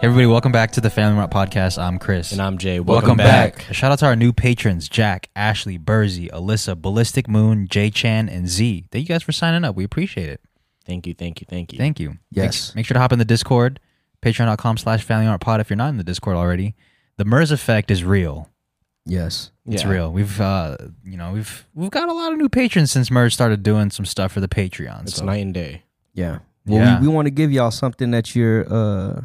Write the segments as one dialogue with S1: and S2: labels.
S1: Hey everybody, welcome back to the Family Rock Podcast. I'm Chris.
S2: And I'm Jay.
S1: Welcome back. Shout out to our new patrons, Jack, Ashley, Burzy, Alyssa, Ballistic Moon, Jay Chan, and Z. Thank you guys for signing up. We appreciate it.
S2: Thank you, thank you, thank you.
S1: Thank you.
S3: Yes.
S1: Make, make sure to hop in the Discord, patreon.com slash family art pod if you're not in the Discord already. The MERS effect is real.
S3: Yes.
S1: It's
S2: Yeah.
S1: real. We've uh you know, we've we've got a lot of new patrons since MERS started doing some stuff for the Patreon.
S2: It's
S1: so
S2: night and day.
S3: Yeah. Well,
S1: Yeah.
S3: we, we want to give y'all something that your uh,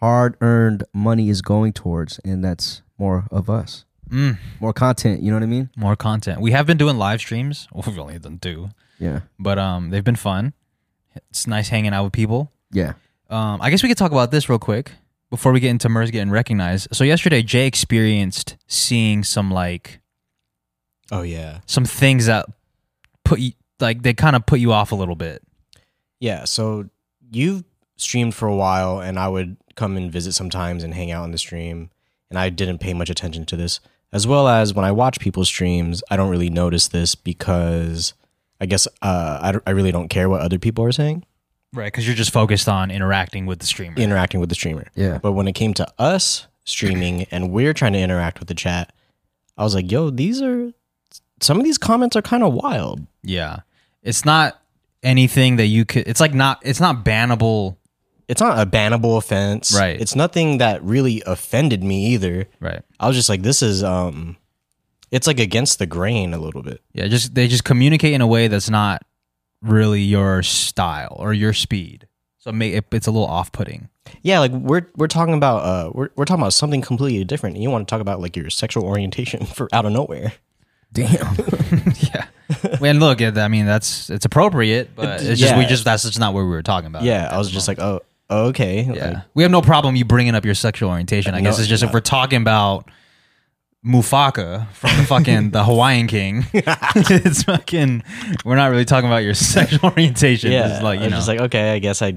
S3: hard earned money is going towards, and that's more of us,
S1: mm,
S3: more content. You know what I mean?
S1: more content. We have been doing live streams. Well, we've only done two.
S3: Yeah.
S1: But um they've been fun. It's nice hanging out with people.
S3: Yeah.
S1: Um, I guess we could talk about this real quick before we get into MERS getting recognized. So yesterday, Jay experienced seeing some like
S2: Oh yeah.
S1: some things that put you like they kind of put you off a little bit.
S2: Yeah. So you've streamed for a while and I would come and visit sometimes and hang out on the stream and I didn't pay much attention to this. As well as when I watch people's streams, I don't really notice this because I guess uh, I, d- I really don't care what other people are saying,
S1: Right, because you're just focused on interacting with the streamer.
S2: interacting with the streamer.
S3: Yeah.
S2: But when it came to us streaming and we're trying to interact with the chat, I was like, yo, these are some of these comments are kind of wild.
S1: yeah, it's not anything that you could. It's like not. It's not bannable.
S2: It's not a bannable offense.
S1: Right.
S2: It's nothing that really offended me either.
S1: Right.
S2: I was just like, this is um it's like against the grain a little bit.
S1: Yeah. Just they just communicate in a way that's not really your style or your speed. So it may, it, it's a little off-putting.
S2: Yeah, like we're we're talking about uh we're we're talking about something completely different. And you want to talk about like your sexual orientation for out of nowhere.
S3: Damn.
S1: yeah. And look, it- I mean, that's it's appropriate, but
S2: It-
S1: it's just we
S2: yeah.
S1: just that's just not what we were talking about.
S2: yeah. I was just like, oh okay.
S1: yeah.
S2: Like,
S1: we have no problem you bringing up your sexual orientation. I guess it's just if we're talking about Mufaka from the fucking the Hawaiian King, it's fucking. We're not really talking about your sexual orientation.
S2: yeah,
S1: It's like
S2: I
S1: you
S2: was
S1: know,
S2: just like, okay, I guess I,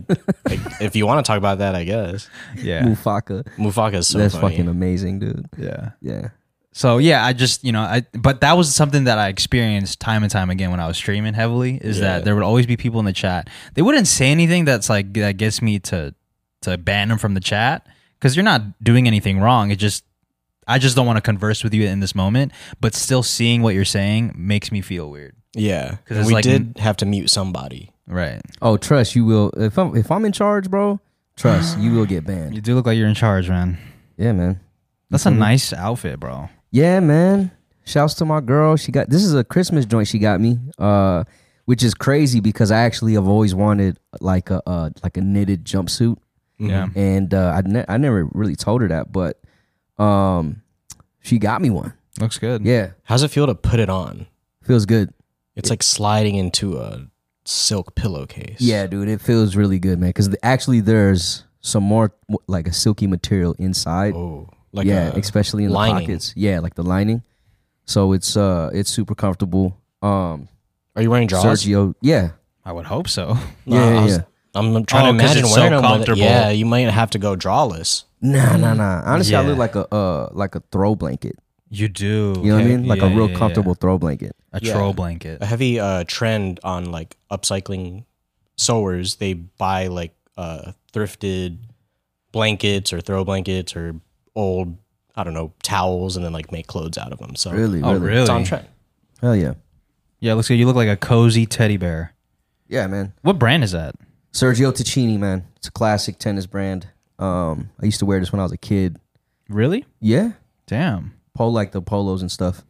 S2: like, if you want to talk about that, I guess
S1: yeah,
S3: Mufaka.
S2: Mufaka is so
S3: That's
S2: funny.
S3: fucking amazing, dude.
S1: yeah.
S3: Yeah.
S1: So yeah, I just you know, I but that was something that I experienced time and time again when I was streaming heavily. Is
S2: Yeah.
S1: that there would always be people in the chat. They wouldn't say anything that's like that gets me to to ban them from the chat because you're not doing anything wrong. It just I just don't want to converse with you in this moment. But still seeing what you're saying makes me feel weird.
S2: Yeah,
S1: 'Cause it's
S2: we
S1: like-
S2: did have to mute somebody.
S1: Right.
S3: Oh, trust you will. If I'm if I'm in charge, bro, trust you will get banned.
S1: You do look like you're in charge, man.
S3: Yeah, man.
S1: That's a nice outfit, bro.
S3: Yeah, man. Shouts to my girl. She got this is a Christmas joint she got me, uh, which is crazy because I actually have always wanted like a uh, like a knitted jumpsuit,
S1: Yeah.
S3: and uh, I ne- I never really told her that, but um, she got me one.
S1: Looks good.
S3: Yeah,
S2: How's it feel to put it on?
S3: feels good.
S2: It's like sliding into a silk pillowcase.
S3: Yeah, dude, it feels really good, man. Because actually, there's some more like a silky material inside.
S2: Oh, like
S3: yeah,
S2: a-
S3: especially in the
S2: lining.
S3: pockets. Yeah, like the lining. So it's uh it's super comfortable. Um
S2: Are you wearing drawers?
S3: Sergio, yeah.
S1: I would hope so.
S2: No,
S3: yeah,
S2: I
S3: yeah,
S2: was-
S3: yeah.
S1: Oh,
S2: I'm trying to
S1: 'cause
S2: imagine
S1: it's so
S2: wearing them. with it.
S1: comfortable.
S2: Yeah, you might have to go drawless.
S3: Nah, nah, nah. Honestly, I
S1: Mm. Yeah.
S3: look like a uh like a throw blanket.
S1: You do.
S3: You know what I
S1: Okay.
S3: mean? Like
S1: Yeah,
S3: a real
S1: yeah, yeah.
S3: comfortable throw blanket.
S1: a
S2: Yeah.
S1: troll blanket.
S2: A heavy uh, trend on like upcycling sewers. They buy like uh, thrifted blankets or throw blankets or old, I don't know, towels, and then like make clothes out of them. So
S3: Really,
S1: Oh,
S3: really.
S1: really?
S2: it's on trend.
S3: Hell yeah.
S1: Yeah, it looks good. You look like a cozy teddy bear.
S3: Yeah, man.
S1: What brand is that?
S3: Sergio Ticini, man. It's a classic tennis brand. Um I used to wear this when I was a kid.
S1: Really?
S3: Yeah.
S1: Damn.
S3: Polo like the polos and stuff.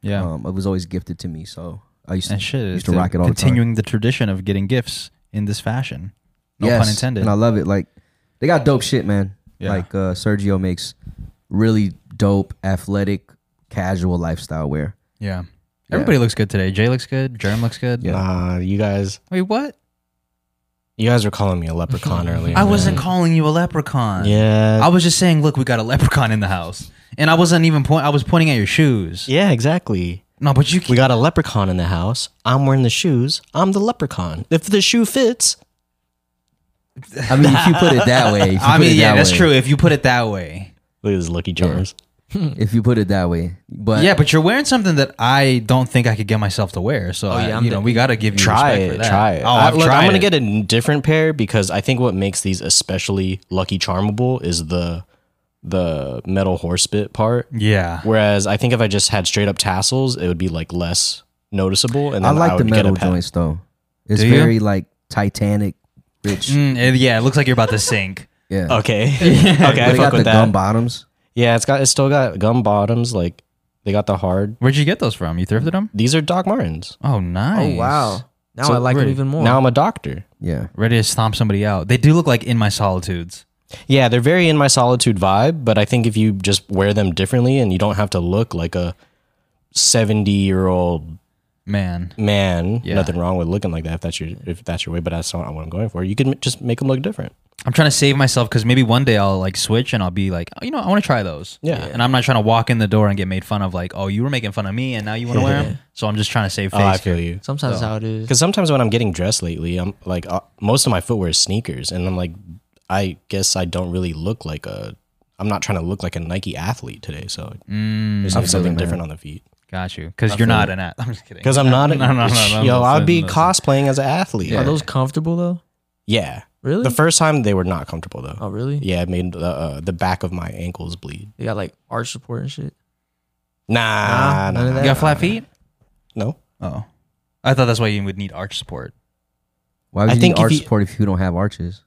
S1: Yeah.
S3: Um it was always gifted to me, so I used to
S1: and shit.
S3: used
S1: It's
S3: to rock it all the time.
S1: continuing the tradition of getting gifts in this fashion. No
S3: Yes,
S1: pun intended.
S3: And I love it. Like they got dope shit, man.
S1: Yeah.
S3: Like uh, Sergio makes really dope, athletic, casual lifestyle wear.
S1: yeah. Everybody looks good today. Jay looks good. Jerm looks good.
S2: Nah, you guys,
S1: Wait, what?
S2: you guys were calling me a leprechaun earlier.
S1: I wasn't
S2: man.
S1: calling you a leprechaun.
S2: Yeah.
S1: I was just saying, look, we got a leprechaun in the house. And I wasn't even point. I was pointing at your shoes.
S2: yeah, exactly.
S1: No, but you.
S2: We got a leprechaun in the house. I'm wearing the shoes. I'm the leprechaun. If the shoe fits,
S3: I mean, if you put it that way, if you
S1: I
S3: put
S1: mean,
S3: it
S1: yeah,
S3: that
S1: that's
S3: way,
S1: true. If you put it that way.
S2: look at his lucky charms.
S3: if you put it that way. But
S1: yeah, but you're wearing something that I don't think I could get myself to wear. So
S4: Oh,
S1: I-
S4: yeah, I'm
S1: you know,
S4: the-
S1: we got to give you
S2: try
S1: respect for
S2: it.
S1: that.
S2: Try it.
S1: Oh,
S2: I,
S1: I've
S2: look,
S1: tried
S2: I'm gonna
S1: it.
S2: get a different pair because I think what makes these especially lucky charmable is the the metal horse bit part.
S1: Yeah.
S2: Whereas I think if I just had straight up tassels, it would be like less noticeable. And
S3: I
S2: then
S3: like the
S2: would get
S3: metal
S2: a pet.
S3: joints though. It's
S1: Do you?
S3: very like Titanic rich.
S1: Mm, it- yeah, it looks like you're about to sink.
S3: Yeah.
S2: Okay,
S3: But
S2: Oh, okay, I
S3: they
S2: fuck
S3: got the
S2: with that.
S3: gum bottoms.
S2: yeah, it's got it's still got gum bottoms. Like they got the hard.
S1: Where'd you get those from? You thrifted them?
S2: These are Doc Martens.
S1: Oh, nice.
S4: Oh wow! Now
S2: So
S4: I like it
S1: really-
S4: even more.
S2: Now I'm a doctor.
S3: Yeah.
S1: Ready to stomp somebody out. They do look like in my solitudes.
S2: Yeah, they're very in my solitude vibe, but I think if you just wear them differently and you don't have to look like a 70 year old
S1: Man.
S2: man,
S1: Yeah.
S2: nothing wrong with looking like that if that's your if that's your way, but that's not what I'm going for. You can m- just make them look different.
S1: I'm trying to save myself because maybe one day I'll like switch and I'll be like, oh, you know, I want to try those.
S2: Yeah.
S1: And I'm not trying to walk in the door and get made fun of like, oh, you were making fun of me and now you want to wear them. So I'm just trying to save face.
S2: Oh, I feel you.
S4: Sometimes how it is.
S2: Because sometimes when I'm getting dressed lately, I'm like uh, most of my footwear is sneakers, and I'm like, I guess I don't really look like a. I'm not trying to look like a Nike athlete today, so
S1: Mm-hmm. Mm.
S2: there's
S3: I feel
S2: something
S3: you, man.
S2: different on the feet.
S1: Got you. Because you're not an at. I'm just kidding.
S2: Because I'm not. A,
S1: No, no, no, no,
S2: yo,
S1: no,
S2: I'd be
S1: no, no.
S2: cosplaying as an athlete.
S4: Are
S2: Yeah.
S4: those comfortable though? Really?
S2: The first time they were not comfortable though.
S4: oh really?
S2: Yeah, it made the uh, the back of my ankles bleed.
S4: They got like arch support and shit.
S2: Nah, nah,
S4: Nah, none of
S1: You
S2: nah.
S4: that.
S1: got flat feet?
S2: no.
S1: Oh. I thought that's why you would need arch support.
S3: Why would
S2: I
S3: you
S2: think
S3: need
S2: if
S3: arch
S2: you-
S3: support if you don't have arches?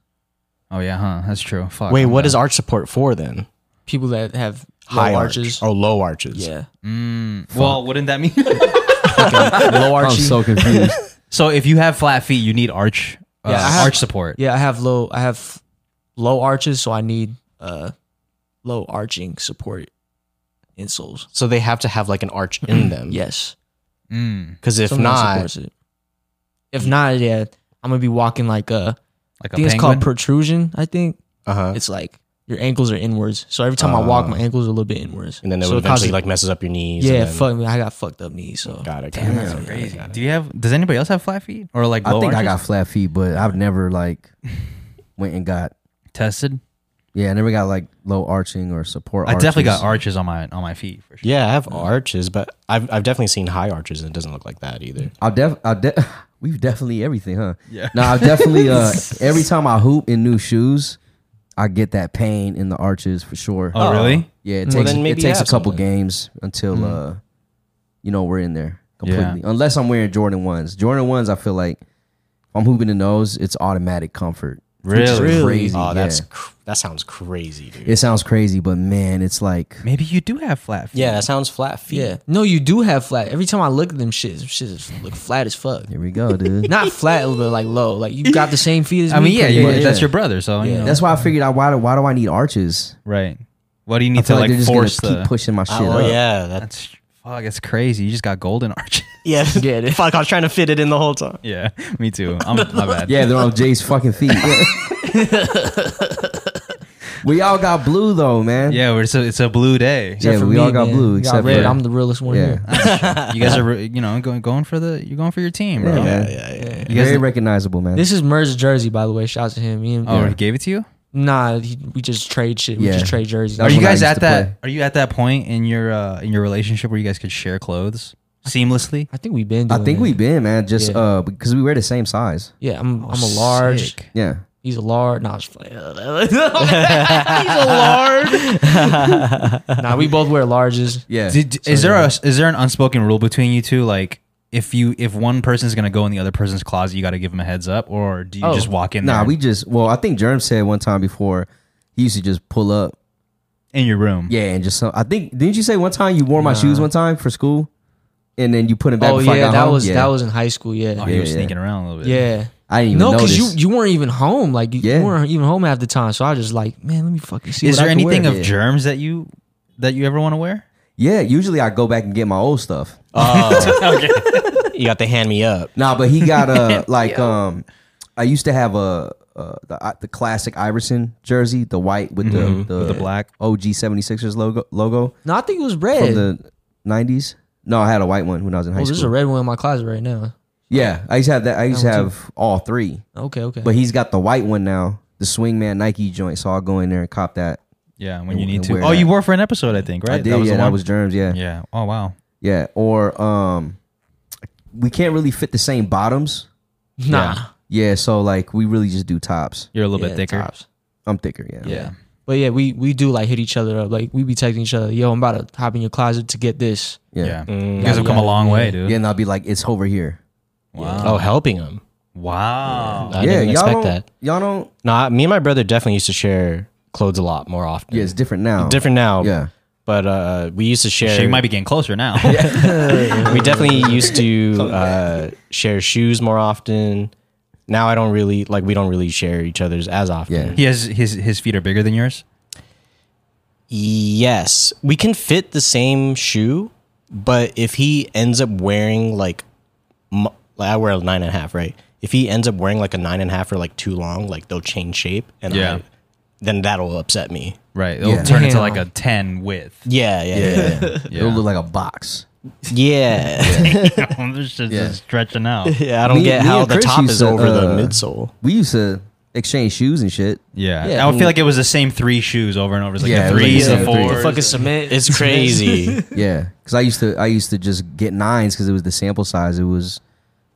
S1: Oh, yeah, huh? That's true. Fuck.
S2: Wait,
S1: I'm
S2: what
S1: dumb.
S2: is arch support for then?
S4: People that have low
S2: High
S4: arches.
S2: arches. Oh, low arches.
S4: Yeah.
S1: Mm, well, wouldn't that mean?
S2: low
S3: I'm
S2: arches.
S3: so confused.
S1: so if you have flat feet, you need arch uh,
S4: Yeah, I have-
S1: arch support.
S4: Yeah, I have low I have low arches, so I need uh low arching support insoles.
S2: so they have to have like an arch in them.
S4: Yes.
S1: Mm,
S2: Because if
S4: Something that
S2: not,
S4: supports it. If not, yeah, I'm gonna be walking like a
S1: like a
S4: I think
S1: penguin.
S4: it's called protrusion, I think.
S2: uh huh.
S4: It's like your ankles are inwards. So every time I walk,
S2: Ah.
S4: my ankles are a little bit inwards.
S2: And then it
S4: so
S2: would
S4: it causes-
S2: eventually like messes up your knees.
S4: Yeah,
S2: and then,
S4: fuck me. I got fucked up knees, so
S2: Got it.
S1: Damn,
S2: got
S1: that's
S2: it, got it,
S1: crazy.
S2: got it.
S1: Do you have? Does anybody else have flat feet or like? Low
S3: I think I
S1: arches?
S3: got flat feet, but I've never like went and got
S1: tested.
S3: yeah, I never got like low arching or support.
S1: I definitely
S3: arches.
S1: got arches on my on my feet for sure.
S2: Yeah, I have arches, but I've I've definitely seen high arches, and it doesn't look like that either.
S3: I'll def I'll de- we've definitely everything, huh?
S1: Yeah.
S3: No, I've definitely uh every time I hoop in new shoes, I get that pain in the arches for sure.
S1: Oh, really?
S3: Yeah, it
S2: Well,
S3: takes
S2: then maybe
S3: it
S2: you
S3: takes a
S2: have
S3: couple
S2: something.
S3: games until uh you know we're in there
S1: Yeah.
S3: completely. Unless I'm wearing Jordan ones. Jordan ones, I feel like if I'm hooping in those, it's automatic comfort. which is
S1: Really?
S3: crazy.
S2: Oh, that's
S3: yeah.
S2: cr- that sounds crazy, dude.
S3: it sounds crazy, but man, it's like
S1: Maybe you do have flat feet.
S2: yeah, that sounds flat feet.
S4: Yeah. No, you do have flat. Every time I look at them shits, them shits is- look flat as fuck.
S3: here we go, dude.
S4: Not flat, but like low. Like you got the same feet as me.
S1: I mean, yeah,
S4: pretty
S1: you,
S4: much.
S1: that's your brother, so you know.
S3: That's why I figured out why do, why do I need arches?
S1: right. What do you
S3: I
S1: need to
S3: feel
S1: like,
S3: like they're just
S1: force
S3: gonna
S1: the?
S3: keep pushing my shit.
S2: Oh
S3: up.
S2: yeah, that,
S1: That's fuck. It's crazy. You just got golden arches.
S2: yeah.
S4: Get it.
S2: Fuck, I was trying to fit it in the whole time.
S1: yeah, me too. I'm my bad.
S3: Yeah, they're on Jay's fucking feet. we all got blue though, man.
S1: yeah. It's a it's a blue day.
S3: Yeah,
S4: Except for
S3: we
S4: me,
S3: all got
S4: man.
S3: blue,
S4: You got
S3: except
S4: red.
S1: for-
S4: I'm the realest one
S3: Yeah.
S4: here.
S1: you guys are you know going going for the you're going for your team, bro.
S3: Yeah, man.
S2: Yeah, yeah, yeah.
S1: You guys-
S3: Very recognizable, man.
S4: This is Mer's jersey, by the way. Shout out to him. Me and,
S1: Oh, he gave it to you.
S4: Nah, he, we just trade shit. We
S3: Yeah.
S4: just trade jerseys.
S1: Are
S3: That's
S1: you
S3: when I
S1: guys
S3: used
S1: at
S3: to
S1: that?
S3: play.
S1: Are you at that point in your uh, in your relationship where you guys could share clothes seamlessly?
S4: I think we've been.
S3: I
S4: Doing
S3: think
S4: it.
S3: we've been, man, just
S4: Yeah.
S3: uh because we wear the same size.
S4: Yeah, I'm.
S3: Oh,
S4: I'm a large.
S1: Sick.
S3: Yeah.
S4: He's a large. Nah, I'm just playing. He's a large. nah, we both wear larges.
S3: Yeah.
S1: Did, is there a is there an unspoken rule between you two? Like, if you if one person's gonna go in the other person's closet, you got to give them a heads up, or do you
S4: Oh.
S1: just walk in?
S3: nah,
S1: there
S3: we just well, I think Germ said one time before he used to just pull up.
S1: in your room.
S3: Yeah, and just some I think didn't you say one time you wore my shoes one time for school? And then you put them back
S4: Oh
S3: before I
S4: yeah,
S3: got
S4: that
S3: home?
S4: was
S3: yeah.
S4: that was in high school.
S1: Oh,
S4: Yeah,
S1: you
S3: Yeah,
S1: were
S3: yeah.
S1: sneaking around a little bit.
S4: yeah.
S3: I didn't even
S4: No,
S3: know
S4: because you
S3: this.
S4: you weren't even home. Like you, you
S3: Yeah.
S4: weren't even home half the time. So I was just like, man, let me fucking see.
S1: Is
S4: what
S1: there
S4: I can wear.
S1: anything of
S3: yeah.
S1: germs that you that you ever want to wear?
S3: Yeah, usually I go back and get my old stuff.
S2: Oh, you got to hand me up.
S3: Nah, but he got a like um I used to have a uh, the the classic Iverson jersey, the white with the
S4: Mm-hmm.
S3: the,
S1: With the black.
S3: OG 76ers logo logo
S4: No, I think it was
S3: from
S4: red. Oh,
S3: the 90s. No, I had a white one when I was in high
S4: there's Oh, a
S3: school.
S4: red one in my closet right now.
S3: yeah, I used to have that I used to
S4: That one
S3: have all three.
S4: Okay, okay.
S3: But he's got the white one now, the swingman Nike joint, so I'll go in there and cop that.
S1: Yeah, when you
S3: And
S1: need to.
S3: wear
S1: Oh,
S3: that.
S1: you wore for an episode, I think, right?
S3: I did.
S1: That was
S3: yeah,
S1: the
S3: that
S1: one?
S3: was germs. Yeah. yeah,
S1: Yeah. Oh wow.
S3: Or um, we can't really fit the same bottoms.
S4: Nah.
S3: Yeah, so like we really just do tops.
S1: You're a little
S4: Yeah,
S1: bit thicker.
S4: tops.
S3: I'm thicker. Yeah.
S1: Yeah.
S4: But yeah, we we do like hit each other up. Like we be texting each other, yo, I'm about to hop in your closet to get this.
S1: Yeah.
S3: Yeah. Yeah.
S2: Mm.
S1: You guys have come a long way, dude.
S3: Yeah, and I'll be like, it's over here.
S1: Wow.
S2: Oh, helping him.
S1: Wow.
S2: I
S3: yeah,
S2: didn't
S3: y'all
S2: expect
S3: don't,
S2: that.
S3: Y'all don't.
S2: No, I- me and my brother definitely used to share clothes a lot more often.
S3: Yeah, it's different now.
S2: different now.
S3: Yeah.
S2: but uh, we used to share.
S1: So you might be getting closer now.
S2: we definitely used to uh, share shoes more often. Now I don't really like. We don't really share each other's as often.
S1: he has his his feet are bigger than yours.
S2: Yes, we can fit the same shoe, but if he ends up wearing like, m- like I wear a nine and a half, right? If he ends up wearing like a nine and a half or like too long, like they'll change shape, and
S1: Yeah.
S2: I- then that'll upset me.
S1: Right. It'll
S3: Yeah.
S1: turn into
S4: Damn.
S1: like a ten width.
S2: Yeah, yeah, yeah, yeah.
S1: Yeah.
S3: It'll look like a box.
S2: yeah.
S1: this shit's
S3: Yeah.
S1: just stretching out.
S2: Yeah, I don't
S3: Me-
S2: get
S3: me
S2: how
S3: and
S2: the
S3: Chris
S2: top
S3: used
S2: is
S3: to,
S2: over
S3: uh,
S2: the midsole.
S3: We used to exchange shoes and shit.
S1: Yeah.
S4: Yeah,
S1: I would
S4: I
S1: feel like it was the same three shoes over and over. It's like the
S3: Yeah, it was like
S1: threes,
S3: the
S1: the
S3: same three.
S1: fours.
S4: Fucking cement.
S2: It's crazy.
S3: Yeah, because I used to I used to just get nines because it was the sample size. It was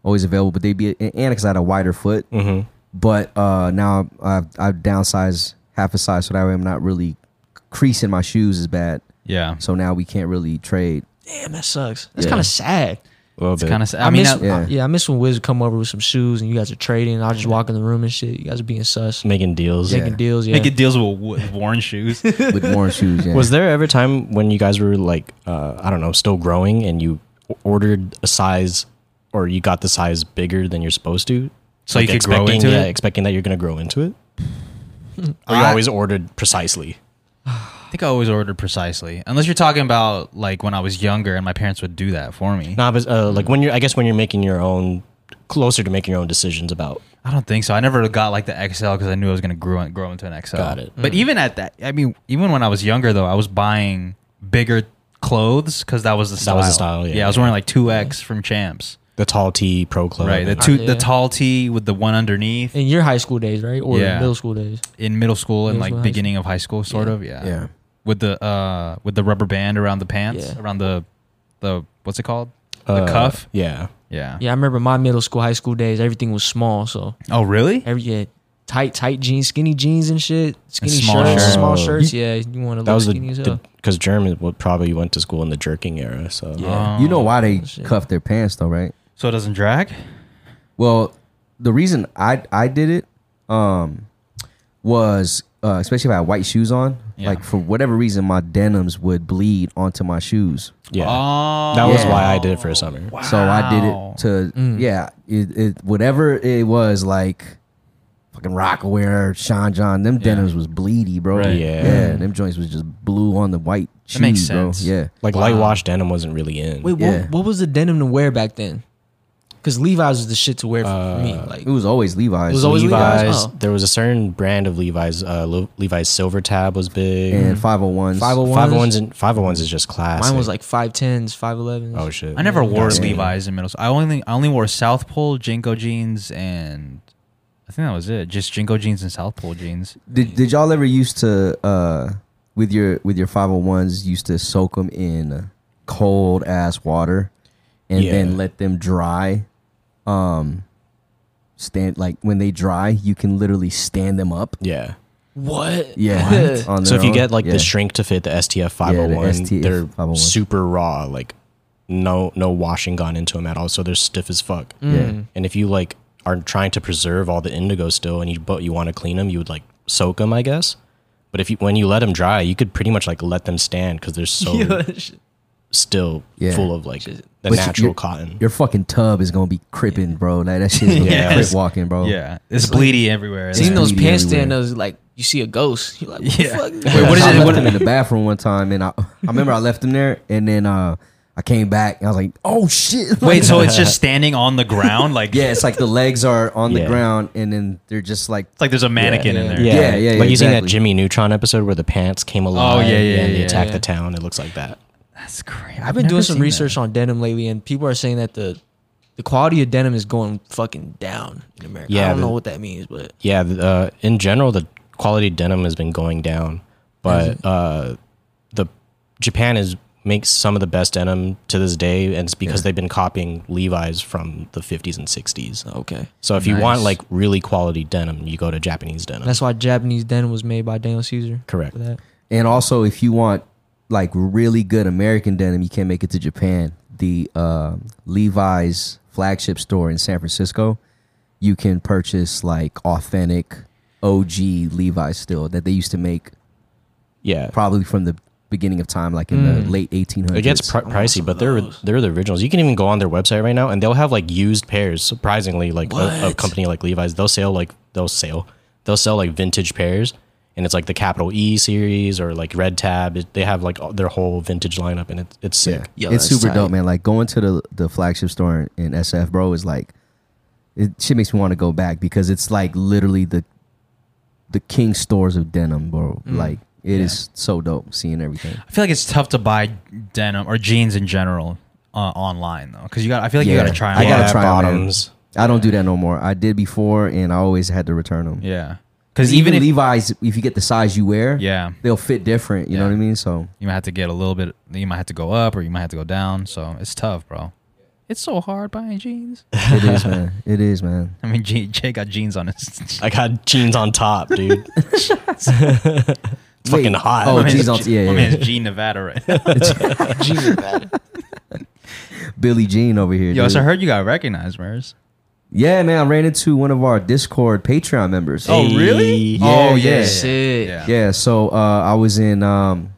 S3: always available, but they'd be and because I had a wider foot. Mm-hmm. But uh, now I've I've downsized half a size, so that way I'm not really creasing my shoes as bad.
S1: yeah.
S3: So now we can't really trade.
S4: Damn, that sucks. That's
S3: Yeah.
S4: kind of sad.
S1: It's kind of.
S4: I,
S1: I mean,
S4: miss,
S1: I-
S4: yeah.
S3: Yeah.
S4: I miss when Wiz would come over with some shoes and you guys are trading. I'll just walk in the room and shit. You guys are being sus,
S2: making deals.
S4: making deals. Yeah,
S1: Like it deals with wo- worn shoes.
S3: with worn shoes. Yeah.
S2: Was there ever a time when you guys were like, uh, I don't know, still growing and you o- ordered a size or you got the size bigger than you're supposed to?
S1: So
S2: Like,
S1: you could grow
S2: expecting-
S1: into
S2: yeah,
S1: it?
S2: expecting that you're going to grow into it? Or you
S1: I-
S2: always ordered precisely?
S1: I think I always ordered precisely, unless you're talking about like when I was younger and my parents would do that for me.
S2: Nah, but uh, like when you're, I guess when you're making your own, closer to making your own decisions about.
S1: I don't think so. I never got like the XL because I knew I was going to grow grow into an XL.
S2: Got it. Mm.
S1: But even at that, I mean, even when I was younger though, I was buying bigger clothes because that was the style.
S2: That was the style, yeah,
S1: I was
S2: yeah.
S1: wearing like two X from Champs.
S2: The tall tee pro club.
S1: Right. The
S2: and-
S1: two,
S4: Yeah.
S1: the tall tee with the one underneath
S4: in your high school days, right, or
S1: Yeah.
S4: middle school days.
S1: in middle school and
S4: Middle
S1: like
S4: school, high
S1: beginning of high school, sort
S4: Yeah.
S1: of. Yeah.
S3: Yeah.
S1: With the uh, with the rubber band around the pants,
S4: Yeah.
S1: around the, the what's it called? The
S2: uh,
S1: cuff.
S2: Yeah.
S1: Yeah.
S4: Yeah, I remember my middle school, high school days. Everything was small, so
S1: Oh really?
S4: every yeah, tight, tight jeans, skinny jeans and shit, skinny
S1: small
S4: shirts,
S2: shirts.
S4: small
S2: Oh.
S4: shirts. Yeah, you uh? want to
S2: That
S4: look
S2: was
S4: skinny as
S2: the,
S4: hell.
S2: because German would probably went to school in the jerking era. So
S4: yeah.
S1: Um,
S3: you know why they
S4: shit.
S3: cuff their pants though, right?
S1: So it doesn't drag.
S3: Well, the reason I I did it um was uh, especially if I had white shoes on.
S1: Yeah.
S3: Like for whatever reason, my denims would bleed onto my shoes.
S2: yeah.
S1: Oh.
S2: that was
S3: Yeah.
S2: why I did it for a summer.
S3: So I did
S1: Wow. Mm.
S3: it to yeah, it, it whatever it was like fucking rock aware, Sean John, them denims was bleedy, bro.
S1: Right.
S2: Yeah.
S3: Yeah, them joints was just blue on the white shoes,
S1: That makes sense.
S3: bro. Yeah.
S2: Like light wash denim wasn't really in.
S4: Wait,
S3: Yeah.
S4: what, what was the denim to wear back then? Because Levi's was the shit to wear for me. Like
S3: It was always Levi's.
S4: It was always
S2: Levi's.
S4: Levi's, oh.
S2: There was a certain brand of Levi's. Uh, Le- Levi's Silver Tab was big.
S1: Mm.
S3: and 501s.
S4: 501s.
S2: Five hundred ones and five hundred ones is just classic.
S4: Mine was like 5'10s, 5'11s.
S2: oh shit.
S1: I never wore
S2: Yeah.
S1: Levi's in middle school. I only I only wore South Pole Jinko jeans and I think that was it. Just Jinko jeans and South Pole jeans.
S3: Did, did y'all ever used to uh with your with your 501s used to soak them in cold ass water and
S2: Yeah.
S3: then let them dry um stand like when they dry you can literally stand them up
S2: Yeah.
S4: What?
S3: yeah on
S2: So
S3: their
S2: if you
S3: own.
S2: get like
S3: Yeah.
S2: the shrink to fit the STF five hundred one,
S3: STF
S2: they're
S3: 501.
S2: super raw. Like no no washing gone into them at all. So they're stiff as fuck.
S1: Mm.
S3: yeah
S2: And if you like are trying to preserve all the indigo still, and you but you want to clean them, you would like soak them, I guess. But if you when you let them dry, you could pretty much like let them stand because they're so still
S3: Yeah.
S2: full of like the
S3: you-
S2: natural
S3: you're-
S2: cotton.
S3: your fucking tub is gonna be cripping bro like that shit's gonna
S2: Yeah.
S3: be crip walking bro
S1: Yeah, it's bleedy everywhere.
S4: Seeing
S1: Yeah.
S4: those
S3: Bleeding
S4: pants
S3: everywhere.
S4: stand those like you see a ghost. You're like, what
S1: Yeah.
S4: the fuck?
S1: Wait, what is
S3: I
S1: it?
S3: left
S1: What-
S3: them in the bathroom one time, and I, I remember I left them there, and then uh, I came back, and I was like, "Oh shit!"
S1: Wait, so it's just standing on the ground, like
S3: Yeah, it's like the legs are on the
S2: Yeah.
S3: ground, and then they're just like
S1: it's like there's a mannequin in there. Oh,
S3: Yeah. yeah, yeah,
S2: Like you seen that
S3: exactly.
S2: Jimmy Neutron episode where the pants came alive
S1: yeah, yeah,
S2: and they
S1: yeah,
S2: attacked
S4: yeah.
S2: the town. It looks like that.
S1: that's crazy.
S4: I've been doing some research on denim lately, and people are saying that the the quality of denim is going fucking down in America. I
S2: Yeah,
S4: don't
S2: the-
S4: know what that means, but
S2: Yeah, the, uh, in general, the quality of denim has been going down. but uh, the Japan is makes some of the best denim to this day, and it's because they've been copying Levi's from the 50s and 60s.
S4: Okay.
S2: So if you want
S1: Nice.
S2: like really quality denim, you go to Japanese denim.
S4: That's why Japanese denim was made by Daniel Caesar.
S2: correct.
S4: For that.
S3: And also, if you want like really good American denim, you can't make it to Japan. The uh, Levi's flagship store in San Francisco, you can purchase like authentic OG Levi's still that they used to make
S2: Yeah.
S3: probably from the beginning of time, like in the late 1800s.
S2: It gets pri- pricey, but they're they're the originals. You can even go on their website right now, and they'll have like used pairs. Surprisingly, like a, a
S4: What?
S2: company like Levi's, they'll sell like they'll sell they'll sell like vintage pairs, and it's like the Capital E series or like Red Tab. It, they have like all- their whole vintage lineup, and it's it's sick.
S4: Yo,
S3: it's
S4: that's
S3: super
S4: tight.
S3: dope, man. Like going to the the flagship store in, in SF, bro, is like it shit makes me want to go back because it's like literally the the king stores of denim, bro.
S1: Mm.
S3: Like it is so dope seeing everything.
S1: I feel like it's tough to buy denim or jeans in general uh, online though, because you got. I feel like you
S3: Yeah.
S1: got to try. 'em
S3: I
S1: on.
S3: gotta
S2: Yeah,
S3: try 'em, man.
S2: bottoms.
S3: I don't do that no more. I did before, and I always had to return them.
S1: Yeah, because
S3: Even,
S1: even if,
S3: Levi's, if you get the size you wear,
S1: yeah,
S3: they'll fit different. You know
S1: Yeah.
S3: what I mean? So
S1: you might have to get a little bit. You might have to go up or you might have to go down. So it's tough, bro. It's so hard buying jeans.
S3: it is, man. It is, man.
S1: I mean, Jay, Jay got jeans on his.
S2: I got jeans on top, dude. it's fucking
S3: Wait.
S2: hot.
S3: Oh,
S1: My man's
S3: jeans on-
S1: Je-
S3: yeah,
S1: my
S3: yeah,
S1: man's Gene Nevada right now.
S3: Billy Jean over here.
S1: Yo,
S3: dude.
S1: so I heard you got recognized, Mers.
S3: Yeah, man. I ran into one of our Discord Patreon members.
S1: Oh, really?
S2: Yeah.
S1: oh,
S3: yeah.
S4: Sick.
S1: Yeah.
S3: Yeah, so uh, I was in um,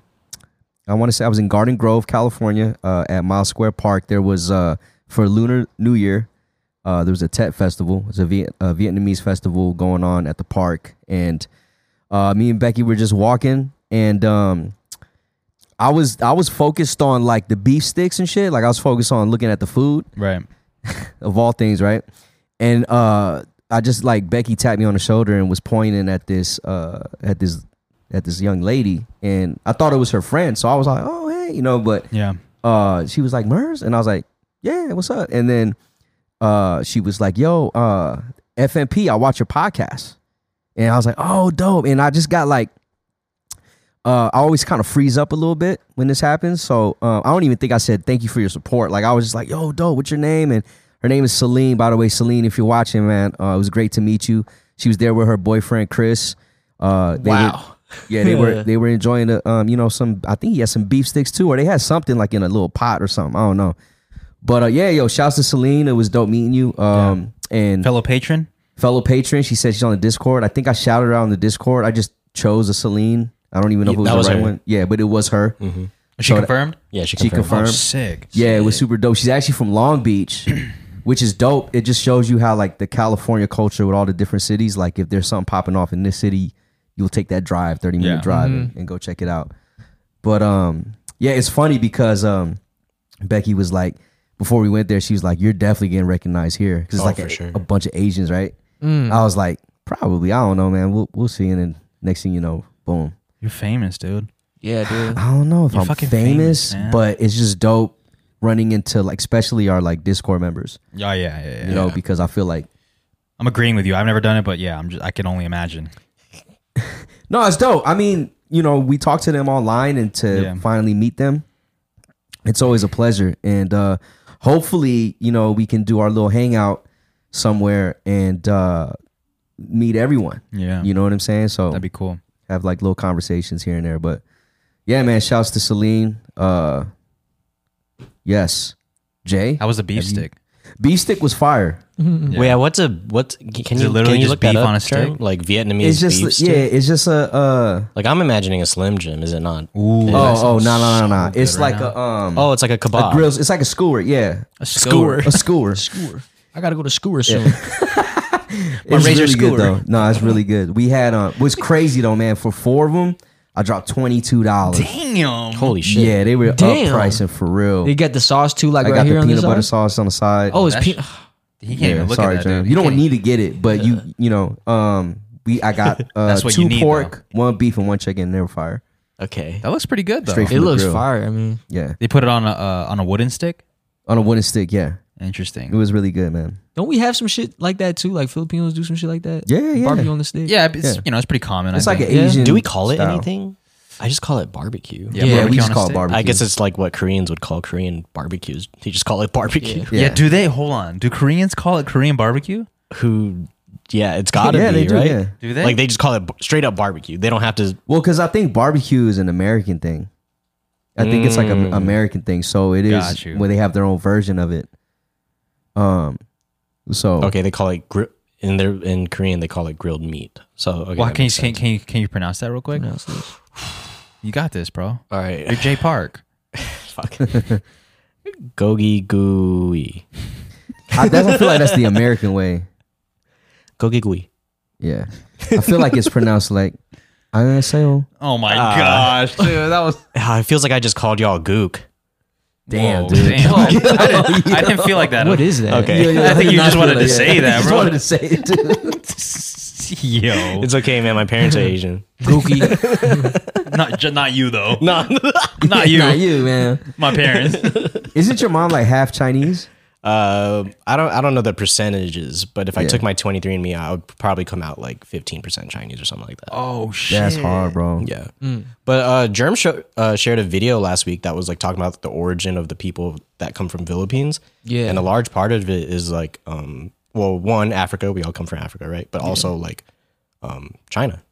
S3: I want to say I was in Garden Grove, California, uh, at Mile Square Park. There was uh, for Lunar New Year. Uh, there was a Tet Festival. It's a, Viet- a Vietnamese festival going on at the park, and uh, me and Becky were just walking, and um, I was I was focused on like the beef sticks and shit. Like I was focused on looking at the food
S1: Right.
S3: of all things, right? And uh I just like Becky tapped me on the shoulder and was pointing at this uh at this at this young lady and I thought it was her friend, so I was like, "Oh, hey," you know, but
S1: Yeah.
S3: uh she was like, "Mers?" and I was like, "Yeah, what's up?" And then uh she was like, "Yo, uh FMP, I watch your podcast." And I was like, "Oh, dope." And I just got like uh, I always kind of freeze up a little bit when this happens. So uh, I don't even think I said thank you for your support. Like I was just like, yo, dope, what's your name? And her name is Celine. By the way, Celine, if you're watching, man, uh, it was great to meet you. She was there with her boyfriend Chris. Uh, they
S4: Wow.
S3: Were, yeah, they were they were enjoying the um, you know, some I think he had some beef sticks too, or they had something like in a little pot or something. I don't know. But uh, yeah, yo, shouts to Celine. It was dope meeting you. Um, and
S1: Fellow patron.
S3: fellow patron. She said she's on the Discord. I think I shouted her out on the Discord. I just chose a Celine. I don't even know if it was
S2: that
S3: the
S2: was
S3: right
S2: her.
S3: one. Yeah, but it was her.
S1: Is she
S3: So uh, um, that-
S1: confirmed?
S2: Yeah, she
S3: She
S2: confirmed.
S1: Oh,
S3: confirmed.
S1: sick.
S3: Yeah, it was super dope. She's actually from Long Beach, which is dope. It just shows you how like the California culture with all the different cities. Like if there's something popping off in this city, you'll take that drive, thirty minute
S1: Yeah.
S3: drive,
S2: Mm-hmm.
S3: and, and go check it out. But um, yeah, it's funny because um, Becky was like, before we went there, she was like, "You're definitely getting recognized here because it's
S2: Oh,
S3: like
S2: for
S3: a,
S2: sure. Mm.
S3: a bunch of Asians, right?" I was like, "Probably, I don't know, man. We'll we'll see." And then next thing you know, boom.
S1: You're famous, dude.
S4: Yeah, dude.
S3: I don't know if
S1: You're
S3: I'm
S1: fucking famous,
S3: famous,
S1: man.
S3: but it's just dope running into like especially our like Discord members,
S1: Oh, yeah, yeah, yeah.
S3: you know, because I feel like
S1: I'm agreeing with you. I've never done it, but yeah, I'm just, I can only imagine.
S3: no, it's dope. I mean, you know, we talk to them online and to
S1: Yeah.
S3: finally meet them, it's always a pleasure. And uh hopefully, you know, we can do our little hangout somewhere and uh meet everyone.
S1: Yeah.
S3: You know what I'm saying? So
S1: That'd be cool.
S3: have like little conversations here and there. But yeah, man, shouts to Celine. Uh yes. Jay.
S1: How was the beef
S3: Have you-
S1: stick?
S3: Beef stick was fire.
S2: Yeah. Wait, what's a what? Can
S1: Is
S2: you
S1: it literally
S2: can you
S1: just
S2: look that
S1: beef
S2: up,
S1: on a
S2: Trey?
S1: stick?
S2: Like Vietnamese
S3: It's just
S2: beef
S3: yeah,
S2: stick?
S3: it's just a uh
S2: Like I'm imagining a Slim Jim. Is it not?
S1: Ooh.
S3: oh oh no no no no.
S1: good
S3: It's
S1: right
S3: like
S1: now.
S3: a um
S2: Oh, it's like a kebab.
S3: a grills. It's like a skewer. Yeah,
S1: a
S4: skewer.
S3: a skewer.
S4: Skewer. I gotta go to skewer soon.
S3: It was
S4: razor
S3: really
S4: skewer.
S3: good though. No, it's really good. We had um, what's crazy though, man. For four of them, I dropped twenty two dollars.
S1: Damn.
S2: Holy shit!
S3: Yeah, they were
S4: Damn.
S3: up pricing for real.
S4: You get the sauce too, like
S3: I
S4: right
S3: got
S4: here
S3: the
S4: on
S3: peanut
S4: the
S3: butter
S4: side.
S3: sauce on the side.
S4: Oh, it's
S1: That's-
S4: peanut.
S1: He can't
S3: yeah,
S1: even look
S3: sorry,
S1: at that,
S3: Jam.
S1: dude.
S3: You don't need to get it, but you you know um we I got uh,
S1: That's what you
S3: two
S1: need,
S3: pork, one beef, and one chicken. They were fire.
S2: Okay.
S1: That looks pretty good, though.
S3: Straight from
S4: It
S3: the
S4: looks
S3: grill.
S4: fire. I mean,
S3: Yeah,
S1: They put it on a uh, on a wooden stick.
S3: on a wooden stick. Yeah, it
S1: Interesting.
S3: was really good, man.
S4: don't we have some shit like that too? Like Filipinos do some shit like that.
S3: Yeah, yeah.
S4: Barbecue on the stick.
S1: Yeah, it's
S3: Yeah.
S1: you know it's pretty common.
S3: It's
S1: I
S3: like an
S1: think.
S4: Yeah.
S3: Asian.
S2: Do we call it
S3: style.
S2: anything? I just call it barbecue.
S3: Yeah, we
S1: barbecue
S3: just
S1: on a
S3: call it
S1: stick.
S3: barbecue.
S2: I guess it's like what Koreans would call Korean barbecues. They just call it barbecue.
S3: Yeah.
S1: Yeah. do they? Hold on. Do Koreans call it Korean barbecue?
S2: Who? Yeah, it's gotta
S3: Yeah,
S2: be
S3: they do,
S2: right.
S3: yeah.
S1: Do they?
S2: Like they just call it b- straight up barbecue. They don't have to.
S3: Well, because I think barbecue is an American thing. I think it's like an American thing, so it is
S1: Got you.
S3: where they have their own version of it. Um, so
S2: Okay, they call it gri- in their in Korean they call it grilled meat. So okay,
S1: Well,
S2: that
S1: can you
S2: makes
S1: can,
S2: sense.
S1: can you can you pronounce that real quick?
S4: Pronounce this.
S1: You got this, bro.
S2: All
S1: You're
S2: right,
S1: Jay Park.
S2: fuck. Gogi gooey.
S3: I, that's, I feel like that's the American way.
S2: Gogi gooey.
S3: Yeah, I feel like it's pronounced like I'm gonna say. oh,
S1: Oh my gosh, dude, that was
S2: Ah, It feels like I just called y'all gook.
S3: Damn,
S1: Whoa,
S3: dude.
S1: damn. I, didn't, I didn't feel like that.
S4: What is that?
S2: Okay.
S1: I think
S3: did
S1: you
S3: not
S1: just
S3: feel
S1: wanted to say
S3: I
S1: that,
S3: just
S1: bro.
S3: wanted to say it. Dude.
S1: Yo,
S2: It's okay, man. My parents are Asian.
S4: Gookie.
S1: not ju- not you though.
S2: no,
S1: Not you.
S3: Not you, man.
S1: My parents.
S3: Isn't your mom like half Chinese?
S2: uh, I don't. I don't know the percentages, but if I
S3: Yeah.
S2: took my 23andMe, I would probably come out like 15% Chinese or something like that.
S1: oh shit.
S3: That's hard, bro.
S2: Yeah.
S4: Hmm.
S2: But uh, Germ sho- uh, shared a video last week that was like talking about the origin of the people that come from Philippines.
S4: Yeah.
S2: And a large part of it is like, um, well, one, Africa. We all come from Africa, right? But also like um, China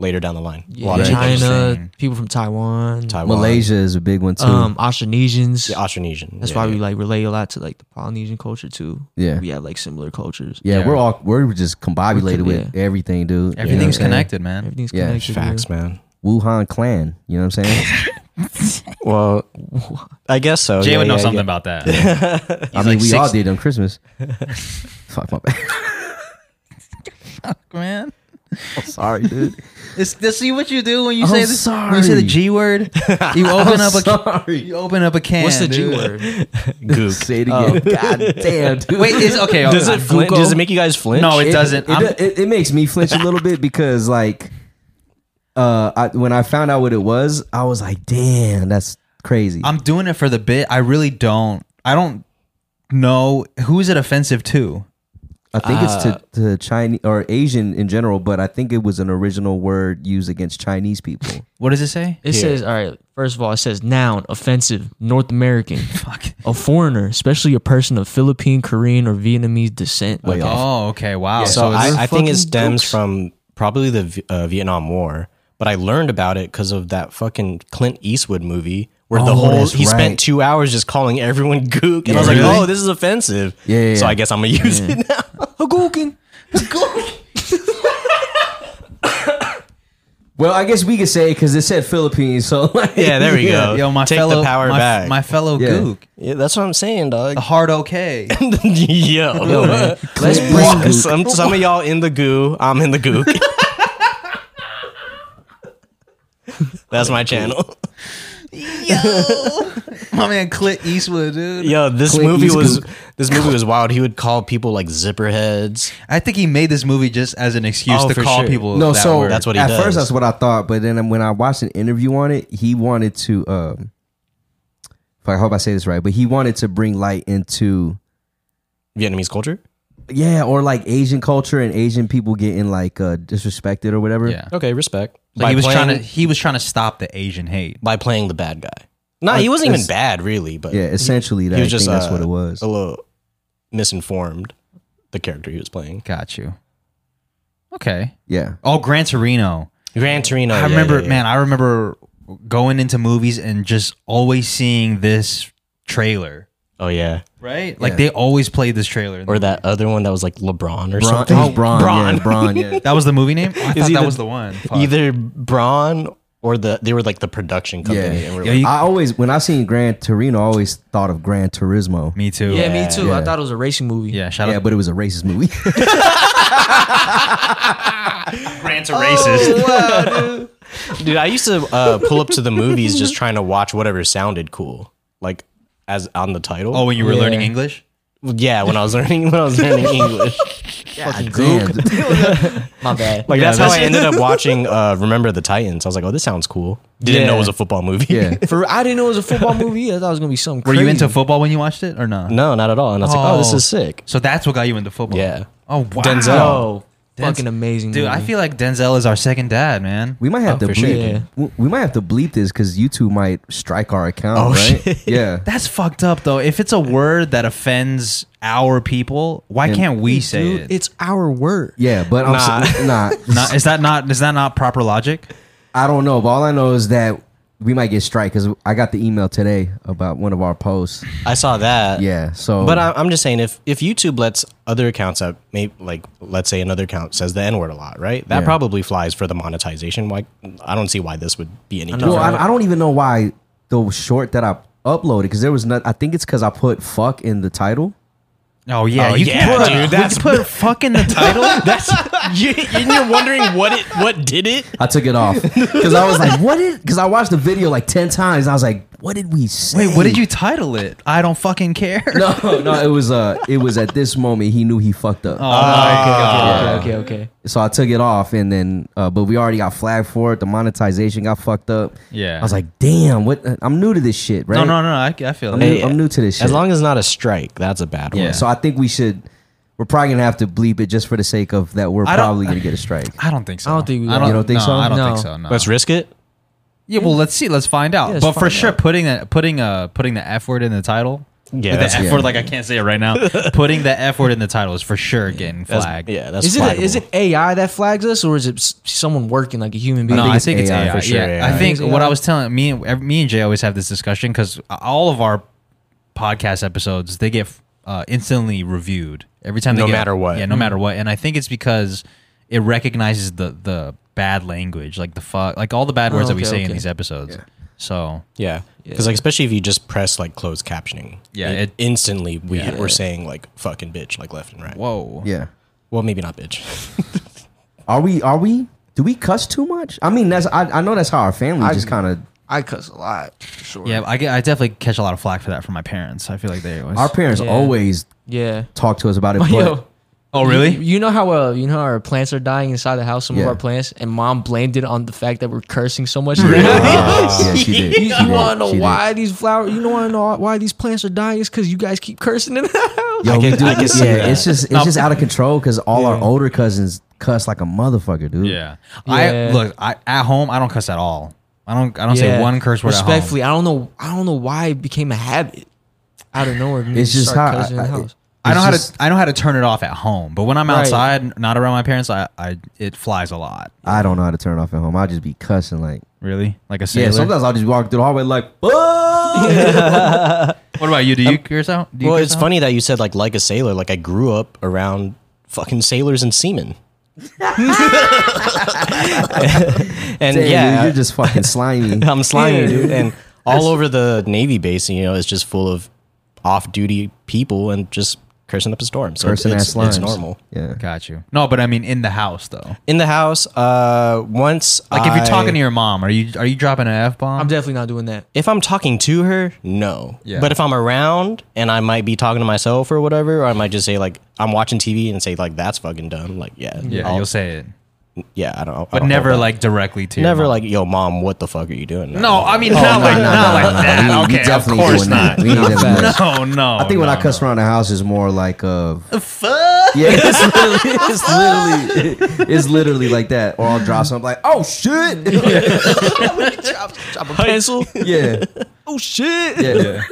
S2: later down the line. A lot
S4: Yeah,
S2: of people-
S4: China,
S1: Interesting.
S4: people from Taiwan,
S2: Taiwan,
S3: Malaysia is a big one too.
S4: um, Austronesians.
S2: the Austronesian.
S4: That's
S2: Yeah,
S4: why
S2: yeah.
S4: we like relate a lot to like the Polynesian culture too.
S3: Yeah.
S4: we have like similar cultures.
S3: yeah,
S1: yeah.
S3: we're all we're just combobulated with everything, dude. You know
S1: Everything's
S3: what I'm saying?
S1: connected, man.
S4: everything's
S3: Yeah,
S4: connected. yeah.
S2: Facts, man.
S3: Wuhan clan. You know what I'm saying?
S2: Well, I guess
S3: Oh,
S2: so.
S1: Jay
S2: Yeah,
S1: would know
S2: yeah,
S1: something about that. He's
S3: I mean,
S1: like
S3: we
S1: six-
S3: all did on Christmas. Fuck my bad.
S1: man.
S3: Sorry, dude.
S1: This, this see what you do when you
S3: I'm
S1: say this. When you say the
S3: sorry.
S1: G word, you open up a you open up a can.
S4: What's the G
S1: dude.
S4: word?
S2: yeah. Gook.
S3: Say it again.
S1: Oh.
S3: God damn, dude.
S1: Wait, is okay.
S2: Does
S1: okay.
S2: it flinch? Does it make you guys flinch?
S1: No, it, doesn't.
S3: It,
S1: I'm-
S3: it, it makes me flinch a little bit because, like, uh, I, when I found out what it was, I was like, "Damn, that's crazy."
S1: I'm doing it for the bit. I really don't. I don't know who is it offensive to.
S3: I think
S1: uh,
S3: it's to, to Chinese or Asian in general, but I think it was an original word used against Chinese people.
S1: What does it say?
S4: It says all right. First of all, it says noun offensive North American,
S1: Fuck.
S4: a foreigner, especially a person of Philippine, Korean, or Vietnamese descent.
S3: Way off.
S1: Oh, okay. Wow.
S2: So
S1: So, it's
S2: I, I think
S4: fucking
S2: it stems
S4: jokes.
S2: from probably the V- uh, Vietnam War, but I learned about it because of that fucking Clint Eastwood movie where the
S3: Oh,
S2: whole
S3: that's
S2: he
S3: right.
S2: spent two hours just calling everyone gook, and I was like,
S1: Really?
S2: oh, this is offensive.
S3: Yeah, yeah,
S2: so
S3: yeah.
S2: I guess I'm gonna use it now.
S4: Gookin.
S3: Well, I guess we could say because it said Philippines, so like,
S2: yeah, there we go.
S1: yo, my
S2: uh, Take
S1: fellow
S2: the power
S1: my,
S2: back.
S1: my fellow
S3: Yeah.
S1: gook,
S2: yeah, that's what I'm saying, dog.
S1: the hard okay.
S2: Yo,
S4: Let's
S2: Walk-
S4: bring
S2: some some of y'all in the goo. I'm in the gook. that's my channel.
S1: my man Clint Eastwood, dude.
S2: Yo, this
S3: Clint
S2: movie was
S3: Eastwood.
S2: this movie was wild. He would call people like zipper heads.
S1: I think he made this movie just as an excuse
S2: Oh,
S1: to
S2: for
S1: call
S2: sure.
S1: people.
S3: No,
S1: that
S3: so
S1: word.
S2: That's what he
S3: at
S2: does.
S3: first that's what I thought, but then when I watched an interview on it, he wanted to. Um, fuck, I hope I say this right, but he wanted to bring light into
S2: Vietnamese culture.
S3: yeah, or like Asian culture and Asian people getting like uh, disrespected or whatever.
S1: yeah.
S2: Okay, respect.
S1: So he was trying to he was trying to stop the Asian hate.
S2: by playing the bad guy. No, he wasn't even bad really, but
S3: yeah. Essentially, that,
S2: he
S3: I
S2: was just
S3: think that's
S2: uh,
S3: what it was.
S2: A little misinformed the character he was playing.
S1: Got you. Okay.
S3: Yeah,
S1: Oh, Gran Torino.
S2: Gran Torino.
S1: I
S2: yeah,
S1: remember,
S2: yeah, yeah.
S1: man. I remember going into movies and just always seeing this trailer.
S2: Oh yeah,
S1: Right? Like they always played this trailer.
S2: or that other one that was like LeBron or
S3: Bron,
S2: something.
S3: it was Bron,
S2: Bron.
S3: yeah, Bron, yeah.
S1: that was the movie name. Oh, I thought
S2: either-
S1: that was the one. Fuck.
S2: Either Braun or the they were like the production company.
S3: Yeah.
S2: and we're
S1: Yo,
S2: like,
S1: you-
S3: I always when I seen Gran Torino, I always thought of Gran Turismo.
S1: me too.
S4: oh, Yeah,
S1: Yeah,
S4: me too. I thought it was a racing movie.
S1: shout
S3: Yeah,
S1: out
S3: but it was a racist movie.
S1: Grant's a
S2: Oh.
S1: racist.
S2: Dude, I used to uh, pull up to the movies just trying to watch whatever sounded cool, like as on the title.
S1: Oh, when you were learning English?
S2: yeah, when I was learning when I was learning English,
S3: Damn.
S4: My bad.
S2: like that's,
S1: that's-
S2: how I ended up watching uh, Remember the Titans. I was like, oh, this sounds cool. Didn't
S4: Yeah.
S2: know it was a football movie.
S3: Yeah.
S4: For I didn't know it was a football movie. I thought it was gonna be something.
S1: Were
S4: crazy.
S1: you into football when you watched it or no?
S2: no, not at all. And I was like, oh, this
S1: Oh.
S2: is sick.
S1: So that's what got you into football.
S2: Yeah,
S1: Oh wow.
S2: Denzel.
S4: Oh, Fucking amazing,
S1: dude. I
S4: movie.
S1: feel like Denzel is our second dad, man.
S3: We might have
S2: Oh, for
S3: to bleep.
S2: sure.
S4: Yeah.
S3: w- We might have to bleep this because YouTube might strike our account.
S2: Oh,
S3: right?
S2: shit.
S3: Yeah.
S1: That's fucked up though. If it's a word that offends our people, why can't we say
S4: Dude,
S1: it?
S4: it's our word.
S3: Yeah, but I'm s- nah.
S1: Not- is that not is that not proper logic?
S3: I don't know, but all I know is that we might get strike because I got the email today about one of our posts.
S2: I saw that.
S3: Yeah, so
S2: But I, I'm just saying, if if YouTube lets other accounts out, maybe like let's say another account says the N word a lot, right? That
S3: Yeah.
S2: probably flies for the monetization. Like, I don't see why this would be any
S3: well,
S2: different.
S3: I, I don't even know why the short that I uploaded because there was not. I think it's because I put "fuck" in the title.
S1: Oh yeah,
S2: Oh,
S1: you
S2: yeah,
S1: can put,
S2: dude,
S1: we
S2: that's-
S1: can put fucking the title.
S2: That's you, and you're wondering what it what did it?
S3: I took it off because I was like, "What did?" Because I watched the video like ten times. And I was like, "What did we say?"
S1: Wait, what did you title it? I don't fucking care.
S3: No, no, it was uh, it was at this moment he knew he fucked up.
S1: Oh,
S4: okay, okay, okay.
S3: So I took it off, and then uh, but we already got flagged for it. The monetization got fucked up.
S1: Yeah.
S3: I was like, "Damn, what?" uh, I'm new to this shit, right?
S1: No, no, no. I, I feel
S3: I'm,
S1: it.
S3: new, I'm new to this shit.
S2: As long as not a strike, that's a bad one.
S1: Yeah.
S3: so I think we should. We're probably gonna have to bleep it just for the sake of that. We're
S1: I don't-
S3: probably gonna get a strike.
S1: I don't think so.
S4: I don't think we
S1: I
S4: will.
S1: don't,
S3: You don't think
S1: no,
S3: so?
S1: I don't
S4: No.
S1: think so. No.
S2: Let's risk it.
S1: yeah. Well, let's see. Let's find out.
S4: Yeah, let's
S1: but for
S4: find
S1: sure,
S4: out.
S1: putting a putting a putting the f word in the title.
S2: Yeah,
S1: Like
S2: that's-
S1: the f
S3: yeah.
S1: word. Like I can't say it right now. putting the f word in the title is for sure getting
S2: That's,
S1: flagged.
S2: yeah, that's
S4: Is it, a, is
S2: flaggable.
S4: it AI that flags us, or is it s- someone working like a human being?
S1: No, I
S3: it's
S1: think it's
S3: AI
S1: AI.
S3: for
S2: sure,
S1: yeah.
S2: AI.
S1: I think
S4: It's
S1: what
S4: AI.
S1: I was telling me and ev- me and Jay always have this discussion because all of our podcast episodes they get uh, instantly reviewed every time. They
S2: No
S1: get-
S2: matter what.
S1: yeah, no matter what. And I think it's because it recognizes the the bad language, like the fuck, like all the bad words that we
S4: Oh, okay,
S1: say in
S4: okay.
S1: these episodes. So
S2: Yeah, because like especially if you just press like closed captioning,
S1: Yeah,
S2: it,
S1: it-
S2: instantly we we're saying like fucking bitch like left and right.
S1: whoa,
S3: Yeah.
S2: Well, maybe not bitch.
S3: Are we? Are we? Do we cuss too much? I mean, that's I, I know that's how our family just kind of.
S4: I cuss a lot. for Sure.
S1: yeah. I, get- I definitely catch a lot of flack for that from my parents. I feel like they always.
S3: Our parents
S4: Yeah.
S3: always
S4: Yeah.
S3: talk to us about it. But
S4: Yo,
S1: oh
S4: You, you know how uh, you know how our plants are dying inside the house. Some
S3: Yeah.
S4: of our plants, and mom blamed it on the fact that we're cursing so much.
S3: Uh, yeah, she did. She
S4: You,
S3: did.
S4: want to know
S3: She did.
S4: why these flowers? You want to know why these plants are dying? It's because you guys keep cursing in the house.
S3: Yo,
S2: I
S3: we
S2: can-
S3: do.
S2: I can see
S3: yeah,
S2: that.
S3: it's just it's
S1: No.
S3: just out of control because all our older cousins cuss like a motherfucker, dude.
S1: yeah.
S4: Yeah.
S1: I look. I at home. I don't cuss at all. I don't. I don't say
S4: Yeah.
S1: one curse word. at home.
S4: Respectfully, I don't know. I don't know why it became a habit out of nowhere. me
S3: It's
S4: to
S3: just
S4: start
S3: how-
S4: cursing in the
S3: I- I-
S4: house.
S1: I
S3: It's
S1: know
S3: just-
S1: how to I know how to turn it off at home, but when I'm
S4: Right.
S1: outside, not around my parents, I, I it flies a lot.
S3: I don't know how to turn it off at home. I'll just be cussing like.
S1: Really, like a
S3: Yeah,
S1: sailor.
S3: sometimes I'll just walk through the hallway like, "Oh!"
S1: what about you? Do you curse out? Do you
S2: well,
S1: curse
S2: it's
S1: out?
S2: funny that you said like like a sailor. Like I grew up around fucking sailors and seamen. and
S3: Damn,
S2: yeah,
S3: dude, you're just fucking slimy.
S2: I'm slimy, dude. And all over the Navy base, you know, it's just full of off-duty people and just cursing up a storm. So
S3: Person
S2: it's,
S3: ass
S2: it's
S3: slimes.
S2: normal.
S3: Yeah.
S1: Got you. No, but I mean in the house though.
S2: In the house, uh, once
S1: Like if you're talking to
S2: your
S1: your mom, are you are you dropping an f bomb?
S4: I'm definitely not doing that.
S2: if I'm talking to her, no.
S1: Yeah.
S2: But if I'm around and I might be talking to myself or whatever, or I might just say like I'm watching TV and say like that's fucking dumb. Like yeah,
S1: yeah,
S2: I'll-
S1: you'll say it,
S2: yeah. I don't. I
S1: but
S2: don't
S1: never
S2: hold
S1: like directly to
S2: back.
S1: your
S2: never
S1: mom.
S2: like yo mom, what the fuck are you doing?
S1: No, I mean not
S3: Oh, no,
S1: like
S3: no,
S1: not
S3: no,
S1: like
S3: no, no.
S1: that.
S3: We- we
S1: okay, of
S3: definitely
S1: course
S3: doing that.
S1: not.
S3: We ain't definitely-
S1: No, no.
S3: I think when
S1: no,
S3: I cuss
S1: Oh, no.
S3: around the house is more like of
S1: fuck.
S3: yeah, it's literally, it's literally, it's literally like that. Or I'll drop something like, "Oh shit!"
S4: Drop a pencil.
S3: yeah,
S4: oh shit.
S3: yeah.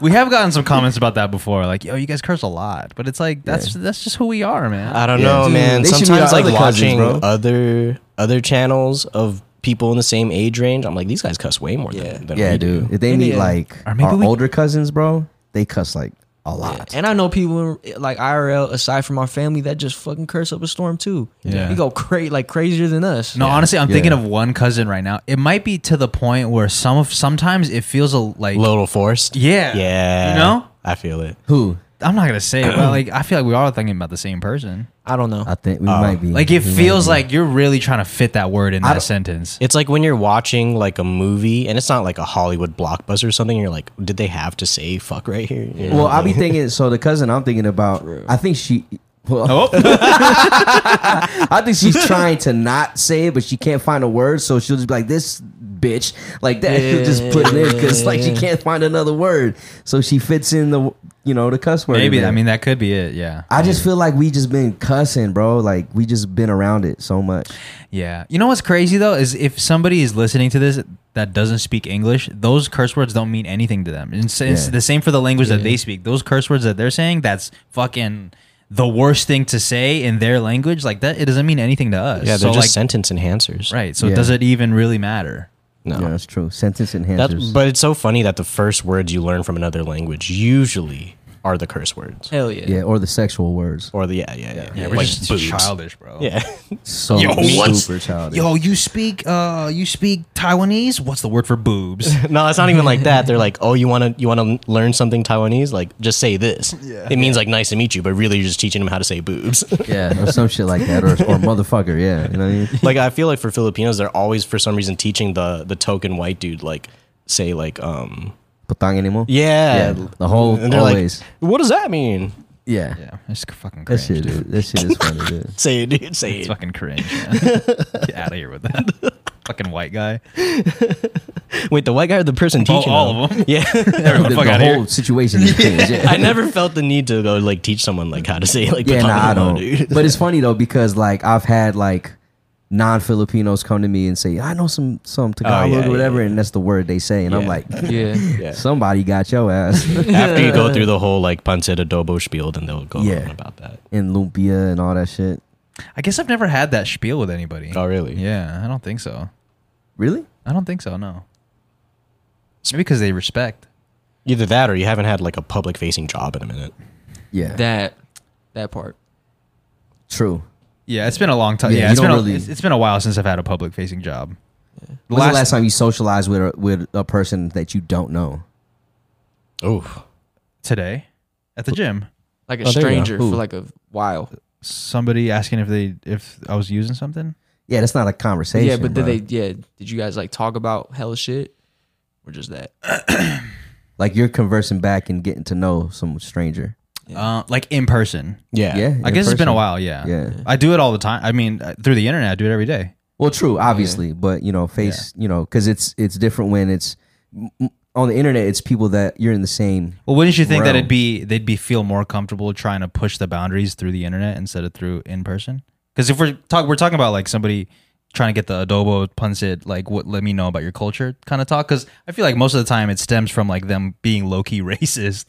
S1: We have gotten some comments about that before, like, "Yo, you guys curse a lot," but it's like that's that's just who we are, man.
S2: I don't
S3: Yeah.
S2: know,
S3: Dude,
S2: man.
S3: they should meet
S2: Sometimes
S3: our
S2: like
S3: other cousins,
S2: watching
S3: bro.
S2: other other channels of people in the same age range, I'm like these guys cuss way more than, than
S3: Yeah,
S2: we do.
S3: dude. If they
S4: And
S3: meet
S4: yeah.
S3: like
S1: Or maybe
S3: our
S1: we-
S3: older cousins, bro, they cuss like a lot.
S4: And I know people in, like IRL, aside from our family, that just fucking curse up a storm too.
S1: Yeah.
S4: You go crazy, like crazier than us.
S1: No, honestly, I'm thinking
S3: Yeah.
S1: of one cousin right now. It might be to the point where some of sometimes it feels a like
S2: Little forced.
S1: Yeah.
S2: Yeah.
S1: You know?
S2: I feel it.
S3: Who?
S1: I'm not gonna say, it, but like I feel like we are thinking about the same person.
S4: I don't know.
S3: I think we might be
S1: Oh, Like it
S3: we might
S1: feels
S3: be.
S1: like you're really trying to fit that word in that
S3: don't-
S1: sentence.
S2: It's like when you're watching like a movie and it's not like a Hollywood blockbuster or something. You're like, did they have to say fuck right here? You know?
S3: Well, I'll be thinking. So the cousin I'm thinking about, I think she. Well, I think she's trying to not say it, but she can't find a word, so she'll just be like, "This bitch. Like that, you just put it in because like she can't find another word, so she fits in the you know the cuss word. in
S1: Maybe
S3: there.
S1: I mean that could be it. Yeah.
S3: I just feel like we just been cussing, bro. Like we just been around it so much.
S1: Yeah. You know what's crazy though is if somebody is listening to this that doesn't speak English, those curse words don't mean anything to them. And it's, it's
S3: Yeah.
S1: the same for the language that they speak. Those curse words that they're saying, that's fucking the worst thing to say in their language. Like that, it doesn't mean anything to us.
S2: Yeah, they're
S1: so,
S2: just
S1: like,
S2: sentence enhancers.
S1: right. So
S3: Yeah.
S1: does it even really matter?
S2: No.
S3: Yeah, that's true. Sentence
S2: That,
S3: enhancers.
S2: but it's so funny that the first words you learn from another language usually are the curse words.
S4: Hell yeah.
S3: yeah, or the sexual words.
S2: Or the yeah, yeah, yeah.
S1: Yeah, we're
S2: Like
S1: just
S2: boobs.
S1: childish, bro.
S2: Yeah.
S3: So
S2: Yo, what's-
S3: super childish.
S1: Yo, you speak uh you speak Taiwanese? What's the word for boobs?
S2: no, it's not even like that. They're like, "Oh, you want to you want to learn something Taiwanese? Like just say this." Yeah. It means like nice to meet you, but really you're just teaching them how to say boobs.
S3: yeah, or some shit like that, or, or motherfucker. Yeah, you know what I mean.
S2: like I feel like for Filipinos, they're always for some reason teaching the the token white dude like say like um
S3: Patang anymore.
S2: yeah,
S3: Yeah, the whole-
S2: and they're
S3: always.
S2: like, "What does that mean?"
S3: yeah.
S1: yeah, it's fucking
S3: That
S1: cringe.
S3: shit.
S1: dude.
S3: Is, that shit is funny. Dude.
S2: Say it, dude. Say
S1: It's
S2: it.
S1: fucking cringe. man. Get out of here with that. fucking white guy.
S2: Wait, the white guy or the person
S1: Oh,
S2: teaching
S1: all
S2: them?
S1: of them.
S2: Yeah.
S1: Everyone,
S3: the
S1: fuck
S3: the
S1: out
S3: whole
S1: here.
S3: situation has changed. Yeah.
S2: I never felt the need to go like teach someone like how to say like
S3: yeah,
S2: "Patang
S3: nah, I
S2: hello,"
S3: don't.
S2: dude.
S3: But it's funny though because like I've had like non-Filipinos come to me and say, "I know some some Tagalog
S2: Oh, yeah,
S3: or whatever,"
S2: yeah,
S3: and that's the word they say, and I'm
S2: Yeah.
S3: like,
S4: Yeah.
S2: Yeah.
S3: "Somebody got your ass."
S2: After you go through the whole like pancit adobo spiel, then they'll go
S3: Yeah.
S2: on about that.
S3: and lumpia and all that shit.
S1: I guess I've never had that spiel with anybody.
S2: Oh, really?
S1: Yeah, I don't think so.
S3: Really?
S1: I don't think so. No. Maybe because they respect.
S2: Either that or you haven't had like a public facing job in a minute.
S3: Yeah.
S4: That that part.
S3: true.
S1: Yeah, it's been a long time.
S3: Yeah,
S1: Yeah,
S3: you
S1: it's been
S3: don't
S1: a,
S3: really-
S1: it's- it's been a while since I've had a public facing job.
S3: When's the last time you socialized with a, with a person that you don't know?
S2: Oh,
S1: today at the gym,
S4: Like a
S2: Oh, there you go.
S4: stranger for
S3: Who?
S4: like a while.
S1: somebody asking if they if I was using something.
S3: Yeah, that's not a conversation.
S4: Yeah, but
S3: bro.
S4: did they yeah, did you guys like talk about hell shit? Or just that?
S3: like you're conversing back and getting to know some stranger.
S1: Uh, like in person.
S2: yeah.
S3: Yeah,
S1: I
S3: in
S1: guess it's been a
S3: person.
S1: while. Yeah.
S3: Yeah.
S1: I do it all the time. I mean, uh, through the internet, I do it every day.
S3: Well, true, obviously, but you know, face, you know, because it's it's different when it's m- m- on the internet. It's people that you're in the same.
S1: Well, wouldn't you think that
S3: Bro.
S1: it'd be they'd be feel more comfortable trying to push the boundaries through the internet instead of through in person? Because if we're talk, we're talking about like somebody trying to get the adobo punsit, like what let me know about your culture kind of talk. Because I feel like most of the time it stems from like them being low key racist.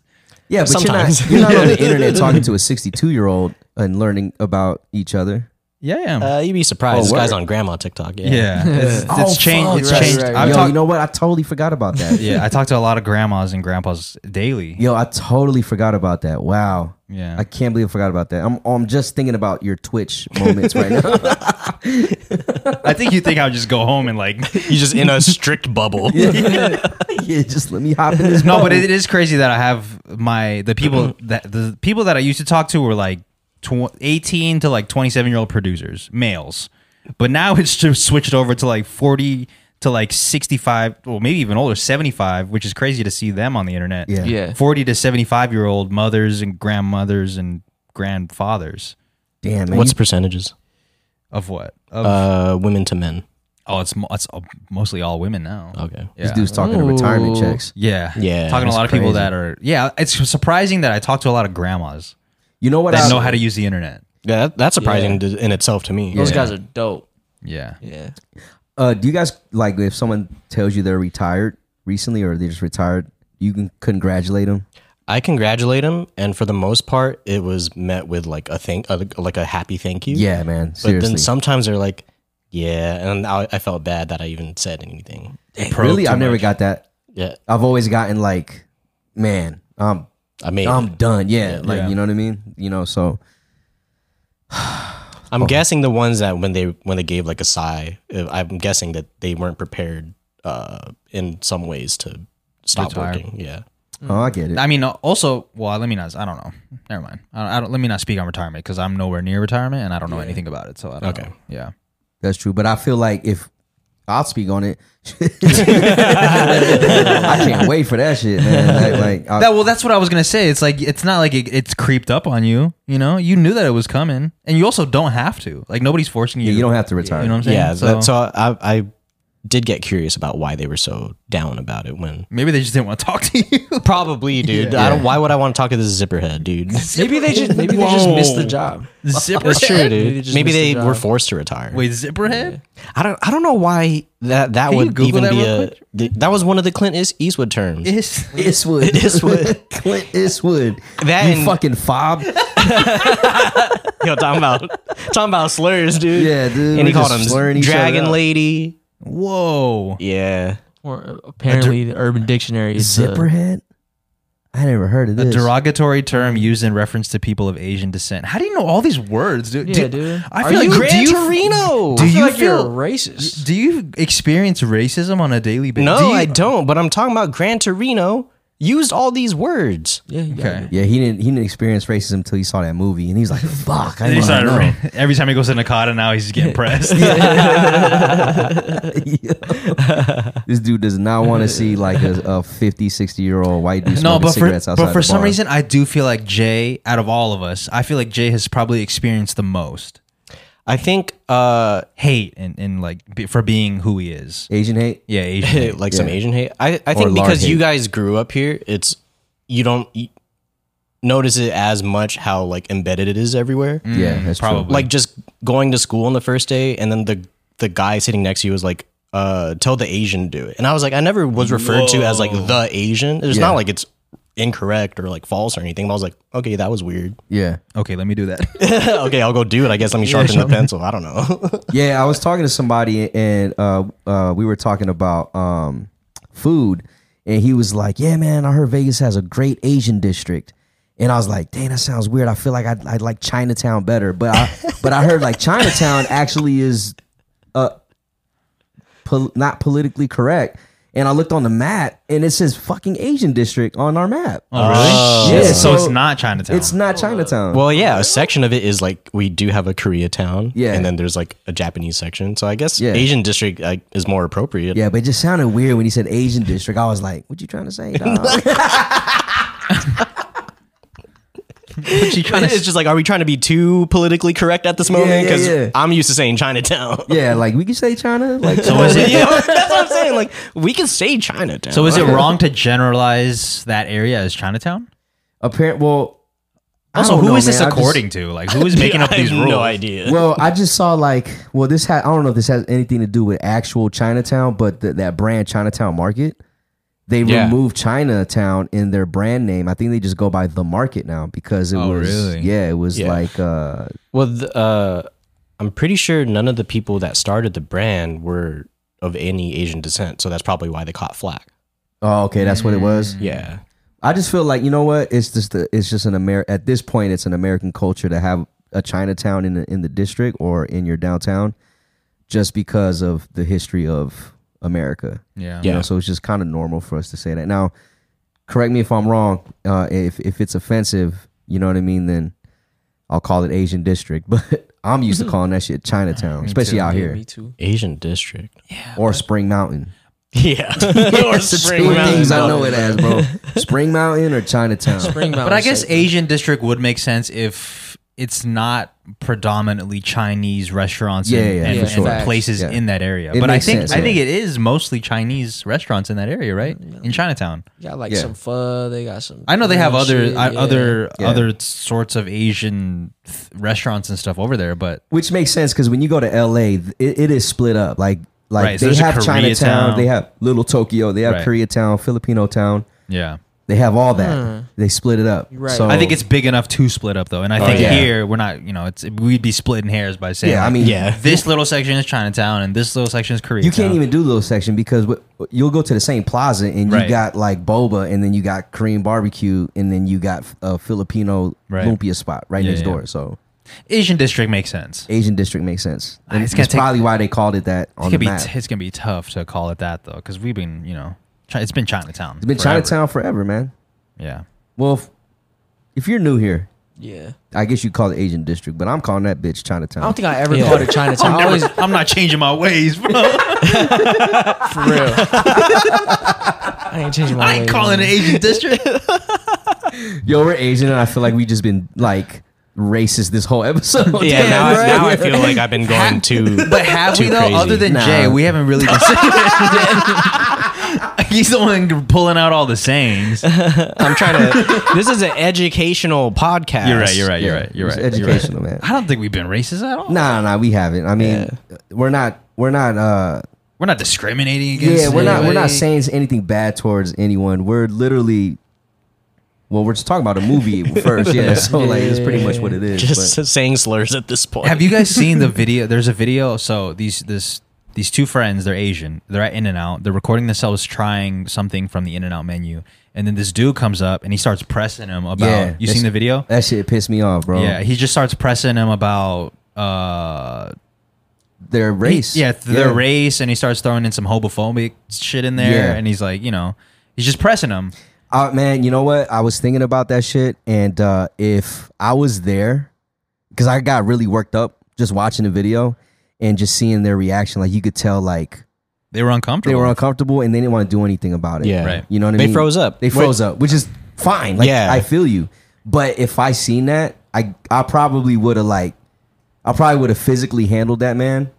S3: Yeah, but
S2: Sometimes.
S3: you're not, you're not on the internet talking to a 62 year old and learning about each other.
S1: Yeah, I am.
S2: Uh, you'd be surprised.
S3: Oh,
S2: this guy's
S3: word.
S2: on grandma TikTok. Yeah.
S1: yeah,
S3: Uh,
S1: it's, it's
S3: Oh,
S1: changed. It's
S4: right,
S1: changed.
S4: right,
S1: I've
S3: Yo,
S1: talked.
S3: you know what? I totally forgot about that.
S1: yeah, I talk to a lot of grandmas and grandpas daily.
S3: Yo, I totally forgot about that. Wow.
S1: Yeah.
S3: I can't believe I forgot about that. I'm I'm just thinking about your Twitch moments right now.
S1: I think you think I would just go home and like
S2: You're just in a strict bubble.
S3: yeah, just let me hop in this.
S1: No,
S3: boat.
S1: but it is crazy that I have my the people that the people that I used to talk to were like tw- 18 to like 27 year old producers, males. But now it's just switched over to like 40 to like 65, well maybe even older, 75, which is crazy to see them on the internet.
S3: Yeah.
S4: Yeah.
S1: 40 to 75 year old mothers and grandmothers and grandfathers
S3: damn man.
S2: What's
S3: you-
S2: percentages?
S1: of what? Of,
S2: Uh, women to men.
S1: oh, it's mo- it's uh, mostly all women now.
S2: Okay.
S1: Yeah.
S3: these dudes talking to retirement checks.
S1: yeah.
S2: Yeah,
S1: Talking to a
S2: that's
S1: lot of people
S3: crazy.
S1: that are yeah, it's surprising that I talk to a lot of grandmas.
S3: You know what?
S1: that
S3: I
S1: know how to use the internet.
S2: Yeah, that, that's surprising to- in itself to me.
S4: Those guys are dope.
S1: Yeah.
S4: Yeah.
S3: Uh, do you guys like if someone tells you they're retired recently or they just retired? You can congratulate them.
S2: I congratulate him, and for the most part, it was met with like a thank, uh, like a happy thank you.
S3: Yeah, man.
S2: But
S3: Seriously.
S2: then sometimes they're like, yeah, and I, I felt bad that I even said anything.
S3: really, I've never got that.
S2: Yeah,
S3: I've always gotten like, man, I'm
S2: I mean,
S3: I'm done. Yeah, like
S1: Yeah.
S3: you know what I mean. You know, so
S2: I'm guessing the ones that when they when they gave like a sigh, uh, I'm guessing that they weren't prepared uh, in some ways to stop
S1: Retire.
S2: working. Yeah,
S1: Mm.
S3: oh, I get it.
S1: I mean, uh, also, well, let me not. I don't know. Never mind. I don't, I don't let me not speak on retirement because I'm nowhere near retirement and I don't know anything about it. So I don't.
S2: Okay.
S1: know. Yeah.
S3: That's true. But I feel like if I'll speak on it, I can't wait for that shit, man. Like, like, uh, I-
S1: That well, that's what I was gonna say. It's like it's not like it, it's creeped up on you. You know, you knew that it was coming, and you also don't have to. Like nobody's forcing you.
S3: you don't have to retire.
S1: You know what I'm saying?
S2: yeah. So, so I I did get curious about why they were so down about it when
S1: Maybe they just didn't want to talk to you.
S2: probably dude I don't, why would i want to talk to this zipperhead dude
S4: Maybe they just maybe they just missed the
S1: Whoa.
S4: job.
S1: Zipper
S2: that's true
S4: Maybe they
S2: dude
S4: just
S2: maybe
S4: missed
S2: they
S4: the
S2: were
S4: job.
S2: forced to retire
S1: Wait, Zipperhead?
S2: i don't i don't know why that that
S1: you
S2: would
S1: Google
S2: even
S1: that
S2: be
S1: real
S2: a th- that was one of the clint Eas- eastwood terms
S1: Is
S3: Iswood.
S2: Iswood.
S3: Clint Iswood.
S2: That
S3: you
S2: and-
S3: fucking fob.
S2: Yo, talking about talking about slurs, dude.
S3: Yeah, dude,
S2: And
S3: we
S2: he called
S3: just
S2: him
S3: slurring each other
S2: Dragon
S3: up.
S2: Lady.
S1: whoa.
S2: Yeah.
S4: Or apparently the Urban Dictionary is uh,
S3: Zipperhead? I never heard of
S1: A
S3: this.
S1: derogatory term used in reference to people of Asian descent. How do you know all these words, dude?
S4: Yeah,
S1: Do-
S4: dude.
S1: I
S4: Are
S1: feel
S4: you
S1: like
S2: Gran
S1: do you,
S2: Torino.
S1: Do
S4: I feel
S1: you
S4: like you're a
S1: feel
S4: racist?
S1: Do you experience racism on a daily basis?
S2: no,
S1: Do you-
S2: I don't. But I'm talking about Gran Torino used all these words.
S4: Yeah. you got
S1: Okay.
S4: it.
S3: Yeah, he didn't. He didn't experience racism until he saw that movie, and he's like, "Fuck!" I
S1: And he
S3: didn't
S1: started
S3: know.
S1: ra- every time he goes to Nakata, now he's getting pressed.
S3: this dude does not want to see like a, a 50, 60 year old white dude smoking
S1: No, but for,
S3: cigarettes outside.
S1: but for
S3: the
S1: some
S3: bar.
S1: reason, I do feel like Jay, out of all of us, I feel like Jay has probably experienced the most
S2: I think uh
S1: hate and, and like be, for being who he is.
S3: Asian hate.
S1: Yeah, Asian. hate.
S2: like some Asian hate. I, I think
S3: lard
S2: because you
S3: hate.
S2: guys grew up here, it's you don't y- notice it as much how like embedded it is everywhere.
S3: Yeah, that's
S1: probably.
S3: true.
S2: Like just going to school on the first day and then the the guy sitting next to you was like uh tell the Asian do it. And I was like I never was referred to as like the Asian. It's
S3: Yeah.
S2: not like it's incorrect or like false or anything. But I was like, okay, that was weird.
S3: Yeah,
S1: Okay, let me do that.
S2: okay, I'll go do it. I guess let me sharpen the pencil. I don't know.
S3: yeah. I was talking to somebody, and uh, uh, we were talking about um, food, and he was like, "Yeah, man, I heard Vegas has a great Asian district." And I was like, "Dang, that sounds weird. I feel like I I like Chinatown better, but I but I heard like Chinatown actually is uh, pol- not politically correct. And I looked on the map, and it says fucking Asian district on our map.
S1: Oh, really?
S3: shit.
S1: Yeah, so,
S3: So
S1: it's not Chinatown.
S3: It's not Chinatown.
S2: well, yeah, a section of it is like we do have a Koreatown.
S3: Yeah.
S2: And then there's like a Japanese section. So I guess
S3: Yeah.
S2: Asian district like, is more appropriate.
S3: yeah, but it just sounded weird when he said Asian district. I was like, "What you trying to say?" dog?"
S1: she trying
S2: It's just like, are we trying to be too politically correct at this moment?
S3: yeah,
S2: Because
S3: yeah.
S2: I'm used to saying Chinatown.
S3: yeah, like we can say China. Like,
S1: so is it?
S2: You know, that's what I'm saying. Like, we can say Chinatown.
S1: So is it wrong to generalize that area as Chinatown?
S3: apparent. Well, I
S1: Also,
S3: don't
S1: who
S3: know,
S1: is this
S3: man. I just-
S1: according to? Like, who is making up
S2: I
S1: these
S2: have
S1: rules?
S2: No idea.
S3: well, I just saw like, well, this ha- I don't know if this has anything to do with actual Chinatown, but th- that brand Chinatown Market, they
S2: Yeah.
S3: removed Chinatown in their brand name. I think they just go by the market now because it
S1: Oh,
S3: was,
S1: really?
S3: yeah, it was
S2: Yeah.
S3: like, uh,
S2: Well, th uh, I'm pretty sure none of the people that started the brand were of any Asian descent. So that's probably why they caught flack.
S3: oh, okay, that's what it was.
S2: Yeah.
S3: I just feel like you know what? It's just the, it's just an Amer. At this point, it's an American culture to have a Chinatown in the, in the district or in your downtown, just because of the history of America.
S1: Yeah.
S3: You know, so it's just kind of normal for us to say that. Now, correct me if I'm wrong. Uh, if if it's offensive, you know what I mean. Then I'll call it Asian district. But I'm used to calling that shit Chinatown, especially out
S4: Yeah,
S3: here
S4: Me too.
S2: Asian district.
S3: or Spring Mountain.
S2: Yeah. or
S3: It's the two things I know it as, bro. Spring Mountain or Chinatown.
S4: Spring
S1: But I guess Asian district would make sense if it's not predominantly Chinese restaurants
S3: Yeah,
S1: and,
S3: yeah,
S1: and-
S4: for
S1: and
S4: sure.
S1: places
S3: Yeah.
S1: in that area.
S3: It
S1: but I
S3: makes
S1: think
S3: sense,
S1: I
S3: yeah.
S1: think it is mostly Chinese restaurants in that area, right? In Chinatown.
S4: got like
S3: Yeah.
S4: some pho. They got some.
S1: I know they have
S4: Korean
S1: other
S4: shit,
S1: I-
S4: yeah.
S1: other
S3: Yeah.
S1: other sorts of Asian th- restaurants and stuff over there, but
S3: Which makes sense because when you go to LA, th- it, it is split up. Like like
S1: Right, so
S3: they
S1: there's a
S3: have Chinatown,
S1: Koreatown.
S3: they have Little Tokyo, they have
S1: Right.
S3: Koreatown, Filipino Town,
S1: yeah.
S3: they have all that. They split it up.
S4: You're right.
S3: So,
S1: I think it's big enough to split up though, and I think
S2: yeah.
S1: here we're not. You know, it's we'd be splitting hairs by saying,
S3: Oh, yeah. I
S1: like,
S3: mean,
S2: Yeah.
S1: this little section is Chinatown and this little section is Koreatown.
S3: you can't even do little section because what, you'll go to the same plaza and you
S1: Right.
S3: got like boba, and then you got Korean barbecue, and then you got a Filipino
S1: Right.
S3: lumpia spot right
S1: Yeah,
S3: next
S1: yeah.
S3: door. So
S1: Asian district makes sense.
S3: Asian district makes sense.
S1: Ah, it's
S3: It's
S1: gonna
S3: That's
S1: take-
S3: probably why they called it that
S1: It's
S3: on
S1: gonna
S3: the
S1: be
S3: map.
S1: t- it's gonna be tough to call it that though, because we've been you know chi- it's been Chinatown.
S3: it's been
S1: forever.
S3: Chinatown forever, man.
S1: Yeah.
S3: Well, if, if you're new here,
S4: Yeah.
S3: I guess you call it Asian district, but I'm calling that bitch Chinatown.
S4: I don't think I ever
S2: Yeah.
S4: called it Chinatown. I always
S1: I'm not changing my ways, bro.
S4: for real. I ain't changing my.
S1: I ain't
S4: ways,
S1: calling it
S4: man.
S1: Asian district.
S3: Yo, we're Asian, and I feel like we just been like racist this whole episode.
S2: Yeah,
S3: Damn,
S2: now,
S3: right?
S2: now I feel like I've been going too.
S1: But have
S2: too
S1: we though?
S2: crazy.
S1: Other than
S3: Nah.
S1: Jay, we haven't really. He's the one pulling out all the sayings.
S2: I'm trying to. This is an educational podcast.
S1: You're right. You're right. You're right. You're
S3: It's
S1: right. you're right.
S3: educational, man.
S1: I don't think we've been racist at all.
S3: Nah, nah, we haven't. I mean, we're not, we're not, uh,
S1: We're not discriminating against.
S3: yeah, we're not, we're not
S1: anybody.
S3: saying anything bad towards anyone. We're literally, well, we're just talking about a movie first, yeah. So like, it's pretty much what it is.
S2: Just saying slurs at this point.
S1: Have you guys seen the video? There's a video. So these this these two friends, they're Asian. They're at In and Out. They're recording themselves trying something from the In and Out menu, and then this dude comes up and he starts pressing him about.
S3: but,
S1: you
S3: that's-
S1: seen the video?
S3: That shit pissed me off, bro.
S1: Yeah, he just starts pressing him about. Uh,
S3: their
S1: he-
S3: race.
S1: yeah, th- their race, and he starts throwing in some homophobic shit in there,
S3: Yeah.
S1: and he's like, you know, he's just pressing him.
S3: Uh, man, you know what? I was thinking about that shit, and uh, if I was there, because I got really worked up just watching the video and just seeing their reaction, like you could tell, like
S1: They were
S3: they
S1: uncomfortable.
S3: were uncomfortable and they didn't want to do anything about it.
S2: Yeah.
S1: Right.
S3: you know what I
S2: They
S3: mean.
S2: froze up.
S3: They froze up, which is fine. Like,
S2: Yeah.
S3: I feel you. But if I seen that, I I probably would have like, I probably would have physically handled that man,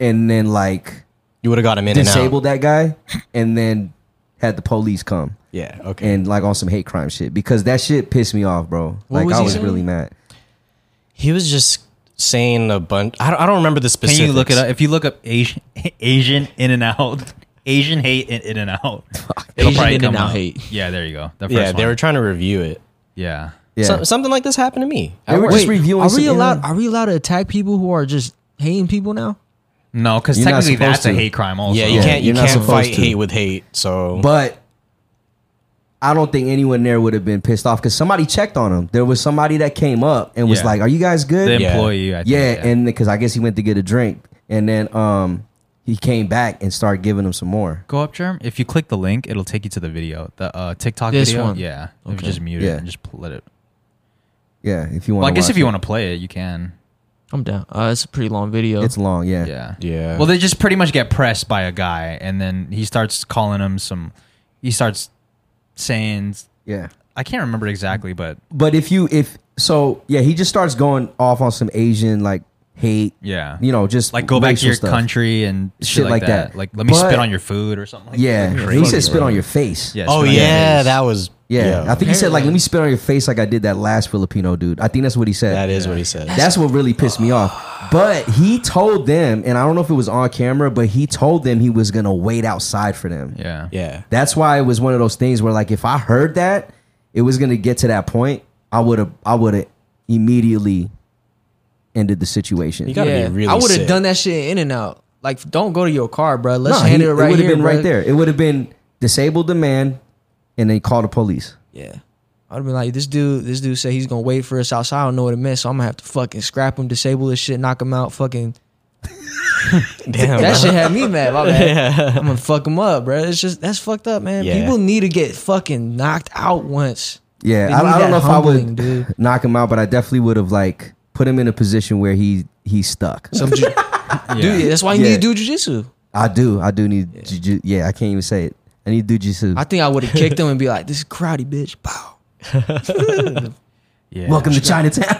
S3: and then like
S2: You would have got him in
S3: disabled that guy, and then had the police come
S2: and out. Yeah. Okay.
S3: and like on some hate crime shit because that shit pissed me off, bro.
S2: What
S3: like
S2: was
S3: I
S2: he
S3: was
S2: saying?
S3: really mad.
S2: he was just saying a bunch. I don't, I don't remember the
S1: Can
S2: specifics.
S1: you look it up? If you look up Asian, Asian In and Out, Asian hate in In and Out, it'll
S4: Asian
S1: probably
S4: In-N-Out
S1: come out.
S4: hate.
S1: Yeah, there you go. That first
S2: Yeah, they
S1: one.
S2: were trying to review it.
S1: yeah.
S3: Yeah,
S2: So- something like this happened to me.
S3: they were just reviewing.
S4: Are
S3: some-
S4: we
S3: you know,
S4: allowed? Are we allowed to attack people who are just hating people now?
S1: No, because
S3: You're not
S1: technically
S3: supposed
S1: that's a
S3: to.
S1: hate crime. Also,
S2: yeah, you
S3: Yeah,
S2: can't. You
S3: you're not
S2: can't
S3: supposed
S2: fight
S3: to.
S2: hate with hate. So
S3: but I don't think anyone there would have been pissed off because somebody checked on him. There was somebody that came up and was
S1: Yeah.
S3: like, "Are you guys good?"
S1: the
S2: Yeah.
S1: employee. I think,
S3: yeah, and because I guess he went to get a drink, and then um he came back and started giving him some more.
S1: go up, Germ. If you click the link, it'll take you to the video, the uh, TikTok
S4: This
S1: video.
S4: one.
S1: Yeah, if
S4: Okay.
S1: you just mute
S3: Yeah.
S1: it and just pl- let it.
S3: Yeah, if you want.
S1: Well, I guess if you want to play it, you can.
S4: I'm down. Uh, it's a pretty long video.
S3: it's long. Yeah,
S1: Yeah.
S2: Yeah.
S1: Well, they just pretty much get pressed by a guy, and then he starts calling him some. He starts saying,
S3: yeah.
S1: I can't remember exactly, but
S3: But if you if so yeah, he just starts going off on some Asian like hate.
S1: yeah,
S3: You know, just
S1: like go back to
S3: racial
S1: your
S3: stuff.
S1: country and shit, like, that. Like, let me
S3: But-
S1: spit on your food or something. like
S3: Yeah,
S1: that.
S3: he said spit on your face.
S1: Yeah,
S2: oh
S1: spit on your
S2: yeah,
S1: face.
S2: that was.
S3: yeah. I think he said like,
S4: Apparently-
S3: "Let me spit on your face," like I did that last Filipino dude. I think that's what he said.
S2: that is what he said.
S3: That's what really pissed me off. But he told them, and I don't know if it was on camera, but he told them he was gonna wait outside for them.
S1: Yeah.
S2: yeah.
S3: That's why it was one of those things where like if I heard that, it was gonna get to that point. I would have. I would have immediately ended the situation.
S2: You gotta be really
S4: I would
S2: sick.
S4: have done that shit in and out. Like, don't go to your car, bro. Let's
S3: No,
S4: hand
S3: he-
S4: it right
S3: would have
S4: here.
S3: been
S4: bro.
S3: right there. It would have been disabled the man, and then call the police.
S4: Yeah. I'd have been like, this dude, this dude said he's gonna wait for us outside. I don't know what it meant, so I'm gonna have to fucking scrap him, disable his shit, knock him out, fucking.
S2: Damn.
S4: That shit had me mad. My bad. I'm gonna fuck him up, bro. It's just that's fucked up, man.
S2: Yeah.
S4: People need to get fucking knocked out once. They
S3: Yeah, I,
S4: need
S3: I don't
S4: that
S3: know if I
S4: humbling,
S3: would
S4: dude.
S3: knock him out, but I definitely would have like put him in a position where he he's stuck.
S4: Some ju-
S1: Yeah.
S4: dude, that's why you
S3: Yeah.
S4: need to do jujitsu.
S3: I do, I do need, yeah. yeah, I can't even say it. I need to do jujitsu.
S4: I think I would have kicked him and be like, this is karate, bitch. Pow.
S1: Yeah.
S3: Welcome to Chinatown.
S4: Welcome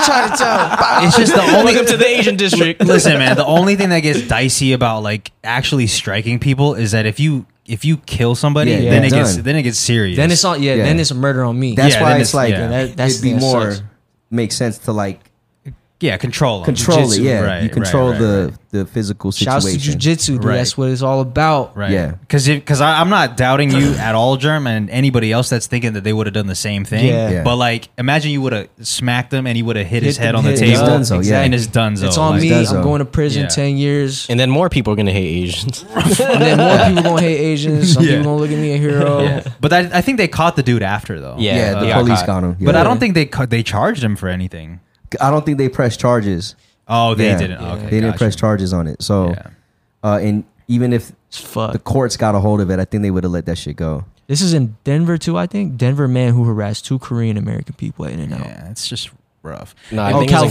S4: to Chinatown. Pow.
S1: It's just the only.
S2: Welcome to the Asian district.
S1: Listen, man. The only thing that gets dicey about like actually striking people is that if you if you kill somebody,
S3: Yeah,
S1: then
S3: yeah.
S1: it gets
S3: Done.
S1: then it gets serious.
S4: Then it's on, yeah,
S3: Yeah.
S4: Then it's a murder on me.
S3: That's
S1: Yeah,
S3: why
S1: then
S3: it's
S1: it's-
S3: like
S1: yeah.
S4: That- that's-
S3: it'd be
S4: that
S3: more
S4: sucks.
S3: make sense to like
S1: yeah, control 'em.
S3: control
S4: Jujitsu,
S3: it. Yeah,
S1: Oh, right,
S3: you
S1: right,
S3: control
S1: right,
S3: the the physical
S4: Shouts to
S3: situation.
S4: jujitsu, dude.
S1: Right.
S4: That's what it's all about.
S1: Right.
S3: Yeah.
S1: Because because I'm not doubting you at all, Germ, and anybody else that's thinking that they would have done the same thing.
S2: Yeah.
S3: Yeah.
S1: But like, imagine you would have smacked him and he would have hit, his
S4: Hit
S1: head
S4: the-
S1: on the
S4: hit-
S1: table.
S3: It's done so, yeah.
S1: And it's done.
S4: It's on
S1: like,
S4: me.
S3: Does so.
S4: I'm going to prison
S1: Yeah.
S4: 10 years.
S2: And then more people are gonna hate Asians.
S4: And then more people gonna hate Asians. Some
S1: Yeah.
S4: people gonna look at me a hero.
S1: Yeah. But I, I think they caught the dude after though.
S2: Yeah.
S3: yeah, the
S2: Yeah, I
S3: police
S2: caught-
S3: got him.
S1: But
S3: Yeah.
S1: I don't think they ca- they charged him for anything.
S3: I don't think they pressed charges.
S1: Oh, they
S3: Yeah.
S1: didn't. Okay,
S3: they didn't
S1: gotcha.
S3: press charges on it. So,
S1: Yeah.
S3: uh, and even if
S4: It's fuck.
S3: the courts got a hold of it, I think they would have let that shit go.
S4: This is in Denver too. I think Denver man who harassed two Korean American people at In and Out.
S1: Yeah, it's just rough.
S2: No, I
S1: It
S4: Oh,
S2: think it was in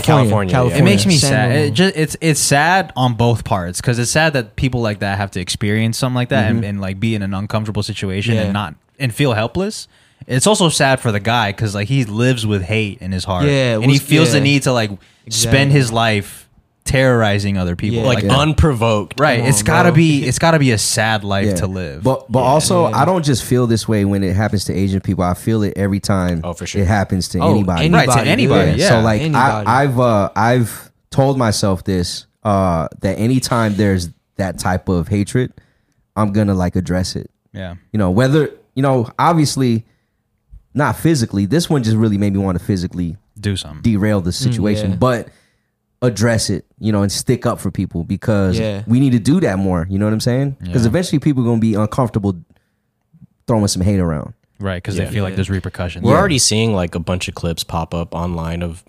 S2: California. yeah.
S4: California,
S1: It
S4: California.
S1: makes me
S4: San
S1: sad.
S4: Ramon.
S1: It just, it's it's sad on both parts because it's sad that people like that have to experience something like that and, and like be in an uncomfortable situation
S4: Mm-hmm. Yeah.
S1: and not and feel helpless. It's also sad for the guy because like he lives with hate in his heart.
S4: Yeah,
S1: and he
S4: what's-
S1: feels the
S4: yeah.
S1: need to like spend
S4: Exactly.
S1: his life terrorizing other people.
S4: Yeah.
S1: Like,
S2: like unprovoked.
S1: right?
S4: Come
S1: it's
S4: on,
S1: gotta
S4: bro.
S1: be. It's gotta be a sad life to live.
S3: But but also, I don't just feel this way when it happens to Asian people. I feel it every time
S2: Oh, for sure.
S3: it happens to
S4: Oh,
S3: anybody.
S4: any-
S1: right to
S4: anybody,
S1: anybody. Yeah.
S4: yeah.
S3: So like
S4: Anybody.
S3: I, I've uh, I've told myself this uh, that anytime there's that type of hatred, I'm gonna like address it.
S1: yeah.
S3: You know whether you know obviously not physically. This one just really made me want to physically
S1: Do something.
S3: derail the situation,
S4: yeah.
S3: but address it, you know, and stick up for people because
S4: Yeah.
S3: we need to do that more. You know what I'm saying? Because
S1: Yeah.
S3: eventually people are gonna be uncomfortable throwing some hate around.
S1: Right, because
S2: Yeah.
S1: they feel like there's repercussions.
S2: We're already seeing like a bunch of clips pop up online of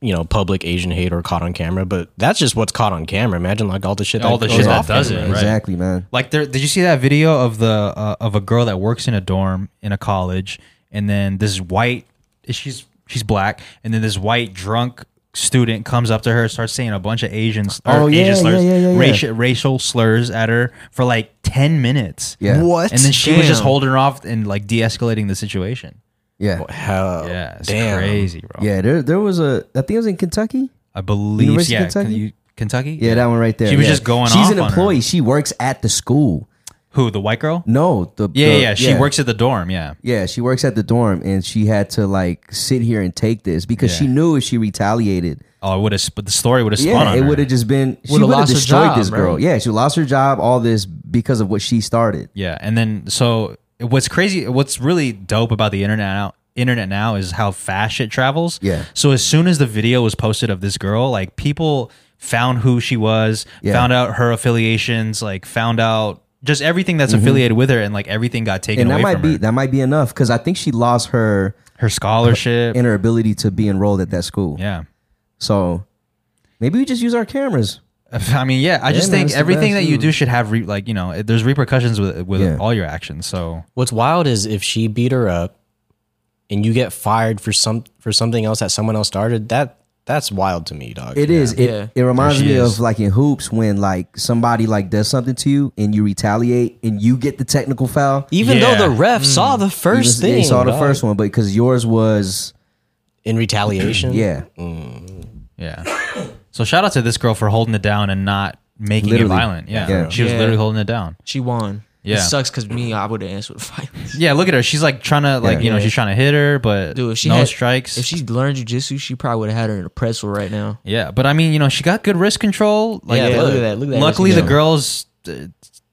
S2: you know public Asian hate or caught on camera, but that's just what's caught on camera. Imagine like all the shit,
S1: All
S2: that
S1: the
S2: goes
S1: shit that
S2: off
S1: does
S2: camera.
S1: it, right?
S3: Exactly, man.
S1: Like, there, did you see that video of the uh, of a girl that works in a dorm in a college, and then this white she's she's black, and then this white drunk student comes up to her, starts saying a bunch of Asian, sl- or
S3: Oh, yeah,
S1: Asian slurs,
S3: yeah, yeah, yeah, yeah.
S1: racial racial slurs at her for like ten minutes.
S3: Yeah.
S4: What?
S1: And then she was just
S4: Damn.
S1: holding her off and like de-escalating the situation.
S3: Yeah.
S2: Hell,
S1: Yeah, it's
S2: Oh, damn.
S1: crazy, bro.
S3: Yeah, there there was a I think it was in Kentucky.
S1: I believe.
S3: University of
S1: yeah,
S3: Kentucky?
S1: Kentucky. You, Kentucky.
S3: Yeah, that one right there.
S1: She was
S3: yeah.
S1: just going
S3: She's
S1: off
S3: an
S1: on her.
S3: employee. She works at the school.
S1: Who the white girl?
S3: No, the
S1: Yeah,
S3: the-
S1: yeah, yeah. She works at the dorm. Yeah.
S3: Yeah, she works at the dorm, and she had to like sit here and take this because
S1: Yeah.
S3: she knew if she retaliated,
S1: Oh, it would have. But the story would have spun
S3: yeah,
S1: on
S3: it
S1: her.
S3: would have just been she
S4: Would've
S3: would have
S4: lost her
S3: destroyed
S4: job,
S3: this girl.
S4: right?
S3: Yeah, she lost her job, all this because of what she started.
S1: Yeah, and then so what's crazy, what's really dope about the internet now, internet now is how fast it travels.
S3: Yeah.
S1: So as soon as the video was posted of this girl, like people found who she was,
S3: Yeah.
S1: found out her affiliations, like found out just everything that's affiliated with her, and like everything got taken
S3: Mm-hmm. And that
S1: away
S3: might
S1: from
S3: be
S1: her.
S3: that might be enough because I think she lost her
S1: Her scholarship.
S3: and her ability to be enrolled at that school.
S1: yeah.
S3: So maybe we just use our cameras.
S1: I mean, yeah. I just
S3: man,
S1: think
S3: it's the
S1: everything
S3: best,
S1: that you
S3: dude.
S1: do should have, re- like, you know, there's repercussions with with
S3: Yeah.
S1: all your actions. So
S2: What's wild is if she beat her up, and you get fired for some for something else that someone else started. That that's wild to me, dog.
S3: It is. It,
S4: Yeah.
S3: it reminds
S1: There she
S3: me
S1: is.
S3: of like in hoops when like somebody like does something to you and you retaliate and you get the technical foul.
S2: Even
S1: Yeah.
S2: though the ref saw the first
S3: Even-
S2: thing,
S3: they saw the
S2: dog.
S3: first one, but because yours was
S2: in retaliation.
S3: yeah,
S1: Yeah. So shout out to this girl for holding it down and not making
S3: Literally.
S1: it violent. Yeah.
S3: Yeah.
S1: She was
S4: Yeah.
S1: literally holding it down.
S4: She won.
S1: Yeah.
S4: It sucks because me, I would have answered with violence.
S1: Yeah, look at her. She's like trying to like,
S3: Yeah.
S1: you know, she's trying to hit her, but
S4: Dude, if she
S1: no
S4: had,
S1: strikes.
S4: If she learned jujitsu, she probably would have had her in a pretzel right now.
S1: yeah, but I mean, you know, she got good wrist control. Like
S4: Yeah, look
S1: uh,
S4: at that, look at that
S1: Luckily
S4: wrist
S1: the girl's uh,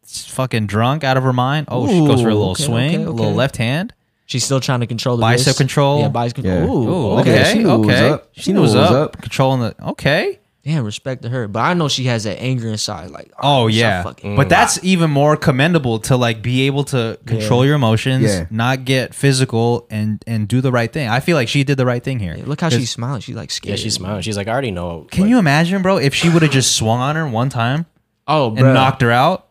S1: s- fucking drunk out of her mind. Oh, she goes for a
S4: Ooh,
S1: little
S4: okay,
S1: swing,
S4: okay,
S1: a little
S4: okay.
S1: left hand.
S4: She's still trying to control the
S1: Bicep
S4: wrist.
S1: control.
S4: Yeah, bicep
S3: Yeah.
S4: control.
S1: Ooh,
S4: Ooh,
S1: okay.
S4: okay.
S1: okay.
S3: She knew what was up.
S1: She,
S3: She
S1: knew
S3: knew
S1: what was
S3: what was
S1: up.
S3: up.
S1: Controlling the Okay.
S4: Damn, respect to her. But I know she has that anger inside. Like,
S1: Oh
S4: shut
S1: yeah,
S4: fucking-
S1: but that's even more commendable to like be able to control your emotions,
S3: Yeah.
S1: not get physical, and and do the right thing. I feel like she did the right thing here.
S4: Yeah, look how she's smiling. She's like
S2: Yeah,
S4: scared.
S2: she's smiling. She's like, I already know.
S1: Can you imagine, bro? If she would have just swung on her one time
S4: Oh,
S1: and
S4: bro.
S1: knocked her out,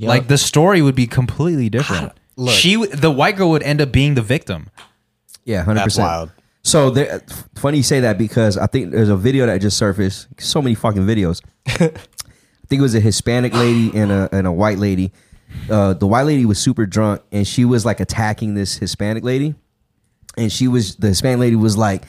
S1: like the story would be completely different.
S2: Look.
S1: She, w- the white girl, would end up being the victim.
S3: yeah, hundred
S2: That's
S3: percent.
S2: wild.
S3: So there, funny you say that because I think there's a video that just surfaced. So many fucking videos. I think it was a Hispanic lady and a and a white lady. Uh, the white lady was super drunk and she was like attacking this Hispanic lady, and she was the Hispanic lady was like,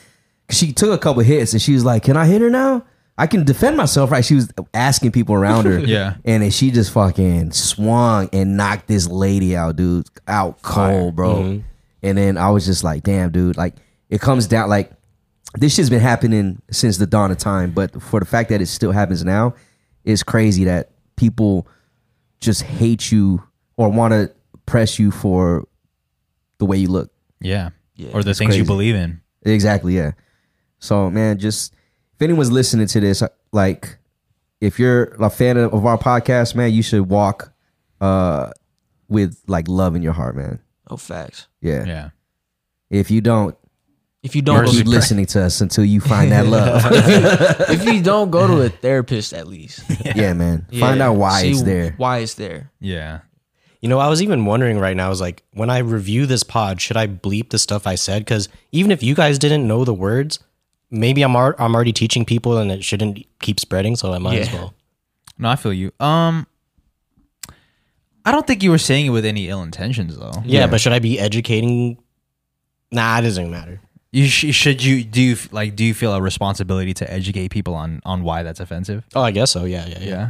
S3: she took a couple hits and she was like, "Can I hit her now? I can defend myself." Right? She was asking people around her,
S1: Yeah.
S3: and then she just fucking swung and knocked this lady out, dude, out cold, bro. And then I was just like, damn, dude, like it comes down like this shit's been happening since the dawn of time, but for the fact that it still happens now, it's crazy that people just hate you or want to press you for the way you look.
S1: Yeah, or the things
S3: crazy.
S1: you believe in.
S3: Exactly, yeah. So, man, just if anyone's listening to this, like if you're a fan of of our podcast, man, you should walk uh with like love in your heart, man.
S4: Oh, facts.
S3: Yeah.
S1: Yeah,
S3: If you don't,
S4: If you
S3: you
S4: don't, go
S3: keep
S4: to,
S3: listening to us until you find that love.
S4: if you don't go to a therapist, at least
S3: yeah. man. Find
S4: Yeah.
S3: out why
S4: See
S3: it's there.
S4: Why it's there?
S1: yeah.
S2: You know, I was even wondering right now. I was like, when I review this pod, should I bleep the stuff I said? Because even if you guys didn't know the words, maybe I'm al- I'm already teaching people, and it shouldn't keep spreading. So I might as
S4: Yeah.
S2: well.
S1: No, I feel you. Um, I don't think you were saying it with any ill intentions, though.
S2: Yeah, but should I be educating Nah, it doesn't matter.
S1: You sh- should you do you, f- like do you feel a responsibility to educate people on on why that's offensive?
S2: Oh, I guess so. Yeah, yeah, yeah.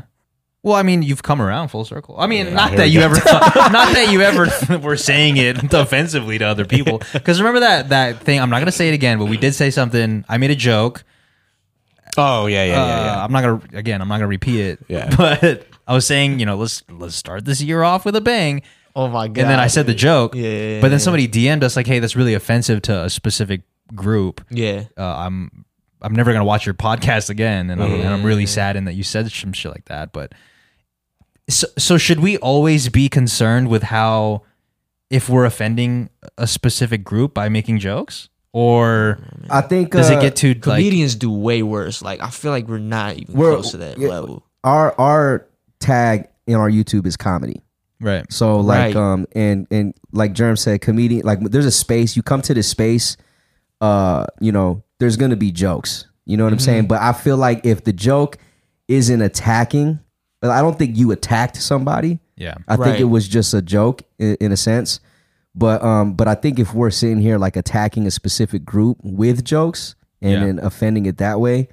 S1: Well, I mean, you've come around full circle. I mean, not
S2: here
S1: that
S2: we
S1: you
S2: go.
S1: ever, not that you ever were saying it offensively to other people. Because remember that that thing. I'm not gonna say it again, but we did say something. I made a joke.
S2: Oh, yeah, yeah, yeah, yeah.
S1: Uh, I'm not gonna again. I'm not gonna repeat it.
S2: Yeah.
S1: But I was saying, you know, let's let's start this year off with a bang.
S4: Oh my god!
S1: and then I said the joke.
S4: Yeah, yeah,
S1: But
S4: yeah.
S1: then somebody DM'd us like, "Hey, that's really offensive to a specific group.
S4: yeah,
S1: Uh, I'm I'm never gonna watch your podcast again, and I'm, and I'm really saddened that you said some shit like that." But so, so should we always be concerned with how if we're offending a specific group by making jokes, or
S3: I think
S1: does
S3: uh,
S1: it get too like?
S4: comedians do way worse. Like I feel like we're not even
S3: We're-
S4: close to that
S3: yeah.
S4: level.
S3: our our tag in our YouTube is comedy.
S1: Right.
S3: So like
S4: Right.
S3: um and and like Jerm said, comedian like there's a space. You come to this space, uh, you know, there's gonna be jokes. You know what I'm
S1: Mm-hmm.
S3: saying? But I feel like if the joke isn't attacking, but I don't think you attacked somebody.
S1: Yeah.
S3: I think
S4: Right.
S3: it was just a joke in, in a sense. But um, but I think if we're sitting here like attacking a specific group with jokes and
S1: Yeah.
S3: then offending it that way,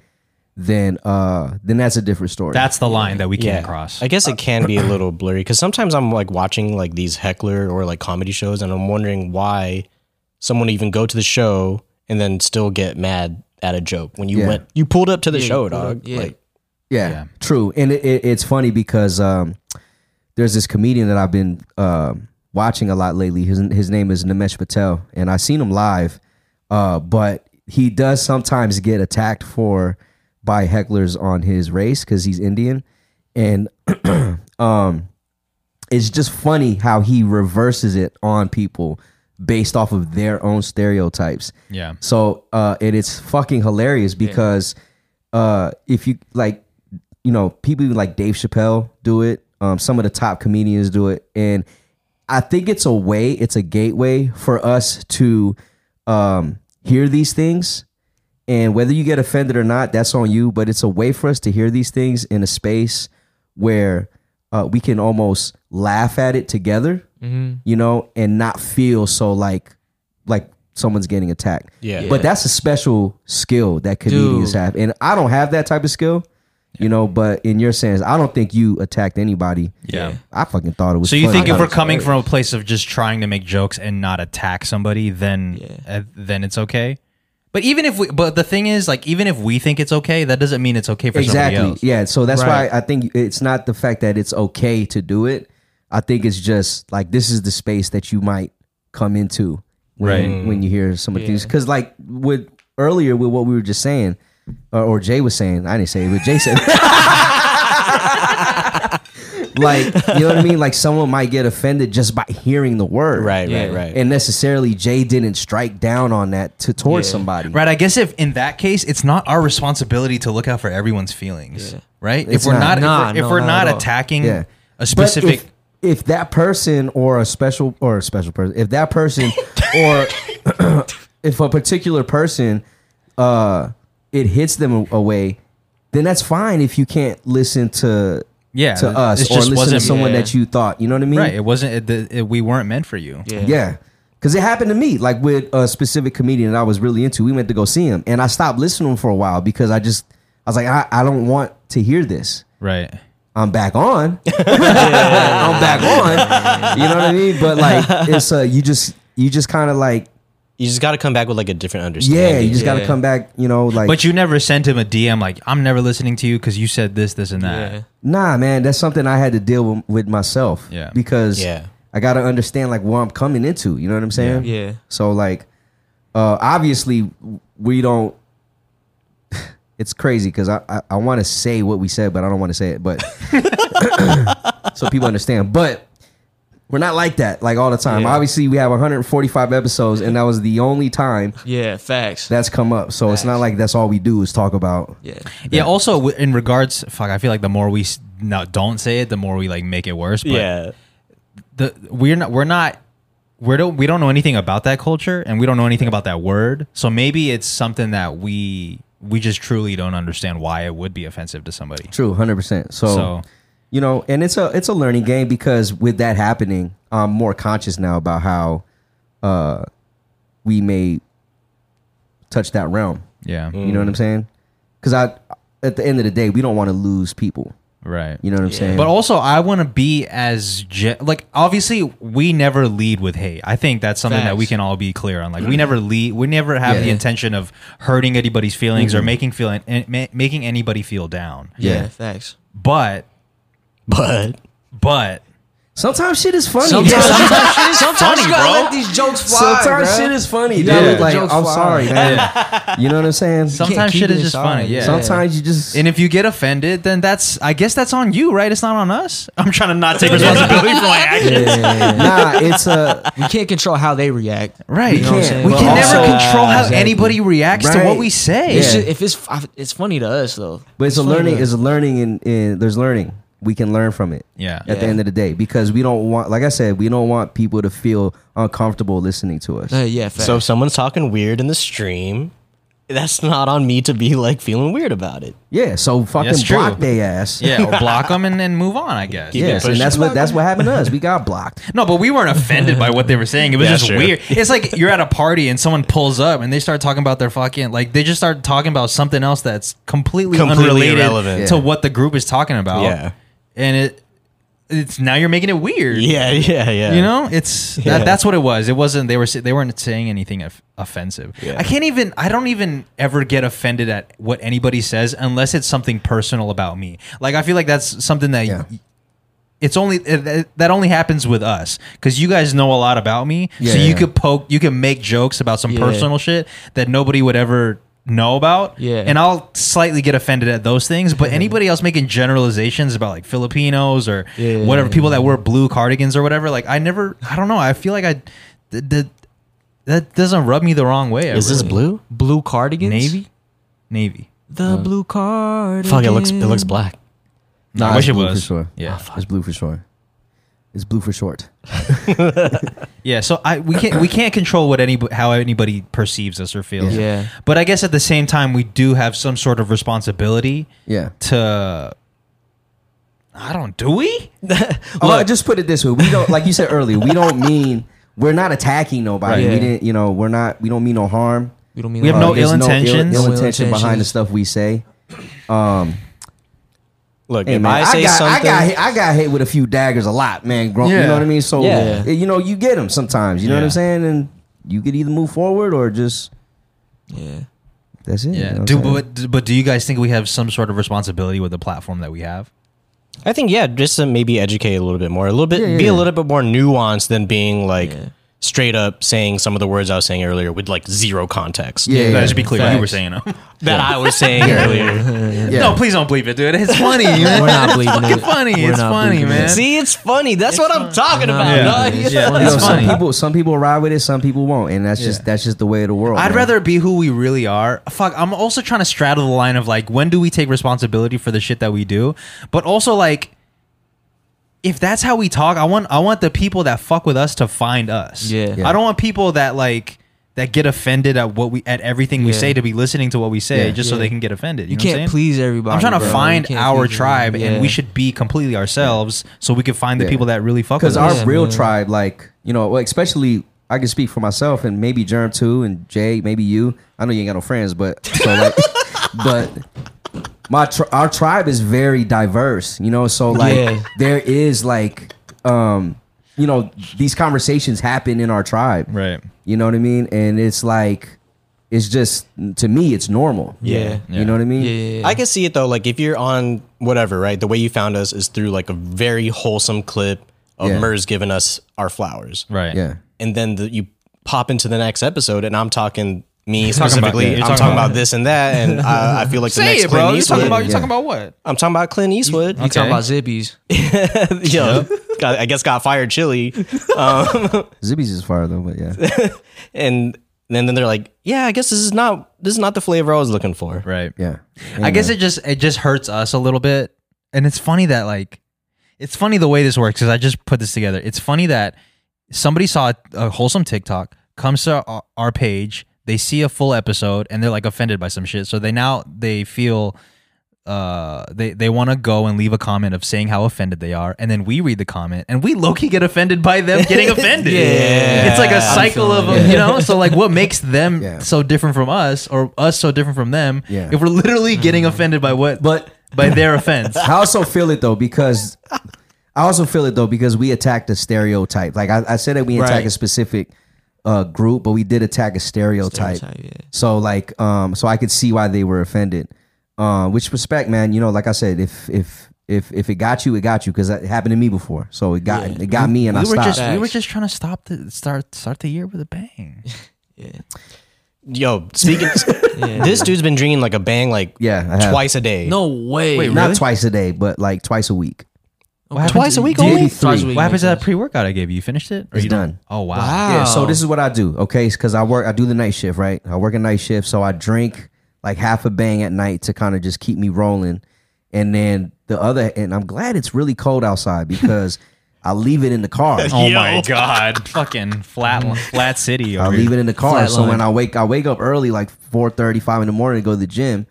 S3: then uh, then that's a different story.
S1: That's the line that we can't
S2: Yeah.
S1: cross.
S2: I guess it can be a little blurry because sometimes I'm like watching like these heckler or like comedy shows and I'm wondering why someone would even go to the show and then still get mad at a joke when you
S3: Yeah.
S2: went you pulled up to the
S4: Yeah, you
S2: show,
S4: pulled up,
S2: dog.
S4: yeah.
S2: Like
S3: Yeah,
S1: Yeah.
S3: true. And it, it, it's funny because um, there's this comedian that I've been um watching a lot lately. His his name is Nimesh Patel, and I've seen him live, uh, but he does sometimes get attacked for by hecklers on his race because he's Indian, and um, it's just funny how he reverses it on people based off of their own stereotypes.
S1: yeah.
S3: So uh, and it's fucking hilarious because uh, if you like, you know, people even like Dave Chappelle do it. Um, some of the top comedians do it, and I think it's a way, it's a gateway for us to um, hear these things. And whether you get offended or not, that's on you. But it's a way for us to hear these things in a space where uh, we can almost laugh at it together, you know, and not feel so like like someone's getting attacked.
S2: Yeah.
S3: But that's a special skill that comedians
S4: Dude.
S3: have, and I don't have that type of skill, you know. But in your sense, I don't think you attacked anybody.
S1: Yeah.
S3: I fucking thought it was.
S1: So you
S3: funny.
S1: think
S3: I
S1: if
S3: thought
S1: we're
S3: it was
S1: coming from a place of just trying to make jokes and not attack somebody, then uh, then it's okay. But even if we, but the thing is, like, even if we think it's okay, that doesn't mean it's okay for somebody
S3: exactly
S1: else.
S3: yeah so that's
S4: Right.
S3: why i think it's not the fact that it's okay to do it i think it's just like this is the space that you might come into when,
S1: Right.
S3: when you hear some of these because like with earlier with what we were just saying or, or jay was saying i didn't say it but jay said like you know what i mean like someone might get offended just by hearing the word
S2: right,
S4: Yeah.
S2: right, right.
S3: and necessarily jay didn't strike down on that to towards
S4: Yeah.
S3: somebody
S1: Right. I guess if in that case, it's not our responsibility to look out for everyone's feelings. Right. if
S3: It's
S1: we're not,
S3: not.
S4: Nah,
S1: if we're, if
S4: no,
S1: we're
S4: not
S1: not,
S4: at all.
S1: attacking
S3: Yeah.
S1: a
S3: But
S1: specific,
S3: if, if that person or a special or a special person, if that person or if a particular person, uh, it hits them away, then that's fine. If you can't listen to
S1: yeah,
S3: to us
S1: it just
S3: or listen to
S1: wasn't
S3: someone
S4: Yeah.
S3: that you thought, you know what I mean?
S1: right. It wasn't. It, the, it, we weren't meant for you.
S4: Yeah.
S3: Yeah. Cause it happened to me, like with a specific comedian that I was really into. We went to go see him, and I stopped listening to him for a while because I just, I was like, I, I don't want to hear this.
S1: Right.
S3: I'm back on. I'm back on. You know what I mean? But like it's uh you just you just kind of like
S2: you just got to come back with like a different understanding.
S3: yeah, you just got to
S4: Yeah.
S3: come back, you know, like
S1: But you never sent him a DM like, "I'm never listening to you because you said this, this, and that."
S4: Yeah.
S3: nah, man, that's something I had to deal with, with myself
S1: Yeah.
S3: because
S2: Yeah.
S3: I got to understand like where I'm coming into, you know what I'm saying?
S4: Yeah.
S3: So like uh obviously we don't it's crazy because I I, I want to say what we said, but I don't want to say it, but so people understand. But we're not like that like all the time.
S4: Yeah.
S3: Obviously we have 145 episodes and that was the only time
S4: Yeah. Facts.
S3: that's come up. So it's not like that's all we do is talk about
S4: yeah.
S1: Yeah. Also, w- in regards, fuck, I feel like the more we s- no, don't say it, the more we like make it worse. But
S2: Yeah.
S1: the we're not we're not we don't we don't know anything about that culture, and we don't know anything about that word. So maybe it's something that we we just truly don't understand why it would be offensive to somebody.
S3: True, hundred percent.
S1: So-
S3: So, you know, and it's a it's a learning game because with that happening, I'm more conscious now about how uh, we may touch that realm.
S1: Yeah.
S3: You
S4: Mm.
S3: know what I'm saying? Because I, at the end of the day, we don't want to lose people.
S1: Right.
S3: You know what I'm saying?
S1: But also, I want to be as ge- like obviously we never lead with hate. I think that's something that we
S4: Facts.
S1: can all be clear on. Like we never lead, we never have the
S4: Yeah.
S1: intention of hurting anybody's feelings or making feeling and ma- making anybody feel down.
S3: Mm-hmm. Yeah.
S4: facts.
S1: But
S2: But
S1: but
S3: sometimes shit is funny.
S4: Sometimes,
S3: Yeah,
S4: shit is funny, bro. Let these jokes fly,
S3: sometimes
S4: bruh.
S3: shit is funny.
S4: gotta
S3: dude.
S4: let the
S3: Like,
S4: jokes
S3: I'm
S4: fly.
S3: sorry, man. You know what I'm saying?
S1: Some-
S4: Can't
S1: Sometimes
S4: keep
S1: shit
S4: it
S1: is just
S4: inside.
S1: funny, yeah.
S3: Sometimes you just
S1: and if you get offended, then that's I guess that's on you, right? It's not on us. I'm trying to not take responsibility for my actions.
S3: nah. It's a
S4: we can't control how they react.
S1: Right.
S4: You know what I'm
S3: can't.
S4: saying?
S1: We
S4: But
S1: can never
S4: also-
S1: control how
S4: Exactly.
S1: anybody reacts to what
S3: Right.
S1: we say.
S4: It's
S3: Yeah.
S4: just, if it's f- it's funny to us though.
S3: but it's a
S4: funny
S3: learning.
S4: to-
S3: It's a learning, and and there's learning. We can learn from it.
S1: Yeah.
S3: At the
S4: Yeah.
S3: end of the day, because we don't want, like I said, we don't want people to feel uncomfortable listening to us.
S4: Uh, yeah, facts.
S2: so if someone's talking weird in the stream, that's not on me to be like feeling weird about it.
S3: Yeah, so fucking
S1: That's true.
S3: block they ass.
S1: Yeah, or block them and then move on. I guess.
S2: Yeah.
S3: Yes,
S2: Push.
S3: and that's what that's what happened to us. We got blocked.
S1: No, but we weren't offended by what they were saying. It was
S2: Yeah,
S1: just
S2: sure.
S1: weird. It's like you're at a party and someone pulls up and they start talking about their fucking like they just start talking about something else that's completely,
S2: Completely
S1: unrelated
S2: irrelevant.
S1: to
S3: Yeah.
S1: what the group is talking about.
S2: Yeah.
S1: and it it's now you're making it weird.
S2: Yeah, yeah, yeah.
S1: You know, it's
S2: Yeah.
S1: that, that's what it was. It wasn't they were sa- they weren't saying anything of, offensive.
S2: Yeah.
S1: I can't even I don't even ever get offended at what anybody says unless it's something personal about me. Like I feel like that's something that
S3: Yeah.
S1: it's only that that only happens with us because you guys know a lot about me,
S3: Yeah,
S1: so you
S3: yeah.
S1: could poke, you can make jokes about some
S4: Yeah.
S1: personal shit that nobody would ever know about.
S4: Yeah.
S1: and I'll slightly get offended at those things, but anybody else making generalizations about like Filipinos or
S4: Yeah, yeah,
S1: whatever
S4: yeah.
S1: people that wear blue cardigans or whatever, like I never, I don't know, I feel like I th- th- that doesn't rub me the wrong way.
S2: is this
S1: ever.
S2: blue?
S4: blue cardigans,
S1: navy? Uh, Navy.
S4: the blue cardigan.
S2: Fuck, it looks it looks black.
S1: No, I
S3: it's
S1: wish it
S3: blue
S1: was. Oh,
S3: for sure.
S1: Yeah.
S3: It's blue for sure. It's blue for short.
S1: Yeah, so I we can't we can't control what any how anybody perceives us or feels.
S4: Yeah.
S1: But I guess at the same time we do have some sort of responsibility
S3: Yeah.
S1: to I don't do we?
S3: Well, I just put it this way: we don't, like you said earlier, we don't mean we're not attacking nobody.
S4: Right.
S3: We
S4: Yeah.
S3: didn't, you know, we're not. We don't mean no harm. Uh,
S4: We don't mean
S1: We have
S4: like-
S1: no ill
S3: there's
S1: intentions.
S3: Ill,
S4: No ill
S3: intention behind the
S4: intentions.
S3: stuff we say.
S2: Look,
S3: Hey
S2: if
S3: man,
S2: I
S3: I,
S2: say
S3: got, I
S2: something,
S3: got hit, I got hit with a few daggers a lot, man. Grump, You
S1: Yeah.
S3: know what I mean? So eh,
S2: Yeah.
S3: you know you get them sometimes. You know what
S1: Yeah.
S3: I'm saying? And you could either move forward or just
S4: Yeah.
S3: that's it. you know what I'm
S1: do
S3: saying?
S1: but but do you guys think we have some sort of responsibility with the platform that we have?
S2: I think yeah, just to maybe educate a little bit more, a little bit,
S3: Yeah, yeah,
S2: be
S3: yeah.
S2: a little bit more nuanced than being like
S4: Yeah.
S2: straight up saying some of the words I was saying earlier with like zero context.
S3: Yeah, yeah,
S1: Let's
S3: yeah.
S1: be clear, you
S4: Facts.
S1: were saying them.
S2: that I was saying earlier.
S3: Yeah.
S1: No, please don't believe it, dude. It's funny, man.
S4: We're not bleeding
S1: It's
S4: it.
S1: funny.
S4: We're
S1: it's
S4: not
S1: funny,
S4: believing it.
S1: man.
S2: See, it's funny. That's what I'm talking
S4: No,
S2: about.
S4: no,
S2: dog.
S4: it's
S1: Yeah.
S4: funny.
S1: It's
S3: You know,
S1: funny.
S3: Some people, some people ride with it, some people won't, and that's just that's just the way of the world.
S1: I'd
S3: man.
S1: rather be who we really are. Fuck, I'm also trying to straddle the line of like when do we take responsibility for the shit that we do, but also like if that's how we talk, I want I want the people that fuck with us to find us.
S4: Yeah. Yeah.
S1: I don't want people that like that get offended at what we at everything we
S4: Yeah.
S1: say to be listening to what we say
S3: Yeah.
S1: just so
S4: Yeah.
S1: they can get offended. You, know
S4: You
S1: what I'm saying?
S4: can't please everybody.
S1: I'm trying to
S4: bro. You
S1: find
S4: can't
S1: our
S4: please
S1: tribe,
S4: everybody.
S1: and we
S4: Yeah.
S1: should be completely ourselves, so we can find the
S3: Yeah.
S1: people that really fuck with
S3: because our
S1: us.
S4: Yeah,
S3: real
S4: man.
S3: tribe, like you know, well, especially I can speak for myself and maybe Germ too, and Jay, maybe you. I know you ain't got no friends, but so like, but my tr- our tribe is very diverse, you know. So like,
S4: Yeah.
S3: there is like, um, you know, these conversations happen in our tribe,
S1: Right.
S3: You know what I mean? And it's like, it's just to me, it's normal.
S2: Yeah.
S1: Yeah.
S3: You know what I mean?
S4: Yeah, yeah, yeah.
S2: I can see it though. Like if you're on whatever, right? The way you found us is through like a very wholesome clip of
S3: Yeah.
S2: Mers giving us our flowers,
S1: Right.
S3: Yeah.
S2: and then the, you pop into the next episode, and I'm talking me
S1: talking about-
S2: specifically.
S1: yeah, you're
S2: I'm
S1: talking
S2: talking
S1: about-
S2: about this and that, and I, I feel like the
S1: Say
S2: next
S1: it,
S2: Clint
S1: bro. You
S2: Eastwood.
S1: talking about you
S3: Yeah.
S1: talking about what?
S2: I'm talking about Clint Eastwood.
S4: You
S1: Okay.
S4: talking about zippies?
S2: Yo, got, I guess got fired chili,
S3: Zibby's is far though, but yeah.
S2: and then then they're like, yeah, I guess this is not this is not the flavor I was looking for.
S1: Right.
S3: Yeah.
S1: I guess it just it just hurts us a little bit, and it's funny that like it's funny the way this works because I just put this together. It's funny that somebody saw a, a wholesome TikTok comes to our, our page, they see a full episode, and they're like offended by some shit. So they now they feel uh they they want to go and leave a comment of saying how offended they are and then we read the comment and we low key get offended by them getting offended.
S2: Yeah.
S1: It's like a
S2: I'm
S1: cycle of
S3: feeling it.
S1: you know so like what makes them
S3: Yeah.
S1: so different from us or us so different from them
S3: Yeah.
S1: if we're literally getting offended by what
S3: But
S1: by their offense.
S3: I also feel it though because I also feel it though because we attacked a stereotype. Like I, I said that we attack
S2: Right.
S3: a specific uh, group, but we did attack a stereotype.
S4: Stereotype, yeah.
S3: So like, um, so I could see why they were offended. Uh, which respect, man. You know, like I said, if if if if it got you, it got you because it happened to me before. So it got it got me, and I
S1: we were
S3: stopped.
S1: just we were
S4: Facts.
S1: just trying to stop the start start the year with a bang.
S2: Yo, speaking, this dude's been drinking like a bang like
S3: yeah, I have.
S2: twice a day.
S4: No way.
S1: Wait,
S3: not twice a day, but like twice a week.
S1: Twice a week
S3: Maybe
S1: only?
S3: three.
S4: Twice a week.
S1: What happens to that pre workout I gave you? You finished it? Or
S3: It's
S1: you don't-
S3: done.
S1: Oh wow.
S3: Yeah, so this is what I do, okay? Because I work, I do the night shift, right? I work a night shift, so I drink like half a bang at night to kind of just keep me rolling, and then the other. And I'm glad it's really cold outside because I leave it in the car.
S1: Oh my god. Fucking flat flat city.
S3: I
S1: over
S3: leave
S1: here.
S3: it in the car. So
S4: Flatline.
S3: when I wake, I wake up early, like 4.30, 5 in the morning, to go to the gym.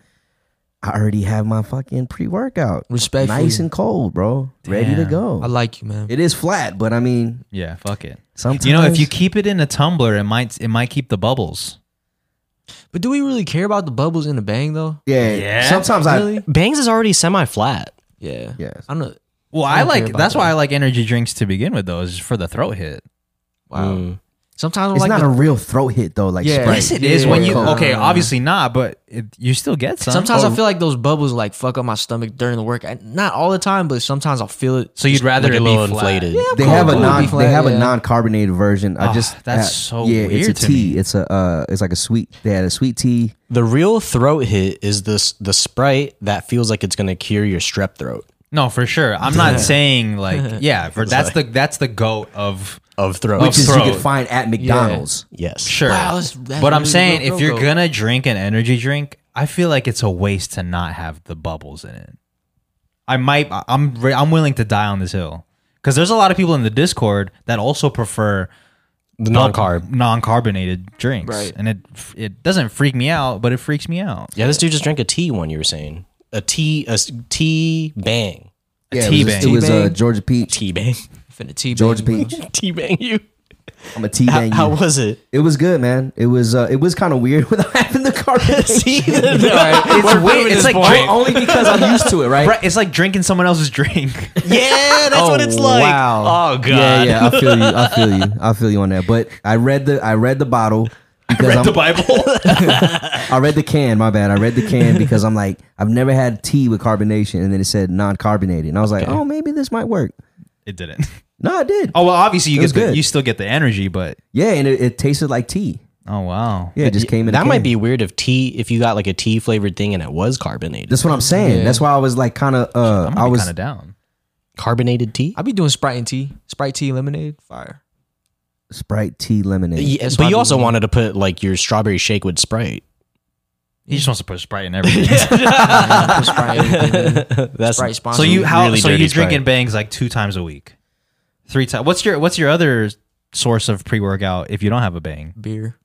S3: I already have my fucking pre workout,
S4: Respectfully.
S3: nice and cold, bro, ready to
S1: Damn.
S3: go.
S4: I like you, man.
S3: it is flat, but I mean,
S1: Yeah, fuck it.
S3: sometimes
S1: You know, if you keep it in a tumbler, it might it might keep the bubbles.
S4: But do we really care about the bubbles in the bang though?
S3: yeah,
S1: Yeah.
S3: sometimes I,
S4: Really?
S2: Uh, Bangs is already semi-flat.
S4: Yeah.
S3: Yes.
S4: I don't know.
S1: Well,
S4: I
S1: I,
S4: don't care
S1: like
S4: about
S1: that's
S4: that.
S1: why I like energy drinks to begin with though, is for the throat hit.
S4: Wow. Sometimes I'm
S3: Mm. it's
S4: like
S3: not
S4: the-
S3: a real throat hit though, like
S4: Yeah.
S3: Sprite.
S1: Yes, it
S4: Yeah.
S1: is when you
S3: Coke.
S1: okay, obviously not, but it, you still get some. Oh.
S4: sometimes
S3: Oh.
S1: Or-
S4: I feel like those bubbles like fuck up my stomach during the work. I, not all the time, but sometimes I'll feel it.
S1: so you'd rather
S2: Like a
S1: it
S2: little
S1: be flat.
S2: inflated.
S3: they
S4: Cool,
S3: have a
S4: cool.
S3: non
S4: Beef
S3: they
S4: flat,
S3: have a
S4: yeah.
S3: non carbonated version. I
S1: Ah,
S3: just
S1: that's
S3: I-
S1: so
S3: yeah.
S1: weird
S3: it's a
S1: to
S3: tea.
S1: me.
S3: It's a uh, it's like a sweet. They had a sweet tea.
S2: The real throat hit is this the Sprite that feels like it's gonna cure your strep throat
S1: No, for sure. I'm not saying like yeah, for, that's the that's the goat of
S2: of throat.
S1: Which
S3: Which is you
S1: throat.
S3: can find at McDonald's.
S2: yes,
S1: Sure.
S4: Wow, that's- that's
S1: but I'm
S4: really
S1: saying
S4: real
S1: if you're
S4: cocoa.
S1: gonna drink an energy drink, I feel like it's a waste to not have the bubbles in it. I might I- I'm re- I'm willing to die on this hill cuz there's a lot of people in the Discord that also prefer
S2: the non-carb.
S1: non-carbonated drinks.
S4: Right.
S1: And it it doesn't freak me out, but it freaks me out.
S2: Yeah, this dude just drank a tea one. You were saying a tea, a s- tea bang,
S3: Yeah,
S1: tea
S3: it was,
S1: bang.
S3: it was uh,
S4: Tea bang.
S3: Georgia Peach.
S2: tea bang,
S4: finna tea
S3: Georgia
S4: bang,
S3: Peach.
S2: tea bang. You.
S3: I'm a tea
S2: How,
S3: bang.
S2: how
S3: you.
S2: was it?
S3: It was good, man. It was uh, it was kind of weird without having the
S2: See,
S3: carbonation.
S1: It's weird. It's like
S3: O- only because I'm used to it, right?
S1: Right, it's like drinking someone else's drink.
S2: yeah, that's what it's like.
S3: Wow.
S1: Oh, God.
S3: Yeah, yeah. I feel you. I feel you. I feel you on that. But I read the I read the bottle because I'm,
S1: Bible.
S3: I read the can. My bad. I read the can because I'm like, I've never had tea with carbonation, and then it said non-carbonated, and I was like, oh, maybe this might work.
S1: it didn't.
S3: No, it did.
S1: Oh well, obviously you
S3: It was
S1: get the,
S3: good.
S1: you still get the energy, but
S3: Yeah, and it, it tasted like tea.
S1: oh wow.
S3: Yeah, it just came in. a
S2: That might
S3: can.
S2: be weird if tea, if you got like a tea flavored thing and it was carbonated,
S3: That's what I'm saying. That's why I was like, kind of. Uh,
S1: I'm
S3: I was.
S1: kind of down.
S2: carbonated tea.
S4: I be doing Sprite and tea. Sprite tea lemonade. Fire.
S3: Sprite tea lemonade.
S2: Yeah,
S4: That's why
S2: but you
S4: I
S2: also
S4: believe-
S2: wanted to put like your strawberry shake with Sprite.
S1: He just wants to put Sprite in everything.
S4: Put Sprite, in everything.
S2: That's
S4: Sprite
S1: So
S4: sponsor.
S1: you how
S2: really
S1: so you
S2: dirty
S1: drinking
S2: Sprite.
S1: bangs like two times a week, three times. What's your what's your other source of pre workout if you don't have a bang?
S4: beer.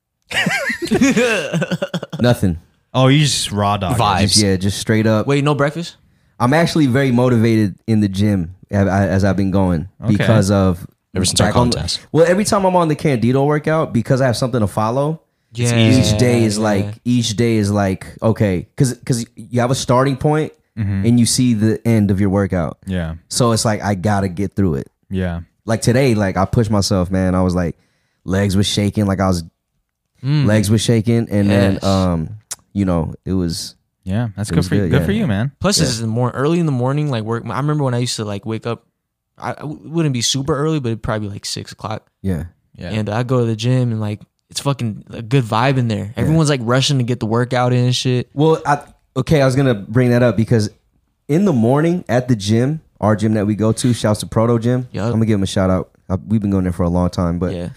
S3: Nothing.
S1: Oh, you just raw dog. it.
S2: Vibe.
S3: Just, yeah, just straight up.
S4: Wait, no breakfast.
S3: I'm actually very motivated in the gym as, as I've been going because of
S2: Ever since our
S3: back on-
S2: contest.
S3: well, every time I'm on the Candido workout because I have something to follow.
S4: Yeah.
S3: each day is like each day is like okay because because you have a starting point
S4: Mm-hmm.
S3: and you see the end of your workout
S1: Yeah,
S3: so it's like i gotta get through it
S1: yeah.
S3: like today like i pushed myself man i was like legs was shaking like i was legs was shaking and
S4: Mm. Yes.
S3: then um you know it was
S1: Yeah, that's
S3: It
S1: good
S3: was
S1: for you.
S3: good,
S1: Good
S3: yeah,
S1: for you,
S3: yeah.
S1: man.
S4: Plus, this is the more early in the morning. Like work. I remember when I used to like wake up. I, I wouldn't be super early, but it'd probably be like six o'clock.
S3: yeah
S1: Yeah.
S4: And I go to the gym and like it's fucking a good vibe in there. Everyone's like rushing to get the workout in and shit.
S3: well i okay i was gonna bring that up because in the morning at the gym our gym that we go to shouts to proto gym
S4: Yup.
S3: i'm gonna give him a shout out I, we've been going there for a long time but
S4: Yeah.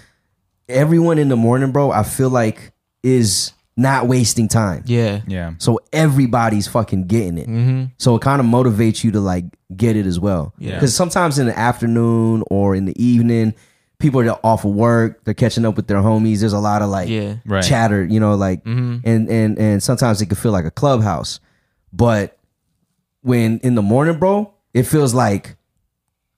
S3: everyone in the morning, bro, I feel like is not wasting time.
S4: Yeah.
S1: Yeah,
S3: So everybody's fucking getting it. So it kind of motivates you to like get it as well.
S1: Yeah.
S3: Because sometimes in the afternoon or in the evening, people are off of work, they're catching up with their homies. There's a lot of like
S4: Yeah.
S1: Right.
S3: chatter, you know, like and and and sometimes it could feel like a clubhouse. But when in the morning, bro, it feels like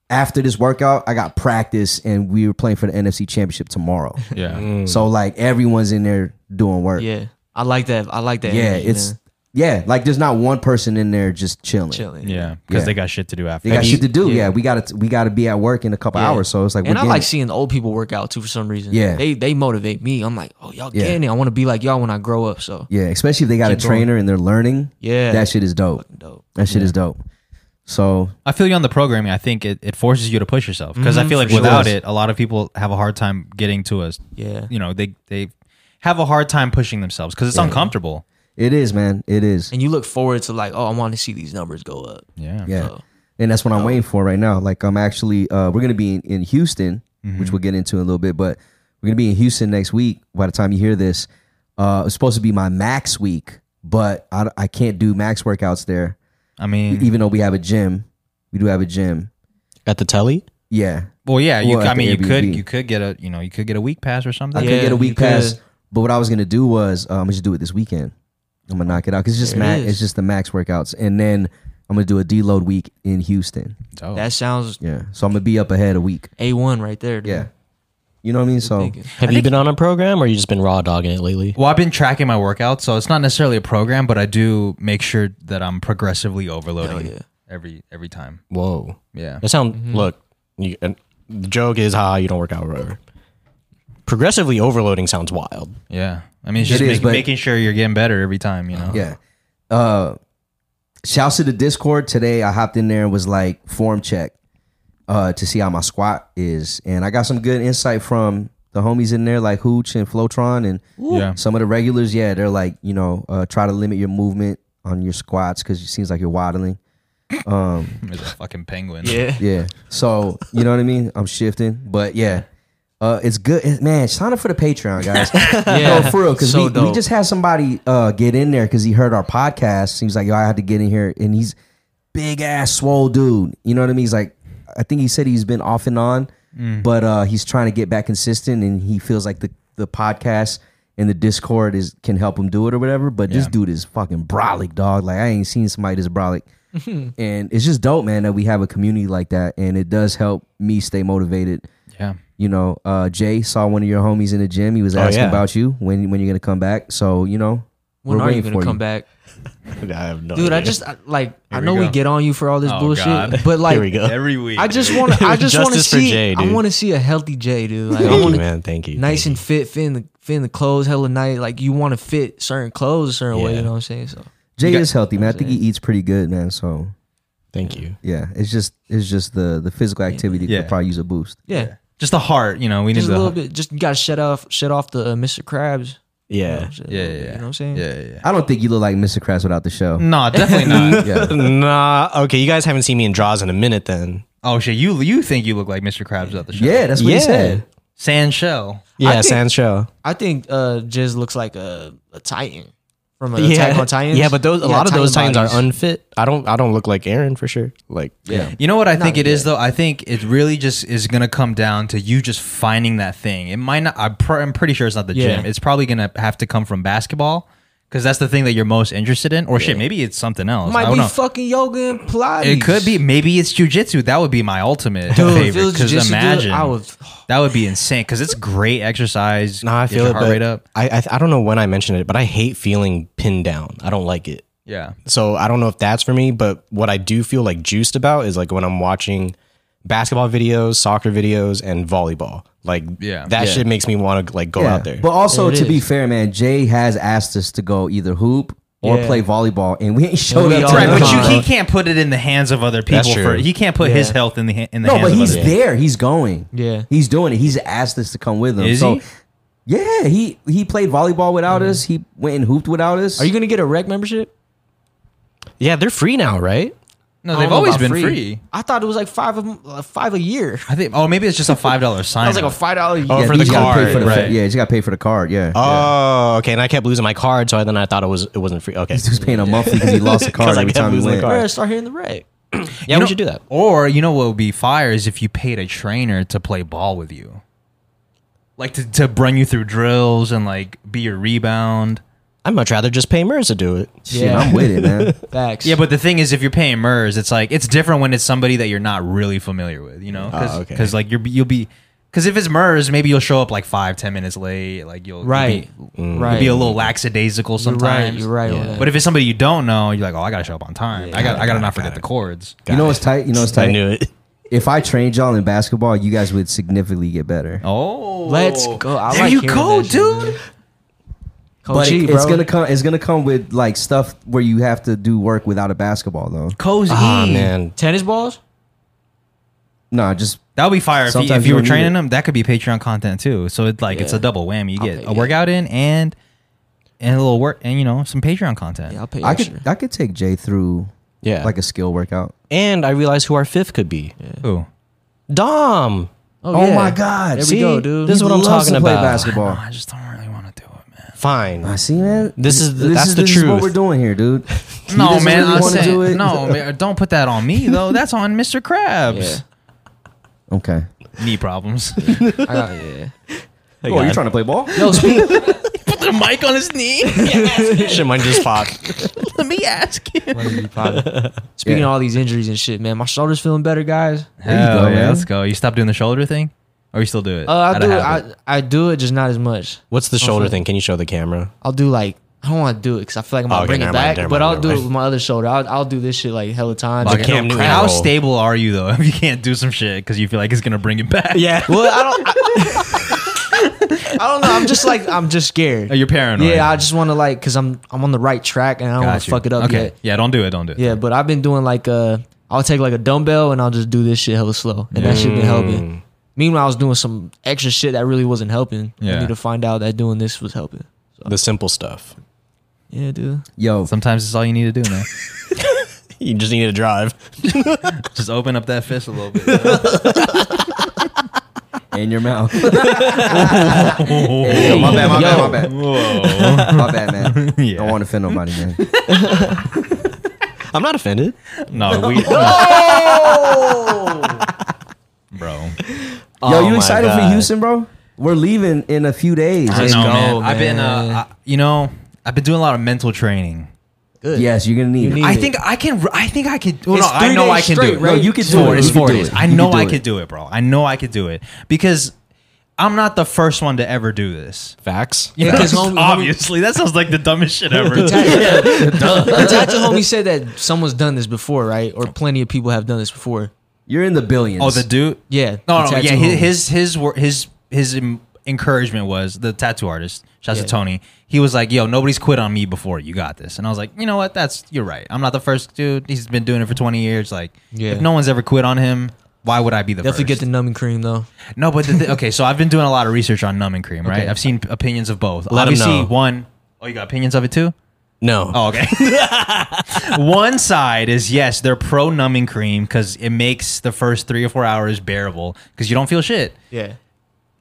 S3: after this workout, I got practice and we were playing for the NFC Championship tomorrow.
S1: Yeah.
S3: So like everyone's in there doing work.
S4: Mm. Yeah, I like that. I like that.
S3: Yeah,
S4: energy,
S3: it's
S4: man.
S3: yeah, like there's not one person in there just chilling.
S4: chilling.
S1: Yeah. Because
S3: Yeah.
S1: they got shit to do after.
S3: They got shit to do. Yeah,
S4: yeah.
S3: we got to we got to be at work in a couple
S4: Yeah.
S3: hours. So it's like
S4: and
S3: we're
S4: I like
S3: getting-
S4: seeing old people work out too for some reason.
S3: Yeah.
S4: they they motivate me. I'm like, oh y'all
S3: Yeah.
S4: getting it? I want to be like y'all when I grow up. So
S3: yeah, especially if they got a
S4: Keep going.
S3: trainer and they're learning.
S4: yeah,
S3: That shit is dope.
S4: fucking dope.
S3: That shit is dope. So
S1: I feel you on the programming. I think it, it forces you to push yourself because I
S4: Mhm,
S1: feel like
S4: for sure.
S1: without it, a lot of people have a hard time getting to us.
S4: Yeah,
S1: You know, they they have a hard time pushing themselves because it's uncomfortable.
S3: it is, man. It is.
S4: and you look forward to like, oh, I want to see these numbers go up.
S1: Yeah.
S3: Yeah.
S4: So,
S3: And that's what I'm waiting for right now. Like I'm actually uh we're gonna be in, in Houston,
S4: Mm-hmm.
S3: which we'll get into in a little bit, but we're gonna be in Houston next week. By the time you hear this, uh it's supposed to be my max week, but I, I can't do max workouts there,
S1: I
S4: Mm-hmm.
S1: mean,
S3: even though we have a gym. We do have a gym.
S2: At the telly?
S3: Yeah.
S1: well, yeah. You,
S3: Or
S1: c- I
S3: at
S1: mean,
S3: the
S1: you could
S3: Airbnb.
S1: you could get a you know you could get a week pass or
S3: I
S1: something.
S4: Yeah.
S3: could get a
S4: you
S3: week
S4: could.
S3: pass, but what I was gonna do was uh, I'm gonna just do it this weekend. I'm gonna knock it out because it's just
S4: There it
S3: max.
S4: is.
S3: It's just the max workouts, and then I'm gonna do a deload week in Houston.
S2: Oh.
S1: Dope.
S4: that sounds
S3: Yeah, so I'm gonna be up ahead a week.
S4: a one right there. Dude.
S3: Yeah, you know what I mean. So
S4: Thinking.
S2: Have you been on a program or you just been raw dogging it lately?
S1: Well, I've been tracking my workouts, so it's not necessarily a program, but I do make sure that I'm progressively
S3: oh,
S1: overloading
S4: Hell yeah.
S1: every every time.
S2: Whoa.
S1: Yeah.
S2: That sound look. You, and the joke is how you don't work out or whatever. Progressively overloading sounds wild.
S1: Yeah. I mean, it's
S3: It
S1: just
S3: is,
S1: make-
S3: but-
S1: making sure you're getting better every time, you know?
S3: yeah, uh, shouts to the Discord today. I hopped in there and was like form check uh, to see how my squat is, and I got some good insight from the homies in there, like Hooch and Flotron, and
S1: Yeah.
S3: Some of the regulars, yeah, they're like, you know, uh, try to limit your movement on your squats because it seems like you're waddling.
S1: As a fucking penguin.
S4: Yeah.
S3: Yeah. So, you know what I mean? I'm shifting. But yeah, uh, it's good. it- man, sign up for the Patreon, guys.
S4: Yeah.
S3: No, for real. Because
S4: So
S3: we, we
S4: dope.
S3: just had somebody uh, get in there because he heard our podcast. Seems like, yo, I had to get in here. And he's big ass, swole dude. You know what I mean? He's like, I think he said he's been off and on,
S4: Mm.
S3: but uh, he's trying to get back consistent. And he feels like the, the podcast and the Discord is can help him do it or whatever. But this dude is fucking brolic, dog. Like, I ain't seen somebody this brolic. and it's just dope, man, that we have a community like that. And it does help me stay motivated
S1: Yeah.
S3: you know, uh, Jay saw one of your homies in the gym. He was
S1: Oh,
S3: asking
S2: yeah.
S3: about you when when you're gonna come back. So you know,
S4: When
S3: we're
S4: are you
S3: waiting
S4: gonna
S3: for
S4: come back,
S2: I have no
S4: dude? I
S2: idea.
S4: just I, like I
S1: we
S4: know we,
S1: go.
S4: get on you for all this
S1: Oh,
S4: bullshit,
S1: God.
S4: but like
S2: Here we go.
S1: Every week.
S4: I just want to. I just want to
S2: Justice for
S4: see.
S2: Jay,
S4: I
S2: dude.
S4: want to see a healthy Jay, dude. Like,
S2: Thank
S4: I
S2: you,
S4: want to
S2: man. Thank you.
S4: nice
S2: thank
S4: and fit, fit in the fit in the clothes, hella nice. Like you want to fit certain clothes a certain way. You
S2: Yeah.
S4: know what I'm saying? So
S3: Jay
S1: You got-
S3: is healthy, man. I think he eats pretty good, man. So
S2: you. Thank you.
S3: yeah, it's just it's just the the physical activity
S1: Yeah.
S3: could probably use a boost.
S4: yeah,
S1: just the heart, you know, we
S4: just
S1: need
S4: a
S1: the
S4: little bit. Just you gotta shut off, shut off the uh, Mr. Krabs.
S2: Yeah.
S1: Yeah, yeah, yeah.
S4: You know what I'm saying?
S1: Yeah, yeah, yeah.
S3: I don't think you look like Mr. Krabs without the show.
S1: No, definitely not.
S3: Yeah,
S2: Nah. Okay, you guys haven't seen me in draws in a minute then.
S1: Oh shit, you you think you look like Mr. Krabs at the show?
S3: yeah, that's what
S2: yeah.
S3: he said.
S1: Sand shell.
S4: I
S2: Yeah,
S4: think-
S2: Sans show.
S4: I think uh, Jiz looks like a, a Titan from an Attack on Titans.
S2: Yeah, but those a
S4: Yeah,
S2: lot of those
S4: Titan
S2: Titans are
S4: bodies.
S2: unfit. I don't I don't look like Aaron for sure. Like
S3: Yeah,
S1: You know what I think it is though? I think it really just is gonna come down to you just finding that thing. It might not. I'm, pr- I'm pretty sure it's not the
S4: Yeah.
S1: gym. It's probably gonna have to come from basketball because that's the thing that you're most interested in. Or shit, maybe it's something else. I
S4: might
S1: don't
S4: be
S1: know.
S4: fucking yoga and Pilates.
S1: it could be. Maybe it's jujitsu. That would be my ultimate
S4: Dude, if it
S1: favorite.
S4: was
S1: Because
S4: jujitsu, dude,
S1: imagine
S4: I would.
S1: that would be insane. Because it's great exercise.
S2: nah, I
S1: Get
S2: feel
S1: your
S2: it.
S1: Heart
S2: But
S1: rate up.
S2: I, I I don't know when I mentioned it, but I hate feeling pinned down. I don't like it.
S1: Yeah.
S2: So I don't know if that's for me, but what I do feel like juiced about is like when I'm watching basketball videos, soccer videos, and volleyball. Like
S1: Yeah.
S2: that shit makes me want to
S1: Oh,
S2: like go
S3: yeah.
S2: out there.
S3: But also
S4: There it
S3: to be
S4: is.
S3: fair, man, Jay has asked us to go either hoop or
S4: Yeah.
S3: play volleyball, and we ain't showed
S4: we
S3: up.
S4: all
S3: to
S1: Right,
S3: none
S1: but
S3: of
S1: you, he
S3: it.
S1: can't put it in the hands of other people.
S2: That's true.
S1: For he can't put his
S4: uh, Yeah.
S1: health in the ha- in the
S3: No,
S1: hands
S3: but
S1: of
S3: he's
S1: other people.
S3: there. He's going.
S4: Yeah.
S3: He's doing it. He's asked us to come with him.
S1: Is
S3: so,
S1: he?
S3: Yeah, he he played volleyball without us. He went and hooped without us.
S4: Are you gonna get a rec membership?
S2: yeah, they're free now, right?
S1: No,
S4: I don't
S1: they've
S4: know
S1: always
S4: about
S1: been free.
S4: I thought it was like five of 'em- uh, five a year.
S1: I think. Oh, maybe it's just a five dollar sign.
S4: That was like a five dollar.
S2: Oh,
S3: yeah,
S2: for the
S3: he's gotta pay
S2: card,
S3: for the-
S1: right.
S3: Yeah, he's got to pay for the card. Yeah,
S2: Oh, okay. And I kept losing my card, so then I thought it was it wasn't free. Okay.
S3: he was paying a monthly because he lost the card
S2: 'Cause I
S3: every
S2: kept
S3: time he
S2: losing the
S3: went.
S2: card.
S4: Bro, start hitting the rec.
S2: Yeah,
S1: know-
S2: we should do that.
S1: Or you know what would be fire is if you paid a trainer to play ball with you, like to to run you through drills and like be your rebound.
S2: I'd much rather just pay Murs to do it.
S3: Shit,
S4: Yeah.
S3: I'm with it, man.
S4: Facts.
S1: Yeah, but the thing is, if you're paying MERS, it's like it's different when it's somebody that you're not really familiar with, you know? Because
S2: Ah, okay.
S1: like you're you'll be because if it's MERS, maybe you'll show up like five ten minutes late, like you'll you'll
S4: Right.
S1: be- you'll be,
S4: right.
S1: a little lackadaisical
S4: You're right.
S1: sometimes.
S4: You're right. on
S2: Yeah.
S4: that.
S1: But if it's somebody you don't know, you're like, oh, I gotta show up on time. I got I gotta
S2: got
S1: not
S2: it, got
S1: forget
S2: it.
S1: the chords.
S3: you know what's tight? You know what's
S2: I
S3: tight?
S2: knew it.
S3: If I trained y'all in basketball, you guys would significantly get better.
S1: Oh,
S4: Let's go. I
S1: there
S4: like
S1: you
S4: hearing
S1: go,
S4: that shit,
S1: dude.
S4: Coach
S3: but
S4: E,
S3: it- it's
S4: bro.
S3: gonna come. It's gonna come with like stuff where you have to do work without a basketball, though.
S1: Coach
S2: Ah,
S1: E.
S2: man.
S4: tennis balls.
S3: No, just
S1: That would be fire. If you,
S3: Sometimes
S1: if
S3: you
S1: you were
S3: don't need
S1: training
S3: it.
S1: them, that could be Patreon content too. So it's like it's
S4: Yeah.
S1: a double whammy. You get
S4: Okay,
S1: a
S4: yeah.
S1: workout in and and a little work and you know some Patreon content.
S4: Yeah, I'll pay
S3: I
S4: extra.
S3: could I could take Jay through
S2: Yeah.
S3: like a skill workout.
S2: and I realized who our fifth could be.
S1: Ooh.
S2: Dom.
S3: Oh
S4: yeah.
S3: my God,
S4: There
S2: see?
S4: we go, dude.
S2: This is
S3: He
S2: what I'm
S3: loves
S2: talking
S3: to play
S2: about.
S1: No,
S3: Basketball.
S1: I just don't really want to do it, man.
S2: Fine.
S3: I see, man.
S2: This is the- that's
S3: is,
S2: the
S3: this Is what
S2: truth.
S3: we're doing here, dude. He
S1: no,
S3: doesn't
S1: man.
S3: really
S1: I'm
S3: wanna
S1: saying-
S3: do it.
S1: no, man, don't put that on me though. That's on Mr. Krabs.
S3: Okay.
S1: Knee problems.
S4: I got, yeah.
S3: Oh, you're trying to play ball?
S4: Yo, speak,
S1: put the mic on his knee.
S2: Shit, mine just popped.
S1: Let me ask you.
S4: speaking
S3: Yeah.
S4: of all these injuries and shit, man, my shoulder's feeling better, guys.
S1: Hell
S3: you go,
S1: yeah,
S3: man.
S1: let's go. You stop doing the shoulder thing, or you still do it?
S4: Uh, I
S1: Out of
S4: do.
S1: habit?
S4: I, I do it, just not as much.
S2: What's the shoulder
S4: fine.
S2: thing? Can you show the camera?
S4: I'll do like I don't want to do it because I feel like I'm gonna
S2: Okay,
S4: bring it
S2: never mind,
S4: back,
S2: never
S4: but
S2: mind,
S4: I'll
S2: never
S4: do it
S2: mind.
S4: with my other shoulder. I'll, I'll do this shit like hella times.
S2: Like
S4: Like,
S2: Cam
S4: no
S2: Newton.
S4: crap.
S1: How
S2: roll.
S1: stable are you though? If you can't do some shit because you feel like it's gonna bring it back?
S4: Well, I don't. I, I don't know. I'm just like I'm just scared.
S1: Are you Oh, paranoid?
S4: yeah, I just want to like because I'm I'm on the right track and I don't want
S1: Got
S4: to
S1: you.
S4: fuck it up
S1: okay.
S4: yet.
S1: Yeah, don't do it. Don't do it.
S4: Yeah, but I've been doing like uh, I'll take like a dumbbell and I'll just do this shit hella slow, and that
S1: Mm.
S4: shit been
S2: Mm.
S4: helping. Meanwhile, I was doing some extra shit that really wasn't helping. I
S1: Yeah.
S4: need to find out that doing this was helping.
S2: The simple stuff.
S4: Yeah, dude.
S3: Yo,
S1: Sometimes it's all you need to do, man.
S2: You just need to drive.
S1: just open up that fist a little bit.
S3: in your mouth.
S1: Whoa.
S3: Yo, my bad, my
S4: Yo.
S3: bad, my bad, my bad, man.
S1: Yeah.
S3: Don't want to offend nobody, man.
S2: I'm not offended.
S1: No, we. Bro,
S3: Yo,
S2: my
S3: you excited for
S2: God.
S3: Houston, bro? We're leaving in a few days.
S1: I
S4: Let's
S1: know,
S4: go,
S1: man. I've been,
S4: man.
S1: uh, I, you know, I've been doing a lot of mental training.
S4: Good.
S3: Yes, you're gonna need
S4: You
S3: it.
S4: need
S1: I
S4: it.
S1: think I can. I think I can. Well,
S4: It's
S1: no, I
S4: three
S1: know
S4: days
S1: I can do
S4: straight,
S1: it.
S4: right?
S3: No, you can
S1: It's
S3: do
S1: four.
S3: it.
S1: It's
S3: You can
S1: four
S3: do
S1: days.
S3: it.
S1: I
S3: You can
S1: know
S3: do
S1: I
S3: it.
S1: could do it, bro. I know I could do it because I'm not the first one to ever do this.
S2: Facts.
S1: You
S4: Yeah,
S1: know?
S4: 'cause homie- homie-
S1: obviously, that sounds like the dumbest shit ever.
S4: The tattoo homie said that someone's done this before, right? Or plenty of people have done this before.
S3: You're in the billions.
S1: oh, the dude.
S4: Yeah.
S1: No,
S4: the
S1: no, yeah.
S4: tattoo homie.
S1: His his his wor- his, his em- encouragement was the tattoo artist. Shouts
S4: Yeah.
S1: to Tony. He was like, "Yo, nobody's quit on me before. You got this." And I was like, "You know what? That's you're right. I'm not the first dude. He's been doing it for 20 years. Like,
S4: Yeah.
S1: if no one's ever quit on him, why would I be the
S4: definitely
S1: first?
S4: get the numbing cream though.
S1: No, but the th- okay. So I've been doing a lot of research on numbing cream, right?
S4: Okay.
S1: I've seen p- opinions of both.
S2: Let 'em
S1: Obviously,
S2: know.
S1: one. Oh, you got opinions of it too?
S2: No.
S1: Oh, okay. one side is yes, they're pro numbing cream because it makes the first three or four hours bearable because you don't feel shit.
S4: Yeah.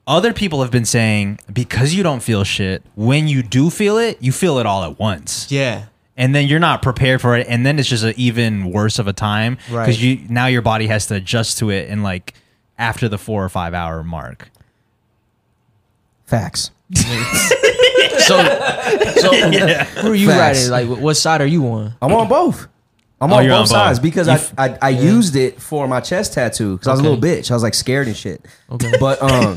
S1: Other people have been saying because you don't feel shit, when you do feel it, you feel it all at once
S4: Yeah.
S1: and then you're not prepared for it and then it's just an even worse of a time because
S4: Right.
S1: you now your body has to adjust to it in like after the four or five hour mark
S3: facts.
S4: So, so who are you
S3: Facts.
S4: riding? Like, wh- what side are you on?
S3: I'm on both. I'm
S1: Oh,
S3: on
S1: you're
S3: both
S1: on both.
S3: sides because
S1: You
S3: I
S1: f-
S3: I, I used it for my chest tattoo because I was a
S4: Okay.
S3: little bitch. I was like scared and shit.
S4: Okay.
S3: But um,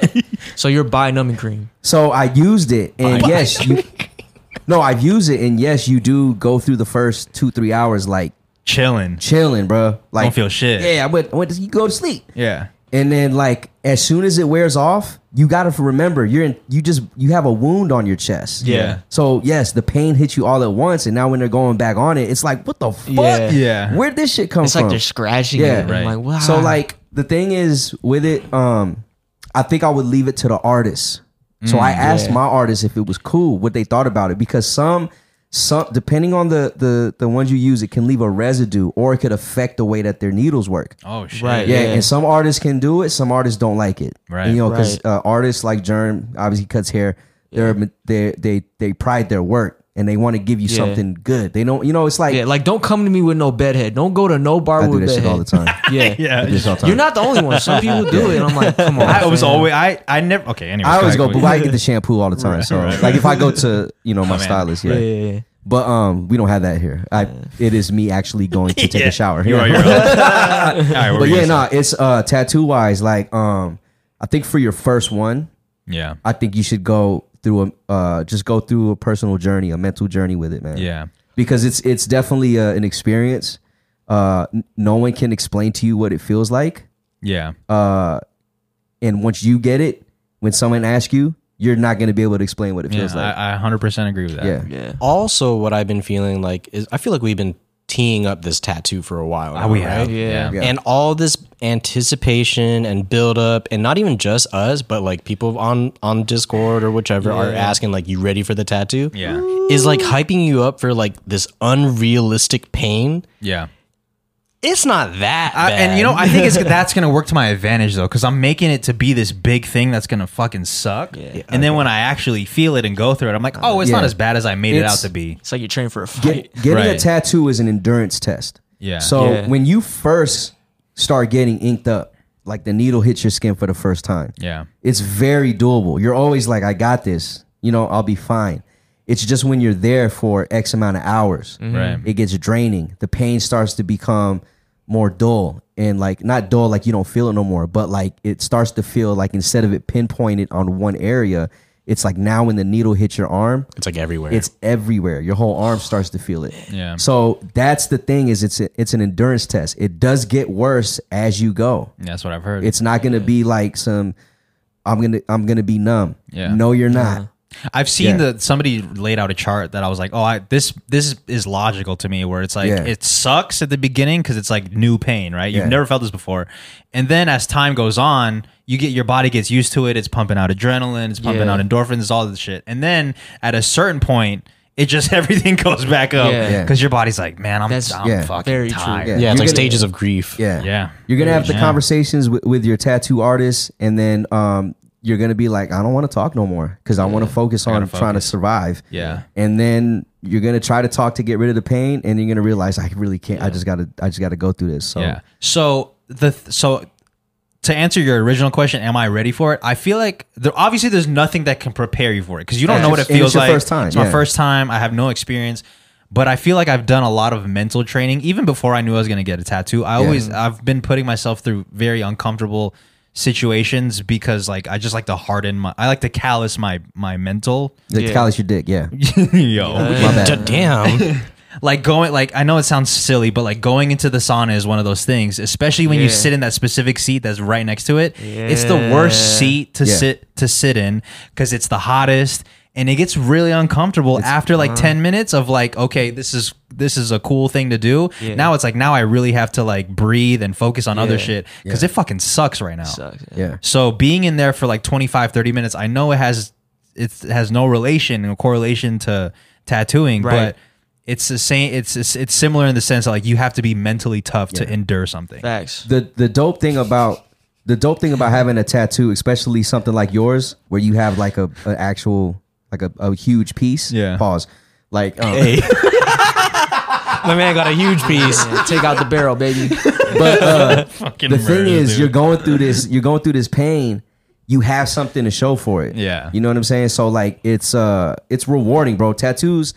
S4: So you're by numbing cream.
S3: so I used it, and yes, you. No, I've used it, and yes, you do go through the first two three hours like
S1: chilling
S3: chilling, bro. Like
S1: Don't feel shit.
S3: Yeah, I went. I went to you go to sleep.
S1: yeah
S3: and then like as soon as it wears off you gotta remember you're in you just you have a wound on your chest
S1: Yeah.
S3: so yes the pain hits you all at once and now when they're going back on it it's like what the fuck
S4: Yeah.
S1: Yeah.
S3: where'd this shit come
S4: It's
S3: from
S4: like they're scratching
S3: Yeah.
S4: it. and I'm
S1: Right.
S4: like, wow.
S3: so like the thing is with it um i think i would leave it to the artist so i asked
S4: Mm, yeah.
S3: my artist if it was cool what they thought about it because some some depending on the the the ones you use it can leave a residue or it could affect the way that their needles work
S1: oh shit
S4: Right.
S3: yeah,
S4: Yeah.
S3: and some artists can do it. Some artists don't like it.
S1: Right.
S3: you know, because
S4: Right.
S3: uh, artists like Germ obviously cuts hair. They're they they they pride their work, and they want to give you
S4: Yeah.
S3: something good. They don't, you know, it's like
S4: Yeah, like don't come to me with no bedhead. Don't go to no bar
S3: I do
S4: with
S3: that shit
S4: bedhead.
S3: all the time.
S4: Yeah,
S1: Yeah.
S3: I do this all the time.
S4: You're not the only one. Some people do it. And I'm like, come on.
S1: I was
S4: fam.
S1: always I I never okay. Anyway,
S3: I always go, but I get the shampoo all the time. so, like, if I go to you know my
S1: Oh, man.
S3: stylist,
S4: Yeah,
S3: yeah.
S4: yeah, yeah.
S3: But um, we don't have that here. I it is me actually going to take a shower.
S1: You're right,
S3: Yeah.
S1: you're right. All right, what were
S3: But
S1: you
S3: yeah,
S1: gonna
S3: no, it's uh tattoo wise. Like um, I think for your first one,
S1: say? yeah,
S3: I think you should go through a uh just go through a personal journey, a mental journey with it, man.
S1: yeah,
S3: because it's it's definitely uh, an experience. Uh, n- no one can explain to you what it feels like.
S1: yeah.
S3: Uh, and once you get it, when someone asks you, you're not gonna be able to explain what it
S1: yeah
S3: feels like.
S1: I, I 100% agree with that.
S3: yeah.
S4: Yeah.
S2: Also, what I've been feeling like is I feel like we've been teeing up this tattoo for a while. Now,
S1: Oh, we
S2: right?
S1: have.
S4: Yeah.
S3: Yeah.
S2: And all this anticipation and build up and not even just us, but like people on on Discord or whichever are asking like you ready for the tattoo?
S1: Yeah.
S2: Is like hyping you up for like this unrealistic pain.
S1: Yeah.
S2: It's not that
S1: I,
S2: bad.
S1: and you know, I think it's that's gonna work to my advantage though, because I'm making it to be this big thing that's gonna fucking suck. and then when I actually feel it and go through it, I'm like, oh, it's
S3: Yeah.
S1: not as bad as I made it out
S3: It's-
S1: to be.
S4: It's like you train for a fight.
S3: Get, getting a
S1: Right.
S3: tattoo is an endurance test.
S1: Yeah.
S3: So
S4: Yeah.
S3: when you first start getting inked up, like the needle hits your skin for the first time,
S1: Yeah.
S3: it's very doable. You're always like, I got this. You know, I'll be fine. It's just when you're there for X amount of hours,
S1: Right.
S3: it gets draining. The pain starts to become more dull and like not dull, like you don't feel it no more, but like it starts to feel like instead of it pinpointed on one area, it's like now when the needle hits your arm,
S2: it's like everywhere.
S3: it's everywhere. Your whole arm starts to feel it.
S1: Yeah.
S3: So that's the thing is it's a, it's an endurance test. It does get worse as you go.
S1: That's what I've heard.
S3: It's not going to be like some I'm going to I'm going to be numb.
S1: Yeah.
S3: No you're not.
S1: I've seen
S3: Yeah.
S1: that somebody laid out a chart that I was like, oh, I, this this is logical to me. Where it's like
S3: Yeah.
S1: it sucks at the beginning because it's like new pain, right? You've
S3: Yeah.
S1: never felt this before, and then as time goes on, you get your body gets used to it. It's pumping out adrenaline, it's pumping
S4: Yeah.
S1: out endorphins, all this shit, and then at a certain point, it just everything goes back up
S4: Yeah.
S3: Yeah.
S1: because your body's like, man, I'm,
S4: That's
S1: I'm
S3: yeah.
S1: fucking
S4: very true.
S1: tired.
S3: Yeah.
S2: yeah,
S3: You're
S2: it's like
S3: gonna-
S2: stages of grief.
S3: Yeah.
S1: Yeah.
S3: You're going to have the
S1: Yeah.
S3: conversations with, with your tattoo artist and then um you're going to be like I don't want to talk no more cuz I want to focus on
S1: gotta
S3: trying to
S1: focus.
S3: survive.
S1: Yeah.
S3: And then you're going to try to talk to get rid of the pain and you're going to realize I really can't I just got to I just got to go through this. So
S1: Yeah. So the th- so to answer your original question, am I ready for it? I feel like there, obviously there's nothing that can prepare you for it because you don't
S3: Yeah,
S1: know what it
S3: it's- and
S1: feels
S3: it's your
S1: like.
S3: first time,
S1: It's my
S3: yeah.
S1: first time. I have no experience, but I feel like I've done a lot of mental training even before I knew I was going to get a tattoo. I always I've been putting myself through very uncomfortable situations because like I just like to harden my I like to callous my my mental
S3: Like
S4: Yeah.
S3: callous your dick, yeah.
S1: yo
S3: My bad.
S2: D- damn.
S1: like going like I know it sounds silly, but like going into the sauna is one of those things, especially when you
S4: Yeah.
S1: sit in that specific seat that's right next to it. It's the worst
S4: Yeah.
S1: seat to
S3: Yeah.
S1: sit to sit in because it's the hottest and it gets really uncomfortable after like 10 minutes of like okay this is this is a cool thing to do
S4: Yeah.
S1: now it's like now i really have to like breathe and focus on other
S4: Yeah.
S1: shit because it fucking sucks right now
S4: Sucks.
S3: Yeah.
S1: so being in there for like 25, 30 minutes, I know it has it has no relation and correlation to tattooing,
S4: Right.
S1: but it's the same. It's it's it's similar in the sense that like you have to be mentally tough to endure something.
S4: Facts.
S3: The the dope thing about the dope thing about having a tattoo, especially something like yours, where you have like a, a actual like a, a huge piece.
S1: Yeah.
S3: Pause. Like um,
S2: My man got a huge piece.
S4: Yeah, take out the barrel, baby.
S3: but uh,
S1: Fucking
S3: the thing
S1: murders,
S3: is
S1: dude.
S3: you're going through this you're going through this pain, you have something to show for it.
S1: Yeah.
S3: You know what I'm saying? So like it's uh it's rewarding, bro. Tattoos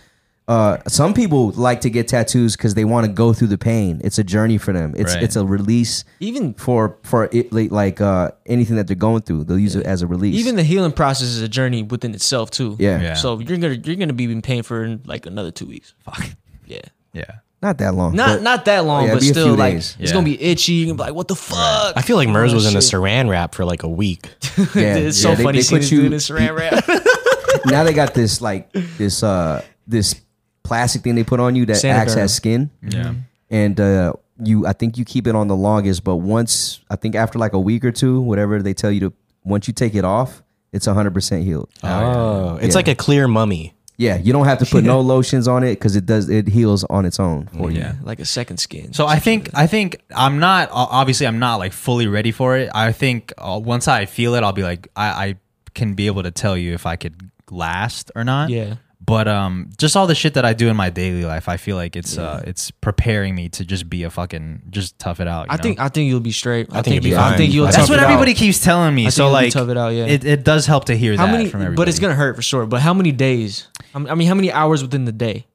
S3: uh, some people like to get tattoos because they want to go through the pain. It's a journey for them. It's
S1: Right.
S3: it's a release.
S4: Even
S3: for for it, like, like uh anything that they're going through they'll use it as a release
S4: even the healing process is a journey within itself too.
S3: yeah.
S1: Yeah.
S4: So you're gonna you're gonna be in pain for like another two weeks.
S1: Fuck.
S4: Yeah.
S1: yeah.
S3: not that long
S4: Not
S3: but-
S4: not that long,
S3: Yeah,
S4: but
S3: be a few
S4: still like
S3: days.
S4: it's
S1: Yeah.
S4: gonna be itchy. You're gonna be like, what the fuck?
S2: I feel like Mers
S4: Oh,
S2: was in a
S4: shit.
S2: saran wrap for like a week.
S3: yeah,
S4: it's
S3: yeah,
S4: so
S3: they-
S4: funny
S3: they
S4: seeing
S3: put
S4: this
S3: you-
S4: dude in this ran wrap.
S3: now they got this like this uh this plastic thing they put on you that
S4: Sanitarium.
S3: acts as skin
S1: Yeah.
S2: Mm.
S3: and uh you i think you keep it on the longest but once i think after like a week or two whatever they tell you to once you take it off it's 100% healed
S2: Oh, it's
S3: Yeah.
S2: like a clear mummy.
S3: yeah you don't have to put no lotions on it because it does it heals on its own
S4: Mm-hmm.
S3: for you
S1: Yeah.
S4: like a second skin.
S1: So I think I think I'm not o- obviously I'm not like fully ready for it. I think uh, once I feel it, I'll be like I, I can be able to tell you if I could last or not.
S4: Yeah.
S1: But um, just all the shit that I do in my daily life, I feel like it's uh, it's preparing me to just be a fucking just tough it out. you
S4: I
S1: know?
S4: think I think you'll be straight. I,
S2: think
S4: think,
S2: you'll be
S4: you, I
S2: fine.
S4: think you'll.
S2: That's
S1: that's
S4: tough
S1: what
S4: it out.
S1: everybody keeps telling me.
S4: I
S1: so
S4: think you'll
S1: like,
S4: be tough it out, yeah.
S1: it, it does help to hear
S4: How
S1: that
S4: many?
S1: from everybody.
S4: But it's gonna hurt for sure. But how many days? I mean- I mean, how many hours within the day?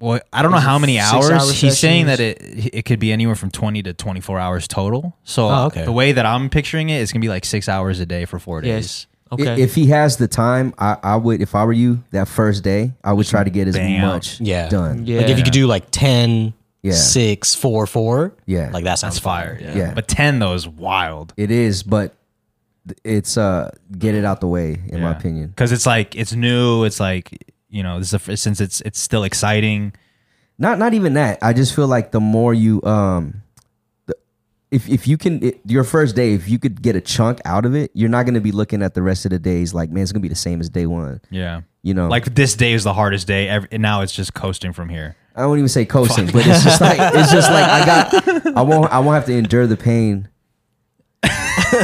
S1: Well, I don't know
S4: Is it
S1: how many
S4: six
S1: hours.
S4: hour
S1: He's saying
S4: sessions? Oh,
S1: that it it could be anywhere from twenty to twenty four hours total. So uh,
S2: okay.
S1: the way that I'm picturing it, it's gonna be like six hours a day for four days.
S4: Yes.
S3: I-
S4: Okay.
S3: If he has the time, I, I would. If I were you, that first day, I would try to get as
S1: Bam.
S3: much
S2: Yeah.
S3: done.
S4: yeah.
S2: Like if you could do like 10,
S3: Yeah.
S2: 6, 4, 4.
S3: Yeah.
S2: Like that sounds
S1: That's fire. Yeah.
S3: Yeah.
S1: But ten though is wild.
S3: It is, but th- it's uh get it out the way, in my opinion.
S1: Because it's like it's new. It's like you know, this is the first, since it's it's still exciting.
S3: Not not even that. I just feel like the more you um, the, if if you can it, your first day, if you could get a chunk out of it, you're not gonna be looking at the rest of the days like man, it's gonna be the same as day one.
S1: Yeah.
S3: You know,
S1: Like this day is the hardest day. Every, and now it's just coasting from here.
S3: I won't even say coasting, but it's just like it's just like I got I won't I won't have to endure the pain.
S1: yeah,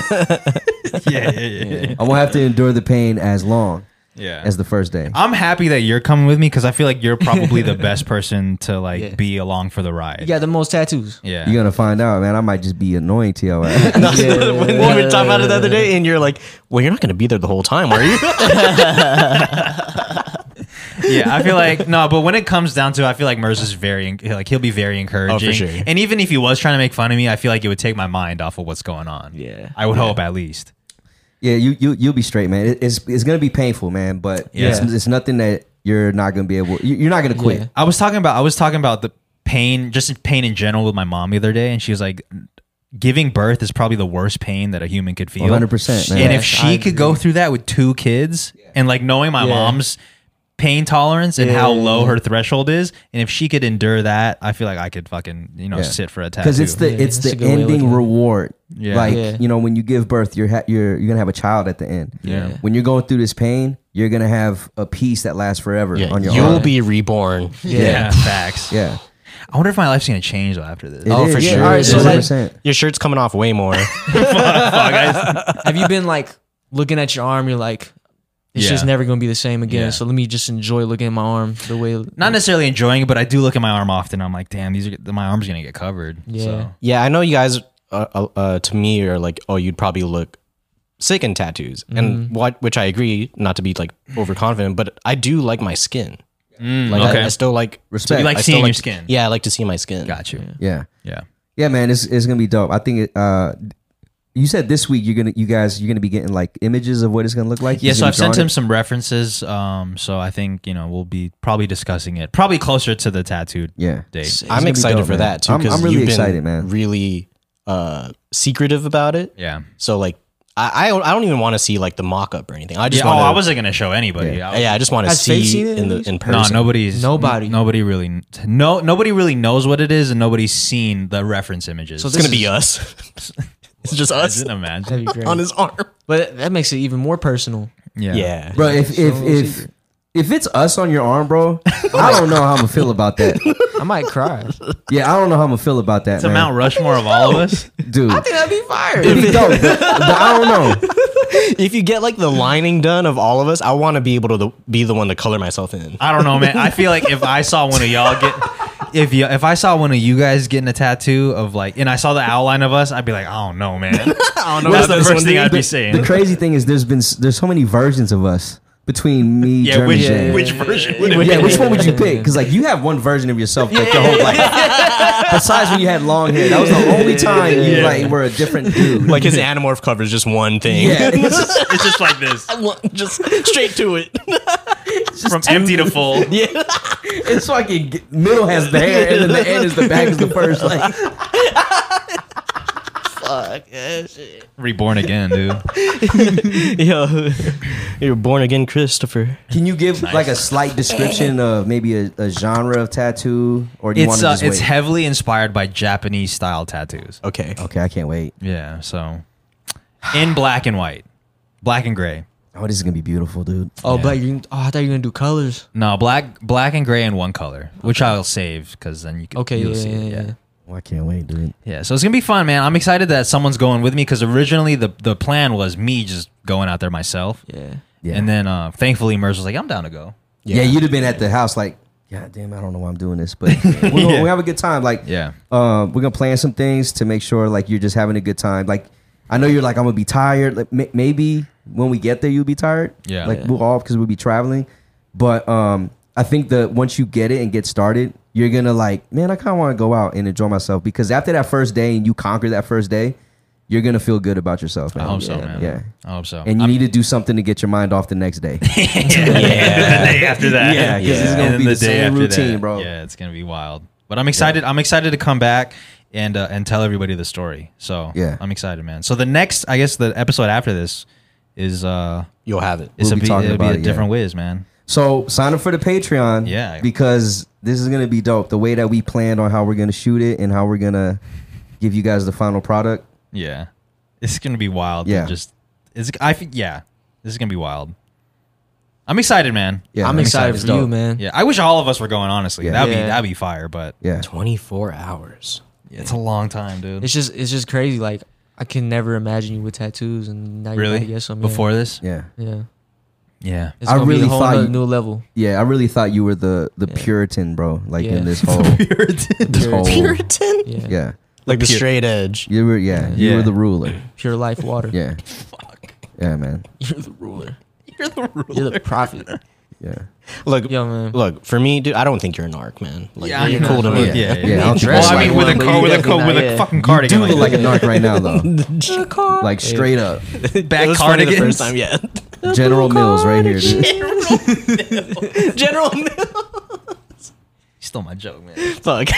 S1: yeah, yeah, yeah.
S3: I won't have to endure the pain as long
S1: yeah.
S3: as the first day.
S1: I'm happy that you're coming with me because I feel like you're probably the best person to like
S4: Yeah.
S1: be along for the ride.
S4: You got the most tattoos.
S1: Yeah.
S3: You're gonna find out, man. I might just be annoying to your ass.
S2: when we were talking about it the other day, and you're like, well, you're not going to be there the whole time, are you?
S1: yeah, I feel like no, but when it comes down to, it, I feel like Mers is very en- like he'll be very encouraging.
S2: sure.
S1: And even if he was trying to make fun of me, I feel like it would take my mind off of what's going on.
S4: Yeah.
S1: I would hope at least.
S3: Yeah, you you you'll be straight, man. It, it's it's gonna be painful, man. But
S1: Yeah.
S3: it's, it's nothing that you're not gonna be able. you- You're not gonna quit.
S4: Yeah.
S1: I was talking about I was talking about the pain, just pain in general with my mom the other day, and she was like, "Giving birth is probably the worst pain that a human could feel."
S3: 100%, man.
S1: And if
S4: Yes,
S1: she
S4: I
S1: could go through that with two kids, and like knowing my
S4: Yeah.
S1: mom's pain tolerance and how
S4: Yeah.
S1: low her threshold is, and if she could endure that, I feel like I could fucking you know
S3: Yeah.
S1: sit for a tattoo.
S3: Because it's the
S4: Yeah,
S3: it's
S4: that's
S3: the
S4: a good way of looking
S3: ending
S4: at it.
S3: reward.
S1: Yeah.
S3: Like
S4: Yeah.
S3: you know, when you give birth, you're ha- you're you're gonna have a child at the end.
S1: Yeah.
S3: When you're going through this pain, you're gonna have a peace that lasts forever on your
S2: You'll
S3: arm.
S2: be reborn.
S1: yeah, facts.
S3: yeah.
S1: I wonder if my life's gonna change though after this.
S2: Oh, for
S3: yeah,
S2: sure.
S3: All
S4: Alright,
S3: right,
S4: so
S3: so
S4: like-
S3: 100%.
S2: Your shirt's coming off way more.
S4: Have you been like looking at your arm? You're like, it's
S1: Yeah.
S4: just never gonna be the same again.
S1: Yeah.
S4: So let me just enjoy looking at my arm the way.
S1: Not necessarily enjoying it, but I do look at my arm often. I'm like, damn, these are my arm's gonna get covered.
S4: Yeah.
S1: So.
S2: yeah, I know you guys, uh, uh, uh, to me, are like, oh, you'd probably look sick in tattoos. And what, which I agree, not to be like overconfident, but I do like my skin. like, I-
S1: okay.
S2: I, still like
S3: Respect.
S1: You like
S2: I still
S1: seeing
S2: like
S1: your
S2: to-
S1: skin.
S2: Yeah, I like to see my skin.
S1: Got you.
S3: Yeah.
S1: Yeah.
S3: Yeah, man, it's it's gonna be dope. I think it. Uh, you said this week you're gonna you guys you're gonna be getting like images of what it's gonna look like.
S1: Yeah,
S3: He's
S1: so
S3: gonna
S1: I've
S3: be
S1: sent
S3: drawing
S1: him some references. Um, so I think you know we'll be probably discussing it, probably closer to the tattoo
S3: it. Yeah.
S1: date.
S2: I'm
S3: gonna be
S2: excited
S3: dope,
S2: for
S3: man.
S2: that too.
S3: I'm-
S2: 'cause
S3: I'm really
S2: you've been
S3: excited, man.
S2: Really uh, secretive about it.
S1: Yeah.
S2: So like, I I don't, I don't even want to see like the mock up or anything. I just
S1: Yeah, oh,
S2: want.
S1: I wasn't gonna show anybody. I was-
S2: Yeah, I just want to
S4: Has Faith
S2: see
S4: seen it
S2: in
S4: at
S2: the
S4: least?
S2: in
S1: No,
S2: person.
S1: nobody's
S4: Nobody.
S1: n- Nobody really. No, nobody really knows what it is, and nobody's seen the reference images.
S4: So
S2: It's gonna be us. it's just us
S1: Isn't imagine.
S4: That'd be great.
S2: on his arm.
S4: but that makes it even more personal.
S1: Yeah.
S2: Yeah.
S3: bro. If if if if it's us on your arm, bro, I don't know how I'm gonna feel about that.
S4: I might cry.
S3: Yeah, I don't know how I'm gonna feel about that,
S1: It's a
S3: man.
S1: Mount Rushmore of all of us.
S3: Dude,
S4: That'd be fire.
S3: it'd be dope, but, but I don't know.
S2: If you get like the lining done of all of us, I want to be able to the, be the one to color myself in.
S1: I don't know, man. I feel like if I saw one of y'all get, if you, if I saw one of you guys getting a tattoo of like, and I saw the outline of us, I'd be like, I don't know, man. I don't know. That's
S2: about
S1: the
S2: this
S1: first
S2: one,
S1: thing I'd be
S3: The
S1: saying.
S3: crazy thing is, there's been s- there's so many versions of us between me,
S1: Yeah,
S3: Jeremy,
S1: which
S3: Jay.
S1: which version would it
S3: yeah,
S1: be?
S3: which one would you pick? Because like you have one version of yourself like your whole life. Besides when you had long hair, that was the only time you like were a different dude.
S2: Like his anamorph cover is just one thing.
S3: yeah, it's just-
S1: It's just like this,
S2: just straight to it.
S1: from empty to full.
S3: it's fucking g- middle has the hair, and then the end is the back is the first. Like,
S1: Reborn again, dude.
S2: Yo, you're born again, Christopher.
S3: can you give like a slight description of maybe a, a genre of tattoo, or do you want
S1: It's
S3: to
S1: uh,
S3: just
S1: it's
S3: wait?
S1: heavily inspired by Japanese style tattoos.
S2: Okay.
S3: okay, I can't wait.
S1: Yeah, so in black and white, black and gray.
S3: Oh, this is gonna be beautiful, dude.
S4: oh, but you. Oh, I thought you were gonna do colors.
S1: No, black black and gray in one color, which I'll save because then you can
S4: Okay,
S1: you'll
S4: yeah,
S1: see it.
S4: yeah, yeah.
S3: Oh, I can't wait, dude.
S1: Yeah, so it's gonna be fun, man. I'm excited that someone's going with me because originally the the plan was me just going out there myself,
S4: Yeah.
S3: Yeah.
S1: and then uh, thankfully Merz was like, "I'm down to go."
S3: Yeah, you'd have been at the house like, God damn, I don't know why I'm doing this, but we're gonna, we have a good time. Like,
S1: Yeah.
S3: um, we're gonna plan some things to make sure like you're just having a good time. Like, I know you're like I'm gonna be tired. Like, ma- maybe when we get there, you'll be tired.
S1: Yeah.
S3: like we'll all because we'll be traveling. But um, I think that once you get it and get started, you're gonna like, man, I kind of want to go out and enjoy myself because after that first day and you conquer that first day, you're gonna feel good about yourself. Man.
S1: I hope so,
S3: Yeah,
S1: man.
S3: Yeah.
S1: I hope so.
S3: And you
S1: I'm-
S3: need to do something to get your mind off the next day.
S1: the day after that.
S3: Yeah, 'cause it's gonna
S1: And then
S3: be the
S1: day
S3: same
S1: after
S3: routine,
S1: that.
S3: bro.
S1: Yeah, it's gonna be wild. But I'm excited. I'm excited to come back and uh, and tell everybody the story. So
S3: Yeah.
S1: I'm excited, man. So the next, I guess, the episode after this is uh,
S2: You'll have it.
S1: is
S3: We'll
S1: a,
S3: be
S1: be,
S3: talking
S1: it'll be
S3: about
S1: a
S3: it, yeah.
S1: different whiz, man.
S3: So sign up for the Patreon.
S1: Yeah.
S3: Because this is gonna be dope. The way that we planned on how we're gonna shoot it and how we're gonna give you guys the final product.
S1: Yeah, it's gonna be wild. Yeah,
S3: Yeah.
S1: just it's. I fe- yeah, this is gonna be wild. I'm excited, man.
S3: Yeah,
S4: I'm
S3: man.
S4: excited
S3: It's
S4: for
S3: dope.
S4: you, man.
S1: Yeah, I wish all of us were going. Honestly,
S3: Yeah.
S1: that'd be
S4: Yeah.
S1: that'd be fire. But
S3: Yeah.
S2: 24 hours.
S1: it's a long time, dude.
S4: It's just it's just crazy. Like I can never imagine you with tattoos, and now you
S1: Really?
S4: gotta get some yeah.
S1: Before this,
S3: Yeah.
S4: Yeah,
S1: yeah.
S4: it's
S3: I
S4: gonna be
S3: really
S4: a whole
S3: thought
S4: nother
S3: you-
S4: new level.
S3: Yeah. I really thought you were the the Puritan, bro. Like
S4: Yeah.
S3: in this whole this whole
S2: Puritan?
S4: Oh. Yeah.
S3: Yeah.
S2: Like the
S1: Pure-
S2: straight edge.
S3: You were yeah, you
S1: Yeah.
S3: were the ruler.
S4: pure life water.
S3: Yeah. Yeah, man.
S4: You're the ruler.
S1: You're the ruler.
S4: You're the prophet.
S3: Yeah.
S2: Look,
S4: Yo, man.
S2: look, for me, dude, I don't think you're an narc, man. Like,
S1: Yeah,
S2: you're
S4: I'm
S2: cool to
S4: not.
S2: me.
S1: Yeah, yeah.
S3: Yeah, I'll
S1: Well,
S3: dress
S1: I
S3: like
S1: mean, with a
S4: one, but
S1: coat,
S4: you
S1: with a
S4: definitely
S1: coat, with
S4: not,
S1: a
S4: yeah.
S1: fucking
S3: You do
S1: cardigan.
S3: look like a
S1: that.
S3: narc right now though.
S4: Like
S3: Like straight up.
S1: back
S2: it was funny the first time, yeah.
S3: General Mills right here, dude.
S4: General.
S1: Still my joke, man.
S2: Fuck.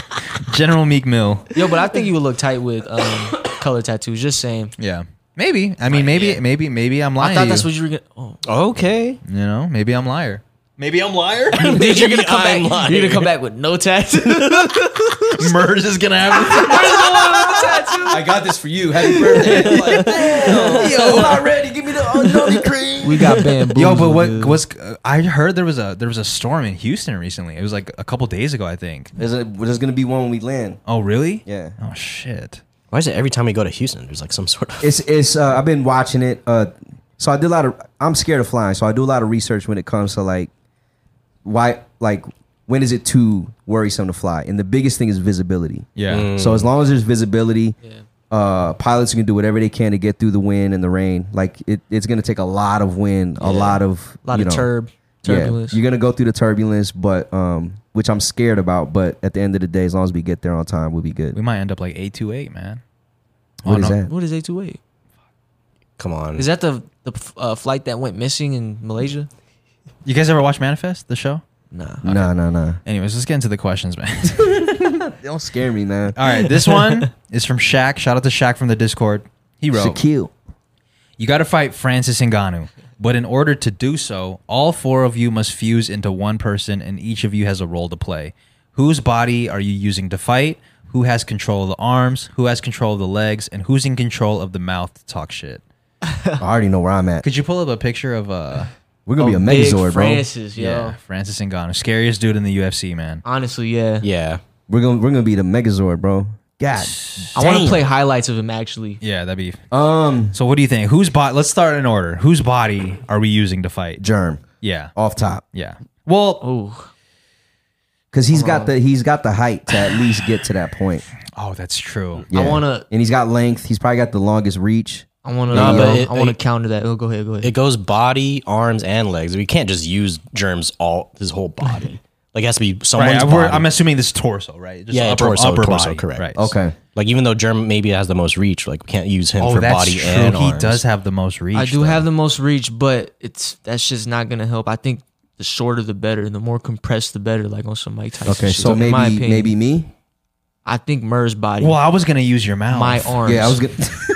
S1: General Meek Mill.
S4: Yo, but I think you would look tight with um, color tattoos. Just saying.
S1: Yeah, maybe. I mean, maybe, maybe, maybe I'm
S4: I
S1: lying.
S4: thought
S1: to
S4: that's
S1: you.
S4: what you were gonna. Oh,
S2: okay.
S1: you know. Maybe I'm liar. Maybe I'm liar.
S4: dude, you're gonna come
S2: I'm
S4: back.
S2: lying.
S4: You're gonna come back with no tattoos.
S1: Merge is gonna happen.
S3: I got this for you. Happy birthday. Like, damn, yo, already give me the unknown cream.
S4: we got bamboo.
S1: Yo, but what was? I heard there was a there was a storm in Houston recently. It was like a couple days ago, I think.
S3: There's, a, there's gonna be one when we land.
S1: Oh, really?
S3: Yeah.
S1: Oh shit.
S2: Why is it every time we go to Houston, there's like some sort of.
S3: It's it's. Uh, I've been watching it. Uh, so I do a lot of. I'm scared of flying, so I do a lot of research when it comes to like, why like when is it too worrisome to fly? And the biggest thing is visibility.
S1: Yeah.
S3: So as long as there's visibility,
S4: Yeah.
S3: uh, pilots can do whatever they can to get through the wind and the rain. Like it, it's gonna take a lot of wind, a lot of
S4: A lot
S3: you
S4: of
S3: know,
S4: turb. Turbulence.
S3: Yeah, you're gonna go through the turbulence, but um, which I'm scared about. But at the end of the day, as long as we get there on time, we'll be
S1: We
S3: good.
S1: might end up like eight two eight, man.
S3: What
S1: oh,
S3: is
S1: no.
S3: that?
S4: What is A28?
S2: Come
S3: Mm.
S2: on.
S4: Is that the the uh, flight that went missing in Malaysia?
S1: You guys ever watch Manifest, the show?
S3: Mm.
S4: Nah.
S3: Nah, nah, nah.
S1: Anyways, let's get into the questions, man.
S3: Don't scare me, man.
S1: All right, this one is from Shaq. Shout out to Shaq from the Discord. He wrote,
S3: Shaquille.
S1: "You got to fight Francis Ngannou, but in order to do so, all four of you must fuse into one person, and each of you has a role to play. Whose body are you using to fight? Who has control of the arms? Who has control of the legs? And who's in control of the mouth to talk shit?"
S3: I already know where I'm at.
S1: Could you pull up a picture of uh,
S3: We're gonna be a
S4: Oh, Big
S3: Megazord, bro.
S4: Francis, yo.
S1: yeah, Francis Ngannou, scariest dude in the UFC, man.
S4: Honestly, yeah.
S2: yeah.
S3: We're gonna we're gonna be the Megazord, bro. God.
S4: I want to
S2: Damn.
S4: play highlights of him actually.
S1: Yeah, that'd be.
S3: Um,
S1: So, what do you think? Whose body? Let's start in order. Whose body are we using to fight?
S3: germ
S1: Yeah,
S3: off top
S1: yeah. Well,
S4: Oh,
S3: because he's got the he's got the height to at least get to that point.
S1: Oh, that's true.
S3: Yeah.
S4: I wanna,
S3: and he's got length. He's probably got the longest reach.
S4: I wanna,
S2: Nah,
S4: uh,
S2: but it-
S4: I wanna
S2: it-
S4: counter that. Oh, go ahead, go ahead.
S2: It goes body, arms, and legs. We can't just use germs all his whole body. Like it has to be someone's
S1: Right, I- we're-
S2: body.
S1: I'm assuming this is torso, right? Just
S2: Yeah, torso, torso, correct.
S1: Right.
S3: Okay.
S2: like even though germ maybe has the most reach, like we can't use him
S1: Oh,
S2: for
S1: that's
S2: body
S1: true.
S2: and
S1: he
S2: arms.
S1: does have the most reach.
S4: I do
S1: though.
S4: have the most reach, but it's that's just not gonna help. I think the shorter the better, the more compressed the better. Like on some Mike Tyson.
S3: Okay.
S4: shit,
S3: So
S4: in my
S3: maybe
S4: opinion.
S3: maybe me.
S4: I think Mur's body,
S1: Well, I was gonna use your mouth.
S4: my arms.
S3: Yeah, I was gonna.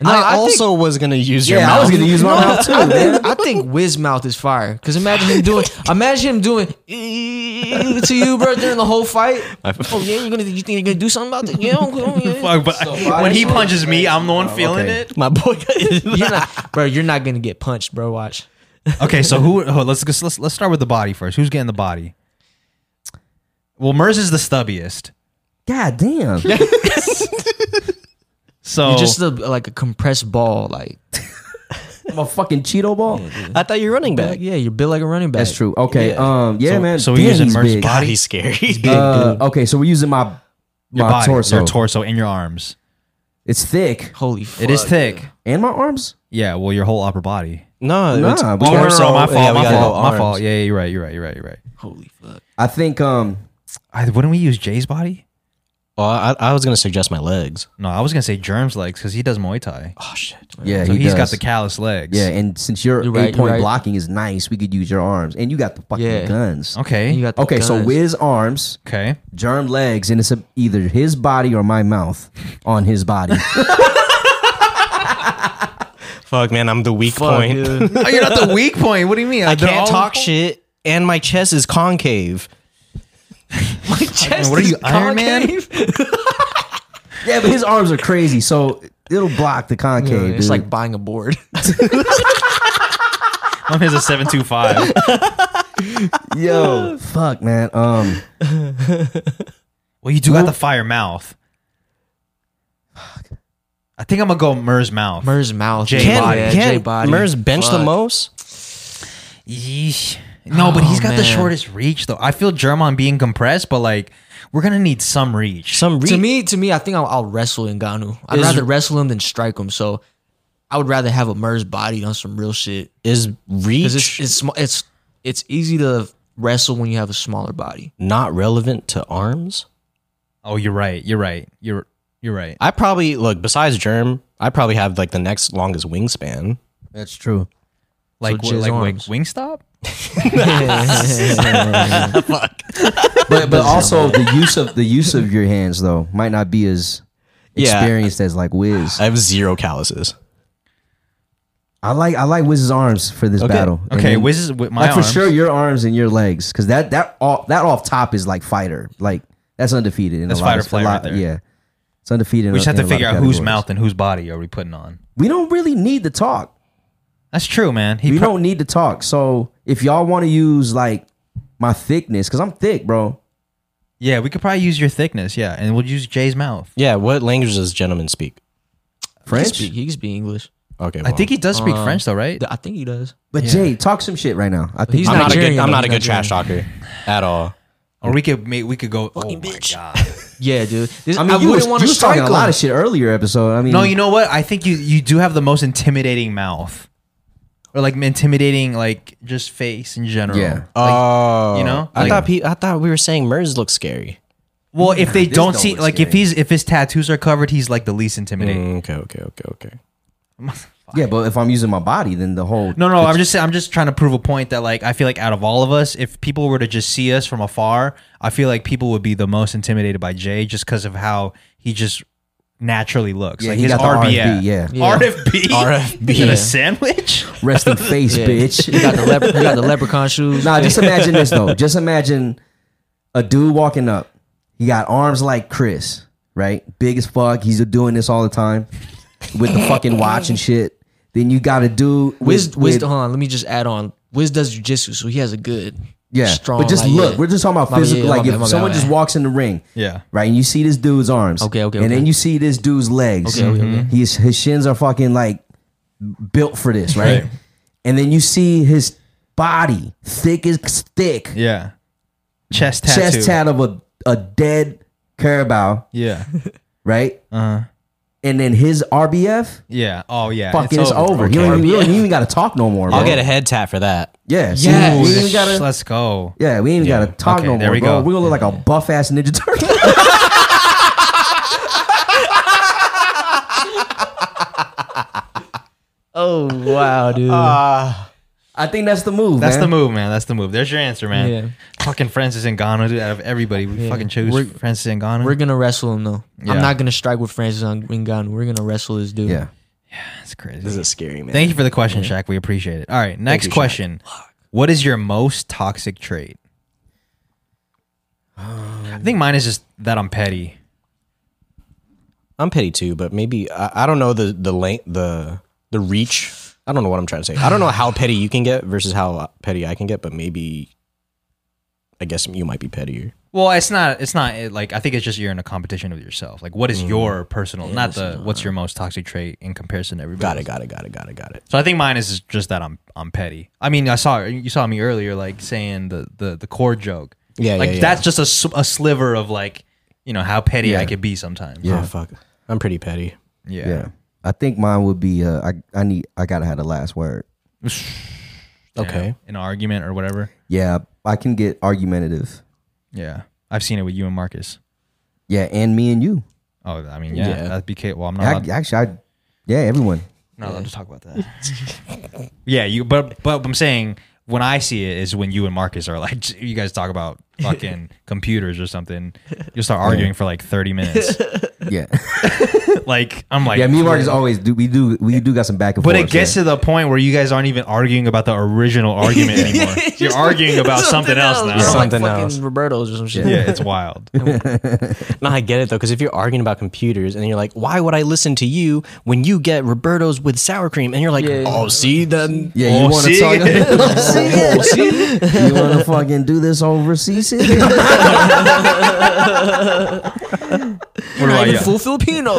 S4: No,
S2: I,
S4: think-
S2: also was gonna use your
S3: yeah, I
S2: mouth.
S3: was gonna use my mouth too.
S4: I
S3: Man.
S4: think, I think Wiz mouth is fire. Cause imagine him doing, imagine him doing "Eh," to you, bro, during the whole fight. Oh yeah, you gonna, you think you're gonna do something about it? Yeah, I'm gonna- yeah.
S1: Fuck, but when he punches me, I'm the one feeling
S3: okay.
S1: it.
S2: my boy. got-
S4: You're not, bro, you're not gonna get punched, bro. Watch.
S1: Okay, so who? oh, let's, let's let's let's start with the body first. Who's getting the body? Well, Mers is the stubbiest.
S3: God damn.
S1: So Oh.
S4: You're just a, like a compressed ball, like.
S3: I'm a fucking Cheeto ball.
S2: I thought you were running back.
S4: yeah, you're built like a running back.
S3: That's true. Okay. Um. Yeah,
S2: So-
S3: man.
S1: so we're
S3: Damn,
S1: using
S3: he's
S1: Merc's
S3: big.
S1: body?
S2: God, he's scary.
S3: Uh, okay, so we're using my
S1: Your
S3: my
S1: body,
S3: torso.
S1: your torso, and your arms.
S3: it's thick,
S4: Holy fuck.
S1: It is thick.
S3: and my arms.
S1: Yeah, well, your whole upper body.
S2: no,
S3: Nah,
S2: it's
S3: but-
S1: Oh,
S2: torso.
S1: no, no, my
S2: Yeah,
S1: fault.
S2: we
S1: my
S2: gotta go
S1: fault. My
S2: arms.
S1: fault. Yeah, yeah, you're right. You're right. You're right. You're right.
S4: Holy fuck.
S3: I think. Um.
S1: I, wouldn't we use Jay's body?
S2: Well, Oh, I, I was gonna suggest my legs.
S1: No, I was gonna say Germ's legs because he does Muay Thai.
S2: Oh shit.
S3: Yeah,
S1: so
S3: he
S1: has got
S3: does.
S1: the callous legs.
S3: Yeah, and since your
S4: You're right,
S3: eight
S4: you're
S3: point
S4: right.
S3: blocking is nice, we could use your arms, and you got the fucking
S4: Yeah.
S3: guns.
S1: Okay.
S4: You got the
S3: Okay, so
S4: guns.
S3: Wiz arms,
S1: okay.
S3: Germ legs, and it's a, either his body or my mouth on his body.
S2: Fuck, man, I'm the weak
S4: Fuck,
S2: point.
S4: dude.
S1: oh, you're not the weak point. What do you mean?
S2: I can't talk shit, and my chest is concave.
S4: My chest
S1: what are
S4: is
S1: you, Iron Man?
S4: concave.
S3: yeah, but his arms are crazy, so it'll block the concave.
S4: Yeah, it's
S3: dude.
S4: like buying a board.
S1: I'm his a seven two five.
S3: yo, fuck, man. Um,
S1: Well, you do got the fire mouth. I think I'm gonna go Mur's mouth.
S4: Mer's mouth.
S1: Jay
S4: Yeah,
S2: Can,
S1: body,
S4: yeah, Jay
S2: can
S4: body.
S2: Mers bench the
S4: Fuck.
S2: most?
S1: Yeesh. No, but he's
S4: Oh,
S1: got the
S4: man.
S1: shortest reach though. I feel Germ on being compressed, but like we're gonna need some reach.
S2: Some re-
S4: To me, to me, I think I'll, I'll wrestle Ngannou. I'd
S2: Is-
S4: rather wrestle him than strike him. So I would rather have a Mer's body on some real shit
S2: is reach
S4: because it's it's sm- it's it's easy to wrestle when you have a smaller body.
S2: not relevant to arms?
S1: oh, you're right. You're right. You're you're right.
S2: I probably look besides Germ. I probably have like the next longest wingspan.
S3: that's true.
S1: Like
S4: Jay's
S1: like, like
S4: arms.
S1: Wingstop.
S3: But but also the use of the use of your hands though might not be as
S2: Yeah.
S3: experienced as like Wiz.
S2: I have zero calluses.
S3: I like I like Wiz's arms for this battle. And
S1: Okay,
S3: then-
S1: Wiz is with my
S3: like
S1: arms.
S3: for sure your arms and your legs because that that all that off top is like fighter like that's undefeated in
S1: That's
S3: a lot
S1: fight or
S3: of, a
S1: flight
S3: lot-
S1: right there.
S3: yeah it's undefeated.
S1: We just have to figure out whose mouth and whose body are we putting on.
S3: We don't really need to talk.
S1: That's true, man. He
S3: We
S1: pro-
S3: don't need to talk. So if y'all want to use like my thickness because I'm thick, bro.
S1: yeah, we could probably use your thickness, yeah, and we'll use Jay's mouth.
S2: Yeah, what language does gentlemen speak?
S4: He
S3: French,
S4: speak, he can speak English.
S2: Okay,
S1: I think he does
S3: Uh,
S1: speak French though, right?
S4: I think he does.
S3: but Jay, talk some shit right now. I think
S4: He's
S2: I'm not a
S4: Nigerian,
S2: good. I'm
S4: though,
S2: not a
S4: he's
S2: good trash talker at all.
S1: Or we could make we could go. oh my god!
S4: Yeah, dude. This-
S3: I mean, you,
S4: wouldn't
S3: was,
S4: wanna
S3: you was
S4: strike
S3: talking a lot
S4: him.
S3: of shit earlier episode. I mean,
S1: No, you know what? I think you you do have the most intimidating mouth, or like intimidating like just face in general.
S3: Yeah.
S2: Oh,
S1: you know?
S2: I
S1: Like-
S2: thought pe- I thought we were saying Mers looks scary.
S1: Well, if they
S3: this
S1: don't
S3: don't
S1: see
S3: look
S1: like if
S3: scary.
S1: he's if his tattoos are covered, he's like the least intimidating.
S2: Mm, Okay, okay, okay, okay.
S3: yeah, but if I'm using my body, then the whole
S1: No, no, I'm just saying- I'm just trying to prove a point that like I feel like out of all of us, if people were to just see us from afar, I feel like people would be the most intimidated by Jay just because of how he just naturally looks.
S3: Yeah,
S1: like
S3: he
S1: his
S3: got the
S1: RBF,
S3: RFB, yeah.
S4: Yeah.
S1: RFB,
S2: RFB.
S1: in
S4: Yeah.
S1: a sandwich.
S3: resting face,
S4: Yeah.
S3: bitch.
S4: You got the leopard. You got the leprechaun shoes.
S3: Nah, just imagine this though. Just imagine a dude walking up. He got arms like Chris, right? Big as fuck. He's doing this all the time with the fucking watch and shit. Then you got a dude
S4: Wiz,
S3: with,
S4: Wiz,
S3: with-
S4: hold on. Let me just add on. Wiz does jujitsu, so he has a good,
S3: yeah.
S4: strong.
S3: but just
S4: like,
S3: look,
S4: yeah.
S3: we're just talking about
S4: My bad,
S3: physical.
S4: yeah,
S3: like
S4: my
S3: if
S4: bad, my bad,
S3: someone
S4: my
S3: just
S4: bad.
S3: walks in the ring,
S1: Yeah.
S3: right, and you see this dude's arms,
S4: Okay, okay,
S3: and
S4: okay.
S3: then you see this dude's legs.
S4: Okay, okay,
S3: He's his shins are fucking like built for this, right? And then you see his body thick as thick.
S1: Yeah. Chest tattoo.
S3: chest tat of a, a dead Carabao,
S1: Yeah.
S3: right?
S1: Uh-huh.
S3: And then his RBF,
S1: Yeah. Oh yeah.
S3: fucking it's, over. You don't even, you don't even got to talk no more. Bro.
S2: I'll get a head tat for that.
S3: Yeah, see,
S4: Yes.
S3: we ain't even
S1: Gotta,
S3: gotta.
S1: Let's go.
S3: Yeah, we ain't
S2: Yeah.
S3: gotta talk
S1: Okay,
S3: no
S1: there
S3: more,
S1: we go.
S3: bro. We're gonna look like a buff ass Ninja Turtle.
S4: Oh wow, dude.
S3: I think that's the move.
S1: That's the
S3: man.
S1: move, man. That's the move. There's your answer, man.
S4: Yeah.
S1: Fucking Francis Ngannou, dude. Out of everybody, we fucking chose
S4: We're-
S1: Francis Ngannou.
S4: we're gonna wrestle him though.
S1: Yeah.
S4: I'm not gonna strike with Francis on Ngannou. We're gonna wrestle this dude.
S3: Yeah,
S1: That's crazy.
S2: This is scary, man.
S1: Thank you for the question, Shaq. We appreciate it. All right, next question. What is your most toxic trait? I think mine is just that I'm petty.
S2: I'm petty too, but maybe I, I don't know the the length the the reach. I don't know what I'm trying to say. I don't know how petty uh, you can get versus how petty I can get, but maybe I guess you might be pettier.
S1: Well, it's not. It's not it, like I think it's just you're in a competition with yourself. Like, what is
S2: Mm.
S1: your personal, not the what's your most toxic trait in comparison to everybody.
S2: Got it, got it, got it, got it, got it.
S1: So I think mine is just that I'm I'm petty. I mean, I saw you saw me earlier like saying the the the core joke.
S2: Yeah,
S1: like
S2: yeah, yeah.
S1: that's just a, s- a sliver of like you know how petty I could be sometimes.
S2: Oh, fuck. I'm pretty petty.
S1: yeah.
S3: Yeah. I think mine would be uh, I I need I gotta have the last word.
S2: Okay.
S1: in an argument or whatever.
S3: Yeah, I can get argumentative.
S1: Yeah, I've seen it with you and Marcus.
S3: Yeah, and me and you.
S1: Oh, I mean, yeah,
S2: Yeah.
S1: that'd be Kate. Well, I'm not.
S3: I,
S1: allowed-
S3: actually, I yeah, everyone.
S1: not allowed to talk about that. yeah, you. But but I'm saying when I see it is when you and Marcus are like you guys talk about fucking computers or something. You'll start arguing for like 30 minutes.
S3: Yeah,
S1: like I'm like
S3: yeah. Me and Marcus always do. We do. We do got some back and
S1: But
S3: forth.
S1: it gets
S3: yeah.
S1: to the point where you guys aren't even arguing about the original argument anymore. You're arguing about something, else,
S4: bro,
S1: now.
S2: Yeah.
S4: like
S2: Something
S4: fucking
S2: else.
S4: Roberto's or some shit.
S1: Yeah, it's wild.
S2: No, I get it though, because if you're arguing about computers and you're like, why would I listen to you when you get Roberto's with sour cream? And you're like,
S4: Yeah.
S2: oh, see, then
S3: yeah,
S1: Oh,
S3: you want
S1: see?
S3: to talk? you want to fucking do this over CC?
S1: What about you?
S4: Full Filipino.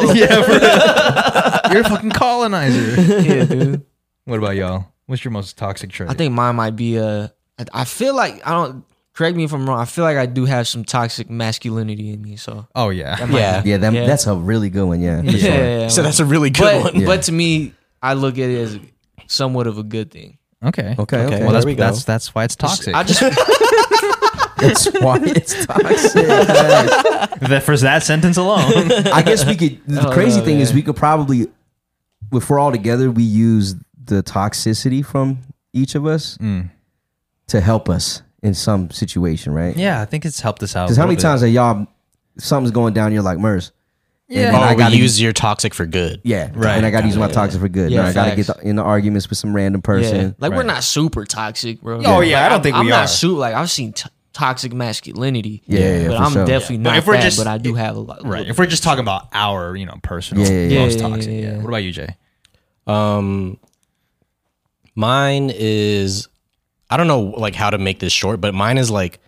S1: You're a fucking colonizer.
S4: yeah, dude.
S1: What about y'all? What's your most toxic trait?
S4: I think mine might be uh I I feel like I don't. Correct me if I'm wrong. I feel like I do have some toxic masculinity in me. So
S1: oh yeah.
S2: yeah.
S3: yeah, that,
S4: Yeah.
S3: that's a really good one. Yeah, for
S4: yeah,
S3: sure.
S4: yeah, yeah.
S2: So that's a really good
S4: but
S2: one.
S4: but to me, I look at it as somewhat of a good thing.
S1: Okay.
S3: Okay,
S2: Okay.
S3: okay.
S1: Well, that's
S2: There we go.
S1: that's that's why it's toxic.
S4: I just
S3: that's why it's toxic. Yes.
S1: that for that sentence alone.
S3: I guess we could. The
S4: Oh,
S3: crazy
S4: no,
S3: thing is,
S4: man.
S3: we could probably, if we're all together, we use the toxicity from each of us to help us in some situation, right?
S1: yeah, I think it's helped us out.
S3: Because
S1: a
S3: how many
S1: little
S3: times are y'all something's going down? You're like Mers. Yeah.
S2: oh, I gotta use your toxic for good.
S3: Yeah,
S1: Right.
S3: And I got to use my toxic for good.
S4: Yeah,
S3: Yeah, I got to
S4: facts.
S3: get in the arguments with some random
S4: yeah,
S3: person.
S4: like we're
S1: Right.
S4: not super toxic, bro.
S1: Oh, yeah,
S4: Like,
S1: I don't think
S4: I'm
S1: we
S4: not
S1: are.
S4: super. Like I've seen t- toxic masculinity.
S3: Yeah, yeah, yeah,
S4: but
S3: for
S4: I'm
S3: sure.
S4: definitely
S1: But
S4: not.
S1: if we're
S4: that,
S1: just-
S4: but I do have a lot.
S1: bit. right. If we're just talking about our, you know, personal
S3: Yeah, yeah, yeah.
S1: most
S4: Yeah, yeah,
S1: toxic. Yeah,
S4: yeah, yeah.
S1: What about you, Jay?
S2: Um, mine is, I don't know, like how to make this short, but mine is like,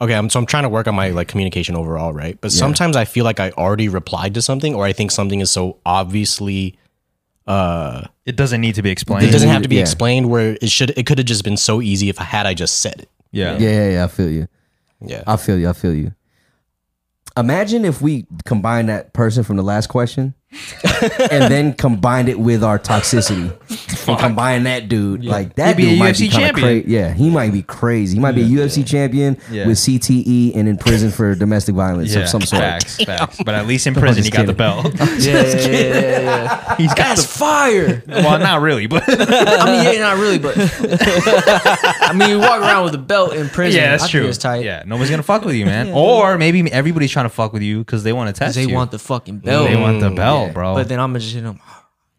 S2: okay, I'm so I'm trying to work on my like communication overall, right? But sometimes I feel like I already replied to something, or I think something is so obviously
S1: It doesn't need to be explained.
S2: it doesn't have to be
S3: Yeah.
S2: explained. Where it should, it could have just been so easy if I had I just said it.
S1: yeah.
S3: yeah, yeah, yeah. I feel you.
S2: Yeah.
S4: Uh,
S3: I feel you. I feel you. Imagine if we combine that person from the last question and then combined it with our toxicity. and combine that dude. Like
S1: He'd
S3: that
S1: be a
S3: dude might
S1: UFC
S3: be kind of
S1: champion.
S3: crazy. Yeah, he might be crazy. He might be a UFC champion
S1: Yeah.
S3: with CTE and in prison for domestic violence of some sort.
S1: Facts, facts. But at least in prison, he got the belt.
S4: yeah, yeah, yeah, yeah, yeah.
S1: He's got
S4: That's
S1: the.
S4: fire.
S1: Well, not really, but
S4: I mean, yeah, not really, but I mean, you walk around with a belt in prison.
S1: yeah, that's
S4: I think
S1: true.
S4: It's tight.
S1: Yeah, nobody's gonna fuck with you, man. Or maybe everybody's trying to fuck with you because they want to test
S4: they
S1: you.
S4: want the fucking belt.
S1: they want the belt,
S3: yeah.
S1: bro.
S4: But then I'm gonna just hit them.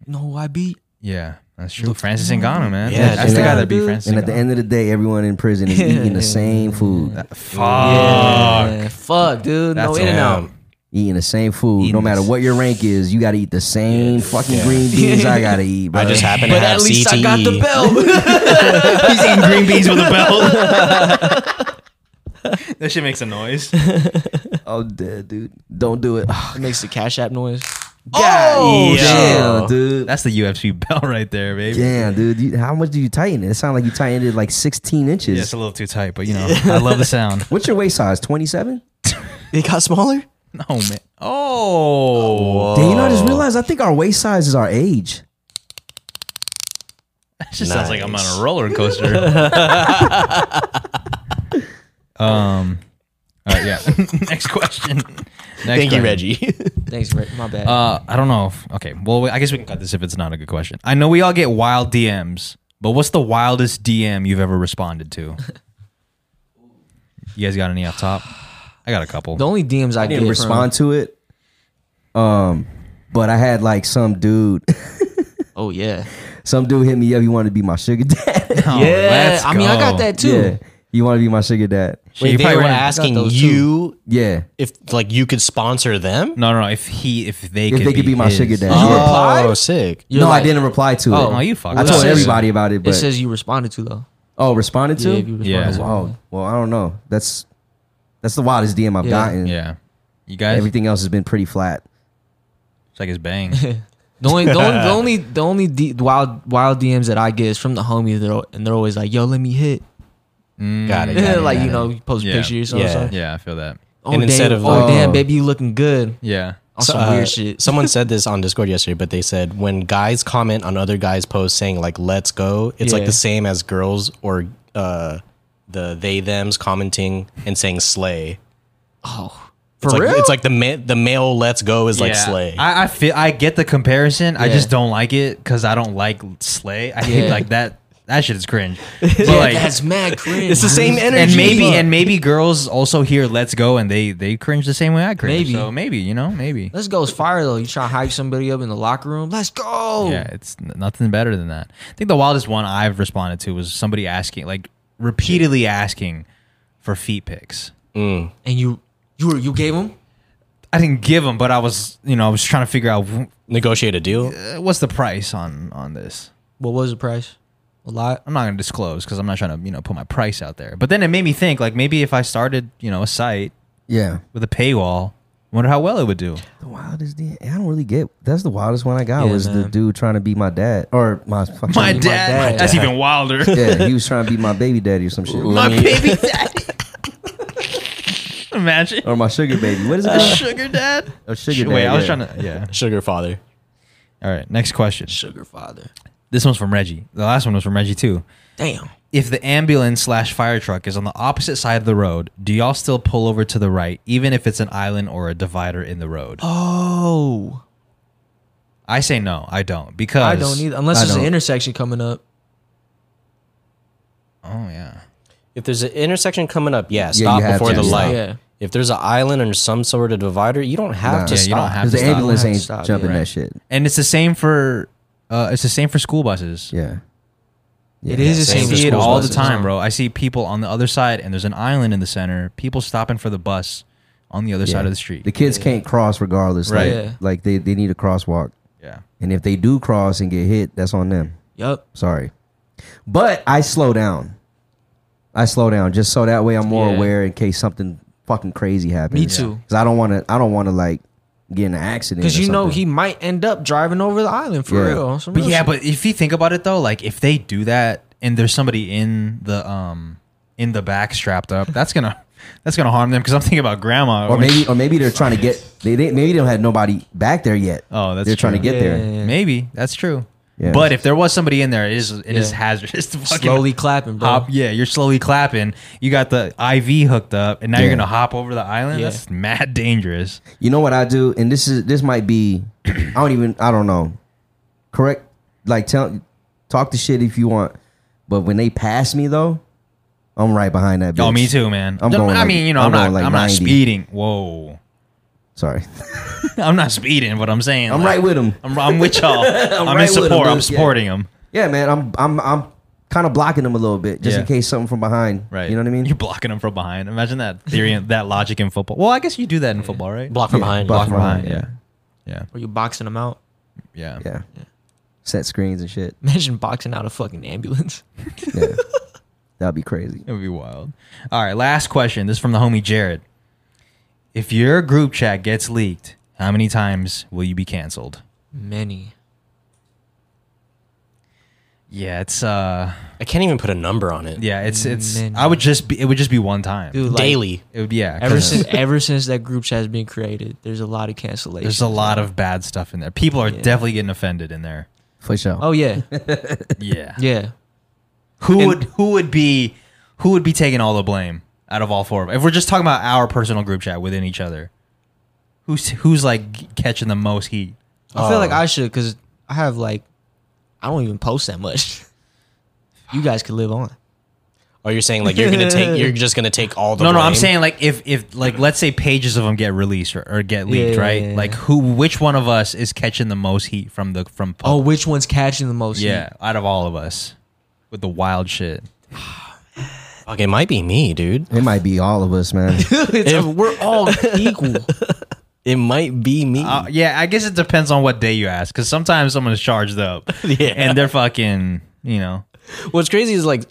S4: You know who I beat?
S1: yeah, that's true. Francis Ngannou, man.
S2: Yeah,
S1: that's the
S3: dude.
S1: guy that beat
S4: And
S1: Francis.
S3: And at the
S1: Ngannou.
S3: end of the day, everyone in prison is eating the same food,
S1: fuck.
S4: Yeah, fuck, dude.
S1: That's
S4: no in and
S1: a-
S4: out.
S3: eating the same food.
S1: Eating
S3: no matter
S1: the-
S3: what your rank is, you got to eat the same fucking green beans I got to eat. Bro.
S2: I just happen to
S4: But
S2: have E.
S4: at least
S2: CTE.
S4: I got
S1: E.
S4: the belt.
S1: He's eating green beans with a belt. that shit makes a noise.
S3: oh, dead, dude. Don't do it.
S4: it makes the cash app noise.
S1: Oh,
S3: Damn, dude.
S1: That's the UFC belt right there, baby. Yeah.
S3: Damn, dude. You, how much do you tighten it? It sounds like you tightened it like 16 inches.
S1: it's a little too tight, but you know, I love the sound.
S3: What's your waist size? 27?
S2: It got smaller.
S1: No man. Oh,
S3: Damn, you know, I just realized I think our waist size is our age.
S1: that just sounds like I'm on a roller coaster. um, all right, yeah. Next question. Next
S2: Thank you,
S1: question.
S2: Reggie.
S4: Thanks, Rick. My bad.
S1: Uh, I don't know. If, okay, well, I guess we can cut this if it's not a good question. I know we all get wild DMs, but what's the wildest DM you've ever responded to? you guys got any off top? I got a couple.
S4: the only DMs I,
S3: I
S4: get
S3: didn't
S4: from-
S3: respond to it. Um, but I had like some dude,
S4: oh yeah,
S3: some dude hit me up. He wanted to be my sugar dad.
S1: Oh, let's
S4: I mean, I got
S1: go.
S4: that too.
S3: yeah. You want to be my sugar dad?
S1: Shit, you
S2: they
S1: probably
S2: were
S1: wouldn't-
S2: asking
S4: those too.
S2: you
S3: Yeah.
S2: if like you could sponsor them.
S1: No, no, no. If he, if they,
S3: If
S1: could
S3: they could be my
S1: his.
S3: sugar dad.
S2: You
S3: Yeah.
S2: replied? sick.
S4: You're
S3: no,
S4: like-
S3: I didn't reply to
S4: Oh,
S3: it.
S1: Oh, you fuck.
S3: I
S1: up.
S3: told
S4: It says-
S3: everybody about it,
S4: It
S3: but
S4: says you responded to though.
S3: oh, responded to?
S4: Yeah, if you responded
S1: Yeah.
S4: to.
S3: Wow. Well, I don't know. That's That's the wildest DM I've
S4: Yeah.
S3: gotten.
S1: Yeah. You guys,
S3: Everything else has been pretty flat.
S1: it's like it's bang.
S4: The only, the only, the only, the only D, wild, wild DMs that I get is from the homies, that are, and they're always like, "Yo, let me hit,"
S2: Got it. got it,
S4: like
S2: got
S4: you
S2: it.
S4: know, you post
S1: Mm, Yeah.
S4: a picture or something.
S2: Yeah.
S4: something.
S1: yeah, I feel that.
S4: Oh,
S2: And
S4: damn,
S2: instead of, uh,
S4: oh
S3: like-
S4: damn, baby, you looking good
S1: Yeah.
S4: on
S2: So,
S4: some
S2: uh,
S4: weird shit.
S2: someone said this on Discord yesterday, but they said when guys comment on other guys' posts saying like "Let's go," it's like
S4: Yeah.
S2: the same as girls or uh, the they them's commenting and saying "slay."
S4: oh,
S2: It's
S4: for
S2: like,
S4: real?
S2: It's like the ma- the male "Let's go" is like
S1: Yeah.
S2: slay.
S1: I, I feel I get the comparison. I
S4: Yeah.
S1: just don't like it because I don't like slay. I hate
S4: Yeah.
S1: like that. That shit is cringe. But
S4: yeah,
S1: like,
S4: that's mad cringe.
S2: it's the same energy.
S1: and maybe and maybe girls also hear "Let's Go" and they they cringe the same way I cringe.
S4: Maybe.
S1: So maybe you know maybe.
S4: Let's go is fire though. You try to hype somebody up in the locker room. Let's go.
S1: Yeah, it's n- nothing better than that. I think the wildest one I've responded to was somebody asking, like, repeatedly asking for feet pics.
S4: And you, you were, you gave him.
S1: I didn't give them, but I was, you know, I was trying to figure out wh-
S2: negotiate a deal.
S1: uh, what's the price on on this.
S4: What was the price? A lot.
S1: I'm not going to disclose because I'm not trying to, you know, put my price out there. But then it made me think, like, maybe if I started, you know, a site
S3: Yeah.
S1: with a paywall, I wonder how well it would do.
S3: The wildest DM. I don't really get. That's the wildest one I got
S4: Yeah,
S3: was the
S4: man.
S3: dude trying to be my dad or my fucking
S1: My, dad,
S4: dad.
S1: that's even wilder.
S3: Yeah, he was trying to be my baby daddy or some shit.
S1: my baby daddy. Imagine.
S3: or my sugar baby. What is it?
S1: A
S3: called?
S1: sugar dad.
S3: Oh, sugar
S1: Uh, Wait,
S3: daddy,
S1: I was
S3: yeah.
S1: trying to. Yeah.
S2: Sugar father.
S1: All right. Next question.
S4: Sugar father.
S1: This one's from Reggie. The last one was from Reggie too.
S4: Damn.
S1: If the ambulance slash fire truck is on the opposite side of the road, do y'all still pull over to the right, even if it's an island or a divider in the road?
S4: Oh,
S1: I say no. I don't because
S4: I don't either. Unless
S3: I
S4: there's an
S3: don't.
S4: intersection coming up.
S1: Oh yeah.
S2: If there's an intersection coming up, yeah,
S3: you
S2: stop
S3: have
S2: before
S3: to.
S2: the
S3: Yeah.
S2: light.
S4: Yeah.
S2: If there's an island or some sort of divider, you don't have
S3: Nah.
S2: to
S3: Yeah,
S2: stop.
S1: you don't have to
S3: Because the
S1: stop.
S3: ambulance
S4: I have to
S3: ain't
S4: stop,
S3: jumping
S4: yeah.
S3: that shit.
S1: And it's the same for. Uh, it's the same for school buses.
S3: Yeah. yeah.
S4: It is the
S1: I
S2: same
S4: same.
S2: for
S1: see
S4: as
S1: it
S4: school
S1: all
S4: buses.
S1: the time, bro. I see people on the other side, and there's an island in the center. People stopping for the bus on the other
S3: Yeah.
S1: side of the street.
S3: The kids can't cross regardless.
S1: Right.
S3: Like,
S4: Yeah.
S3: like they, they need a crosswalk.
S1: yeah.
S3: And if they do cross and get hit, that's on them.
S4: Yup.
S3: Sorry. But I slow down. I slow down just so that way I'm more
S4: Yeah.
S3: aware in case something fucking crazy happens.
S4: Me too.
S3: Cuz I don't want to I don't want to like get in an accident
S4: Because
S3: or
S4: you know
S3: something.
S4: he might end up driving over the island for
S3: Yeah.
S4: real. on some
S1: But
S4: real
S1: yeah,
S4: shit.
S1: but if you think about it though, like if they do that and there's somebody in the um in the back strapped up, that's gonna that's gonna harm them because I'm thinking about grandma.
S3: or
S1: when-
S3: maybe or maybe they're trying to get they, they maybe they don't have nobody back there yet.
S1: Oh, that's
S3: They're trying to
S1: true.
S3: get there.
S4: Yeah.
S1: maybe that's true.
S3: Yeah.
S1: But if there was somebody in there, it is it is
S4: Yeah.
S1: hazardous to fucking
S4: slowly clapping, bro.
S1: hop. Yeah, you're slowly clapping. You got the IV hooked up, and now you're
S3: Yeah.
S1: gonna hop over the island.
S4: Yeah.
S1: That's mad dangerous.
S3: You know what I do, and this is this might be, I don't even I don't know, correct? Like tell, talk the shit if you want, but when they pass me though, I'm right behind that. Bitch.
S1: Oh, me too, man.
S3: I'm going
S1: I
S3: like-
S1: mean, you know,
S3: I'm
S1: I'm, not
S3: going like
S1: I'm not
S3: 90.
S1: speeding. Whoa,
S3: Sorry,
S1: I'm not speeding. What I'm saying,
S3: I'm
S1: like,
S3: right with them.
S1: I'm, I'm with y'all. I'm,
S3: right
S1: in
S3: with 'em,
S1: support. I'm
S3: dude. Yeah.
S1: supporting them.
S3: Yeah, man, I'm I'm I'm kind of blocking them a little bit just
S1: Yeah.
S3: in case something from behind.
S1: Right.
S3: You know what I mean?
S1: You're blocking them from behind. Imagine that theory, and that logic in football. Well, I guess you do that in football, right?
S2: Block from behind.
S3: block
S1: from
S3: behind,
S1: behind, Yeah.
S4: Or you boxing them out.
S1: Yeah.
S3: Yeah. Set screens and shit.
S4: Imagine boxing out a fucking ambulance.
S3: Yeah. That'd be crazy.
S1: It would be wild. All right. Last question. This is from the homie Jared. If your group chat gets leaked, how many times will you be canceled?
S4: Many.
S1: Yeah, it's uh,
S2: I can't even put a number on it.
S1: yeah, it's it's.
S4: Many.
S1: I would just be. It would just be one time.
S4: Dude, like,
S2: Daily.
S1: It would yeah. 'cause
S4: Ever since ever since that group chat's been created, there's a lot of cancellations.
S1: there's a lot of bad stuff in there. People are definitely getting offended in there.
S3: For sure.
S4: Oh yeah.
S1: Yeah.
S4: Yeah.
S1: Who would who would be who would be taking all the blame out of all four of? If we're just talking about our personal group chat within each other, who's who's like catching the most heat?
S4: I feel
S2: Oh.
S4: like I should because I have like I don't even post that much. You guys could live on.
S2: Or Oh, you're saying like you're gonna take you're just gonna take all the
S1: No, no, I'm
S2: blame?
S1: saying like if if like let's say pages of them get released or, or get leaked,
S4: Yeah,
S1: right?
S4: yeah, yeah.
S1: Like who which one of us is catching the most heat from the from
S4: Oh,
S1: pub-
S4: which one's catching the most? heat?
S1: yeah out of all of us with the wild shit.
S2: Fuck, it might be me, dude.
S3: It might be all of us, man.
S4: It's- we're all equal.
S2: It might be me.
S1: Uh, yeah, I guess it depends on what day you ask because sometimes someone is charged up
S2: Yeah.
S1: and they're fucking you know
S2: What's crazy is like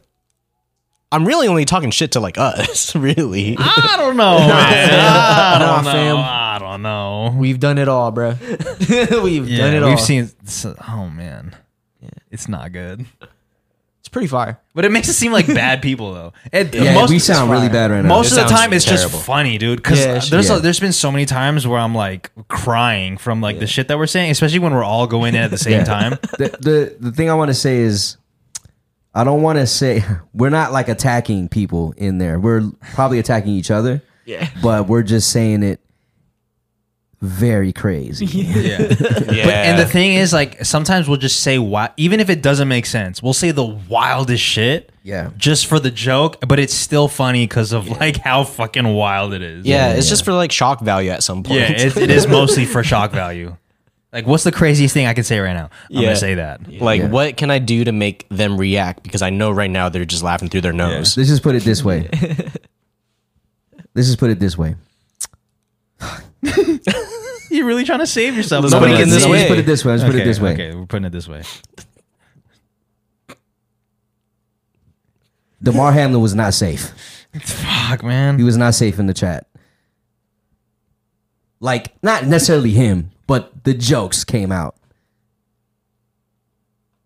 S2: I'm really only talking shit to like us, really.
S1: I don't know. man. I
S4: Nah,
S1: don't know.
S4: fam.
S1: I don't know.
S4: We've done it all, bruh. We've
S1: Yeah,
S4: done it all.
S1: we've seen. so- Oh man, it's not good.
S4: It's pretty fire.
S1: But it makes it seem like bad people though. It,
S3: Yeah,
S1: most,
S3: we sound really bad right now.
S1: most
S2: It
S1: of the
S2: sounds
S1: time it's
S2: terrible.
S1: just funny, dude. Because
S4: Yeah, it's-
S1: there's
S3: yeah.
S1: a- there's been so many times where I'm like crying from like the shit that we're saying, especially when we're all going in at the same
S3: Yeah.
S1: time.
S3: the, the the thing I want to say is, I don't want to say we're not like attacking people in there. We're probably attacking each other.
S4: Yeah.
S3: but we're just saying it very crazy.
S1: Yeah.
S2: yeah.
S1: But and the thing is, like sometimes we'll just say why, even if it doesn't make sense, we'll say the wildest shit.
S3: Yeah.
S1: Just for the joke, but it's still funny because of like how fucking wild it is.
S2: yeah, it's just for like shock value at some point.
S1: Yeah, it, it is mostly for shock value. Like, what's the craziest thing I can say right now? I'm
S2: Yeah.
S1: gonna say that.
S2: like what can I do to make them react? Because I know right now they're just laughing through their nose.
S3: Let's just put it this way. Let's just put it this way.
S1: You're really trying to save yourself.
S2: Let's Nobody put it
S1: can
S2: this
S3: Let's
S2: way.
S3: put it this way. Let's put it this way.
S1: Okay, we're putting it this way.
S3: Damar Hamlin was not safe.
S1: Fuck,
S3: He
S1: man.
S3: was not safe in the chat. Like, not necessarily him, but the jokes came out.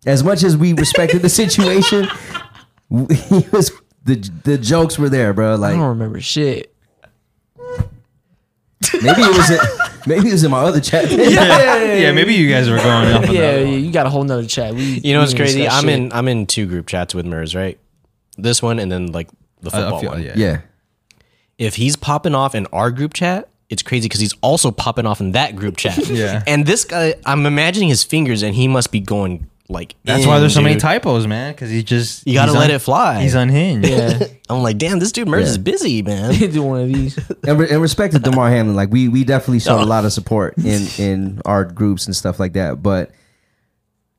S3: As much as we respected the situation, w- he was the the jokes were there, bro.
S4: I
S3: Like
S4: don't remember shit.
S3: maybe it was in, maybe it was in my other chat.
S1: Yeah, yeah, maybe you guys were going off. on
S4: Yeah,
S1: that
S4: yeah,
S1: one.
S4: you got a whole nother chat. We,
S2: You know
S4: we
S2: what's
S4: didn't
S2: crazy?
S4: discuss
S2: I'm
S4: shit.
S2: in I'm in two group chats with Murs, right? This one and then like the
S1: I- I
S2: football
S1: feel-
S2: one.
S1: yeah.
S3: yeah.
S2: If he's popping off in our group chat, it's crazy because he's also popping off in that group chat.
S1: Yeah.
S2: And this guy, I'm imagining his fingers, and he must be going like.
S1: That's
S2: in,
S1: why there's so many
S2: dude.
S1: typos, man. Because he just
S2: You gotta
S1: he's
S2: let it fly.
S1: He's unhinged.
S4: Yeah,
S2: I'm like, damn, this dude Murs is busy, man.
S4: do one of these.
S3: and, re- and respect to Damar Hamlin. Like we we definitely showed
S1: Oh.
S3: a lot of support in in our groups and stuff like that. But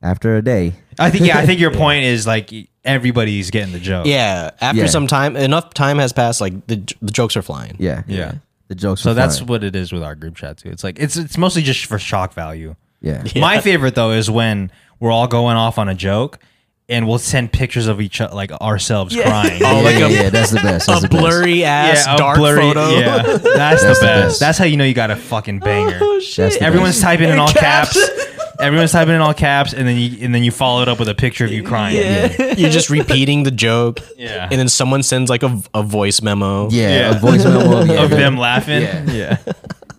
S3: after a day,
S1: I think. Yeah, I think your point is like everybody's getting the joke.
S2: Yeah. After
S3: Yeah.
S2: some time, enough time has passed. Like the j- the jokes are flying.
S3: yeah,
S1: yeah.
S3: the jokes.
S1: So
S3: were
S1: that's
S3: fine.
S1: what it is with our group chat too. It's like it's it's mostly just for shock value.
S3: yeah.
S1: My favorite though is when we're all going off on a joke and we'll send pictures of each other, like ourselves crying.
S3: Yeah,
S2: Oh, like
S3: yeah,
S2: a-
S3: yeah, that's the best. That's
S2: A
S3: the best.
S2: blurry ass
S1: a
S2: dark photo.
S1: Yeah, that's, the, best.
S3: the best.
S1: That's how you know you got a fucking banger.
S4: Oh,
S3: That's the
S1: Everyone's
S3: best.
S1: typing in
S4: In
S1: all
S4: caps.
S1: caps. Everyone's typing in all caps, and then you and then you follow it up with a picture of you crying.
S4: Yeah.
S2: You're just repeating the joke.
S1: Yeah.
S2: And then someone sends like a, a voice memo.
S3: Yeah,
S1: Yeah.
S3: a voice memo of, yeah,
S1: of them laughing.
S3: Yeah.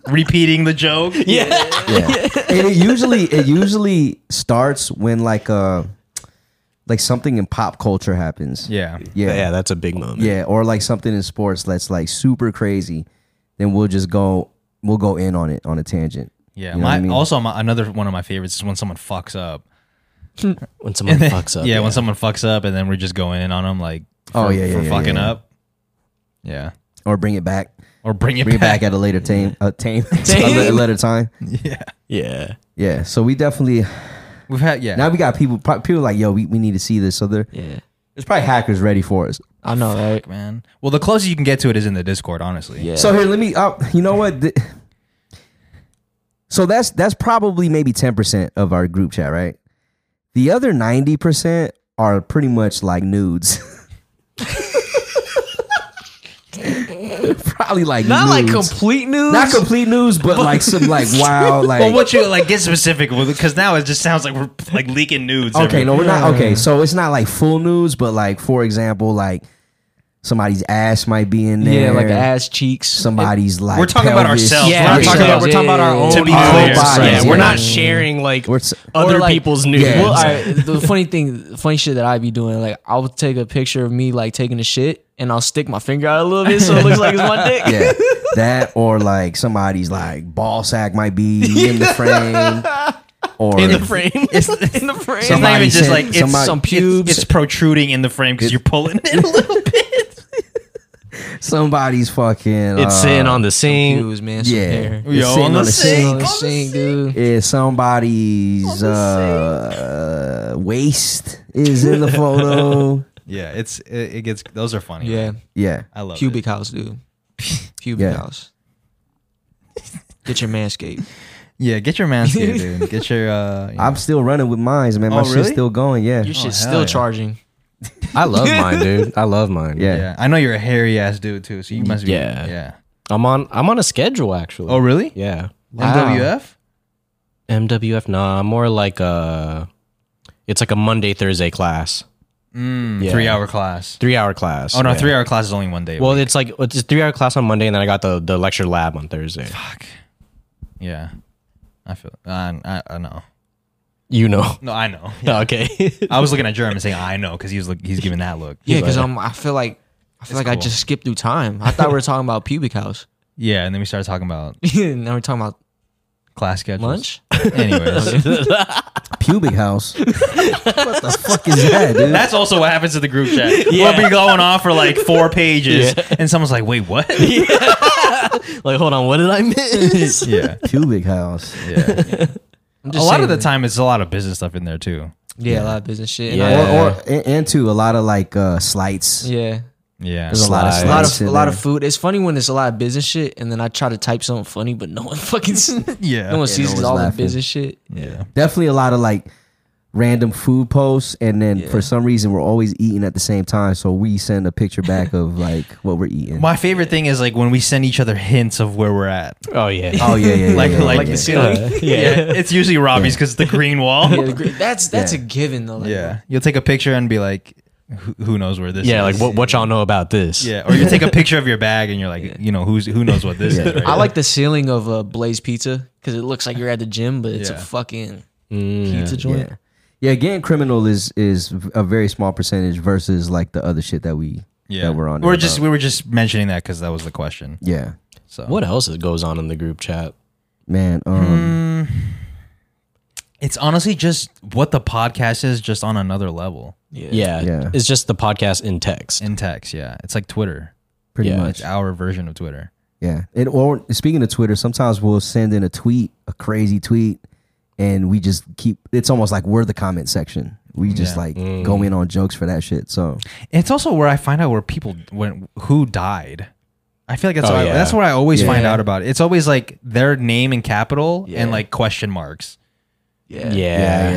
S1: Repeating the joke.
S4: yeah.
S3: Yeah. and it usually it usually starts when like uh like something in pop culture happens.
S1: Yeah.
S3: Yeah.
S2: Yeah, that's a big moment.
S3: Yeah, or like something in sports that's like super crazy, then we'll just go we'll go in on it on a tangent.
S1: Yeah.
S3: You know
S1: my,
S3: what I mean?
S1: Also, my, another one of my favorites is when someone fucks up.
S2: When someone fucks up.
S1: yeah, when someone fucks up, and then we're just going in on them like, for,
S3: Oh, yeah, yeah,
S1: for
S3: yeah,
S1: fucking
S3: yeah.
S1: up. Yeah.
S3: Or bring it back.
S1: Or bring it
S3: Bring it
S1: back.
S3: back at a later time. A time.
S4: Tame.
S3: a later time.
S1: Yeah.
S2: Yeah.
S3: Yeah. So we definitely
S1: We've had yeah.
S3: now we got people. pro- People like yo, we, we need to see this. So there,
S4: Yeah.
S3: there's probably hackers ready for us.
S4: I know, right?
S1: man. Well, the closest you can get to it is in the Discord, honestly.
S4: Yeah.
S3: So here, let me. Uh, you know what? Th- So that's that's probably maybe ten percent of our group chat, right? The other ninety percent are pretty much like nudes. probably like
S4: not like
S3: nudes.
S4: complete news.
S3: not complete nudes, but like some like wow, like
S1: Well, what you like get specific because now it just sounds like we're like leaking nudes.
S3: okay, no,
S1: everywhere.
S3: we're not okay. So it's not like full nudes, but like for example, like somebody's ass might be in there.
S4: yeah, like ass cheeks.
S3: Somebody's like
S1: We're talking about
S3: pelvis.
S1: ourselves.
S2: Yeah,
S4: Yeah,
S2: we're, talking about, we're
S4: yeah,
S2: talking about our
S4: yeah,
S2: own
S1: To be
S2: our
S1: clear.
S2: own bodies.
S1: Yeah,
S2: Yeah, we're
S1: yeah.
S2: not sharing like
S3: We're s-
S2: other
S4: Or, like-
S2: people's news.
S3: Yeah.
S4: Well, I, the funny thing, funny shit that I be doing, like I'll take a picture of me like taking a shit, and I'll stick my finger out a little bit so it looks like it's my dick.
S3: Yeah. That or like somebody's like ball sack might be in the frame. Or
S2: in the frame.
S4: in the frame.
S1: It's not
S3: Somebody
S1: even just
S3: said-
S1: like it's
S3: somebody-
S1: some
S3: Some
S1: pubes. It's, protruding in the frame because you're pulling it a little bit.
S3: somebody's fucking
S2: It's
S3: uh,
S2: sitting on the sink.
S4: Views, man.
S3: Yeah.
S4: Yeah.
S3: It's
S1: Yo,
S3: sitting
S1: on the
S3: on the
S4: On
S3: sink.
S4: the sink, dude.
S3: Is somebody's uh, waist is in the photo.
S1: Yeah, it's it, it gets those are funny.
S4: Yeah.
S1: man.
S3: yeah.
S1: I love
S4: Pubic house, dude. Pubic
S3: Yeah.
S4: house. Get your manscaped.
S1: it. Yeah, get your manscaped, dude. Get your. Uh, you know.
S3: I'm still running with mines, man. My
S1: Oh,
S3: shit's
S1: really?
S3: still going, yeah.
S4: Your shit's
S1: hell
S4: still
S1: yeah.
S4: charging.
S2: I love mine, dude. I love mine.
S3: Yeah.
S1: Yeah, I know you're a hairy ass dude too, so you must be.
S2: Yeah.
S1: yeah.
S2: I'm on. I'm on a schedule actually.
S1: Oh, really?
S2: yeah.
S1: MWF.
S2: MWF. Nah, I'm more like a. It's like a Monday Thursday class,
S1: Mm,
S2: Yeah.
S1: Three hour class.
S2: three hour class.
S1: Oh no,
S2: Yeah.
S1: three hour class is only one day. a
S2: Well,
S1: week.
S2: it's like it's a three hour class on Monday, and then I got the the lecture lab on Thursday.
S1: fuck. Yeah, I feel. I, I I know.
S2: You know.
S1: No, I know.
S2: Okay.
S1: I was looking at Jeremy saying I know because he was look, he's giving that look.
S4: Yeah, because I'm. I feel like I feel like I
S1: cool.
S4: just skipped through time. I thought we were talking about pubic house.
S1: Yeah, and then we started talking about
S4: now we're talking about
S1: class schedules.
S4: lunch.
S1: Anyways,
S3: Pubic house. what the fuck is that, dude?
S1: that's also what happens to the group chat. We'll be going off for like four pages, and someone's like, "Wait, what?"
S2: like, hold on. What did I miss?
S1: Yeah,
S3: Pubic house.
S1: yeah.
S4: I'm
S1: A
S4: just
S1: lot of
S4: saying,
S1: the time, it's a lot of business stuff in there too.
S4: Yeah, a lot of business shit. And
S2: Yeah.
S4: I-
S3: Or, or and, and to a lot of like uh, slights.
S4: yeah.
S1: Yeah,
S3: There's a lot of
S2: Slides.
S3: slights.
S4: A lot of
S3: in
S4: a lot of
S3: there.
S4: food. It's funny when it's a lot of business shit, and then I try to type something funny, but no one fucking s-
S1: yeah,
S4: no one sees
S3: one's
S4: all the
S3: laughing.
S4: business shit.
S1: yeah.
S3: Definitely a lot of like random food posts, and then for some reason we're always eating at the same time, so we send a picture back of like what we're eating.
S1: My favorite thing is like when we send each other hints of where we're at.
S2: oh yeah.
S3: oh yeah, yeah, yeah.
S1: Like,
S3: yeah,
S1: like
S3: yeah.
S1: the ceiling.
S2: Yeah.
S1: Yeah. it's usually Robbie's because it's the green wall.
S4: Yeah,
S1: Yeah.
S4: the gr- that's that's
S3: Yeah.
S4: a given though. Like,
S1: you'll take a picture and be like, who, "Who knows where this?"
S2: yeah. Like
S1: is?
S2: what? What y'all know about this?
S1: Yeah, or you take a picture of your bag and you're like, you know, who's who knows what this is? Right?
S4: I like the ceiling of uh, Blaze Pizza because it looks like you're at the gym, but it's
S1: Yeah.
S4: a fucking
S2: Mm, yeah.
S4: pizza joint.
S3: Yeah. Yeah, getting criminal is is a very small percentage versus like the other shit that we
S1: yeah,
S3: that we're on.
S1: We're
S3: there
S1: just
S3: about.
S1: we were just mentioning that because that was the question.
S3: yeah,
S1: So
S2: What else is- goes on in the group chat?
S3: man. Um,
S2: Hmm.
S1: Mm, it's honestly just what the podcast is, just on another level
S4: Yeah.
S2: Yeah.
S3: Yeah.
S2: It's just the podcast in text.
S1: in text. Yeah, it's like Twitter.
S3: pretty
S2: yeah,
S3: much.
S1: It's our version of Twitter.
S3: Yeah. And or speaking of Twitter, sometimes we'll send in a tweet, a crazy tweet, and we just keep it's almost like we're the comment section. We just
S1: Yeah.
S3: like
S4: Mm.
S3: go in on jokes for that shit. So
S1: It's also where I find out where people when who died. I feel like that's
S2: Oh,
S1: why-
S2: yeah.
S1: that's where I always
S2: Yeah.
S1: find out about it. It's always like their name in capital and like question marks.
S4: Yeah.
S3: yeah,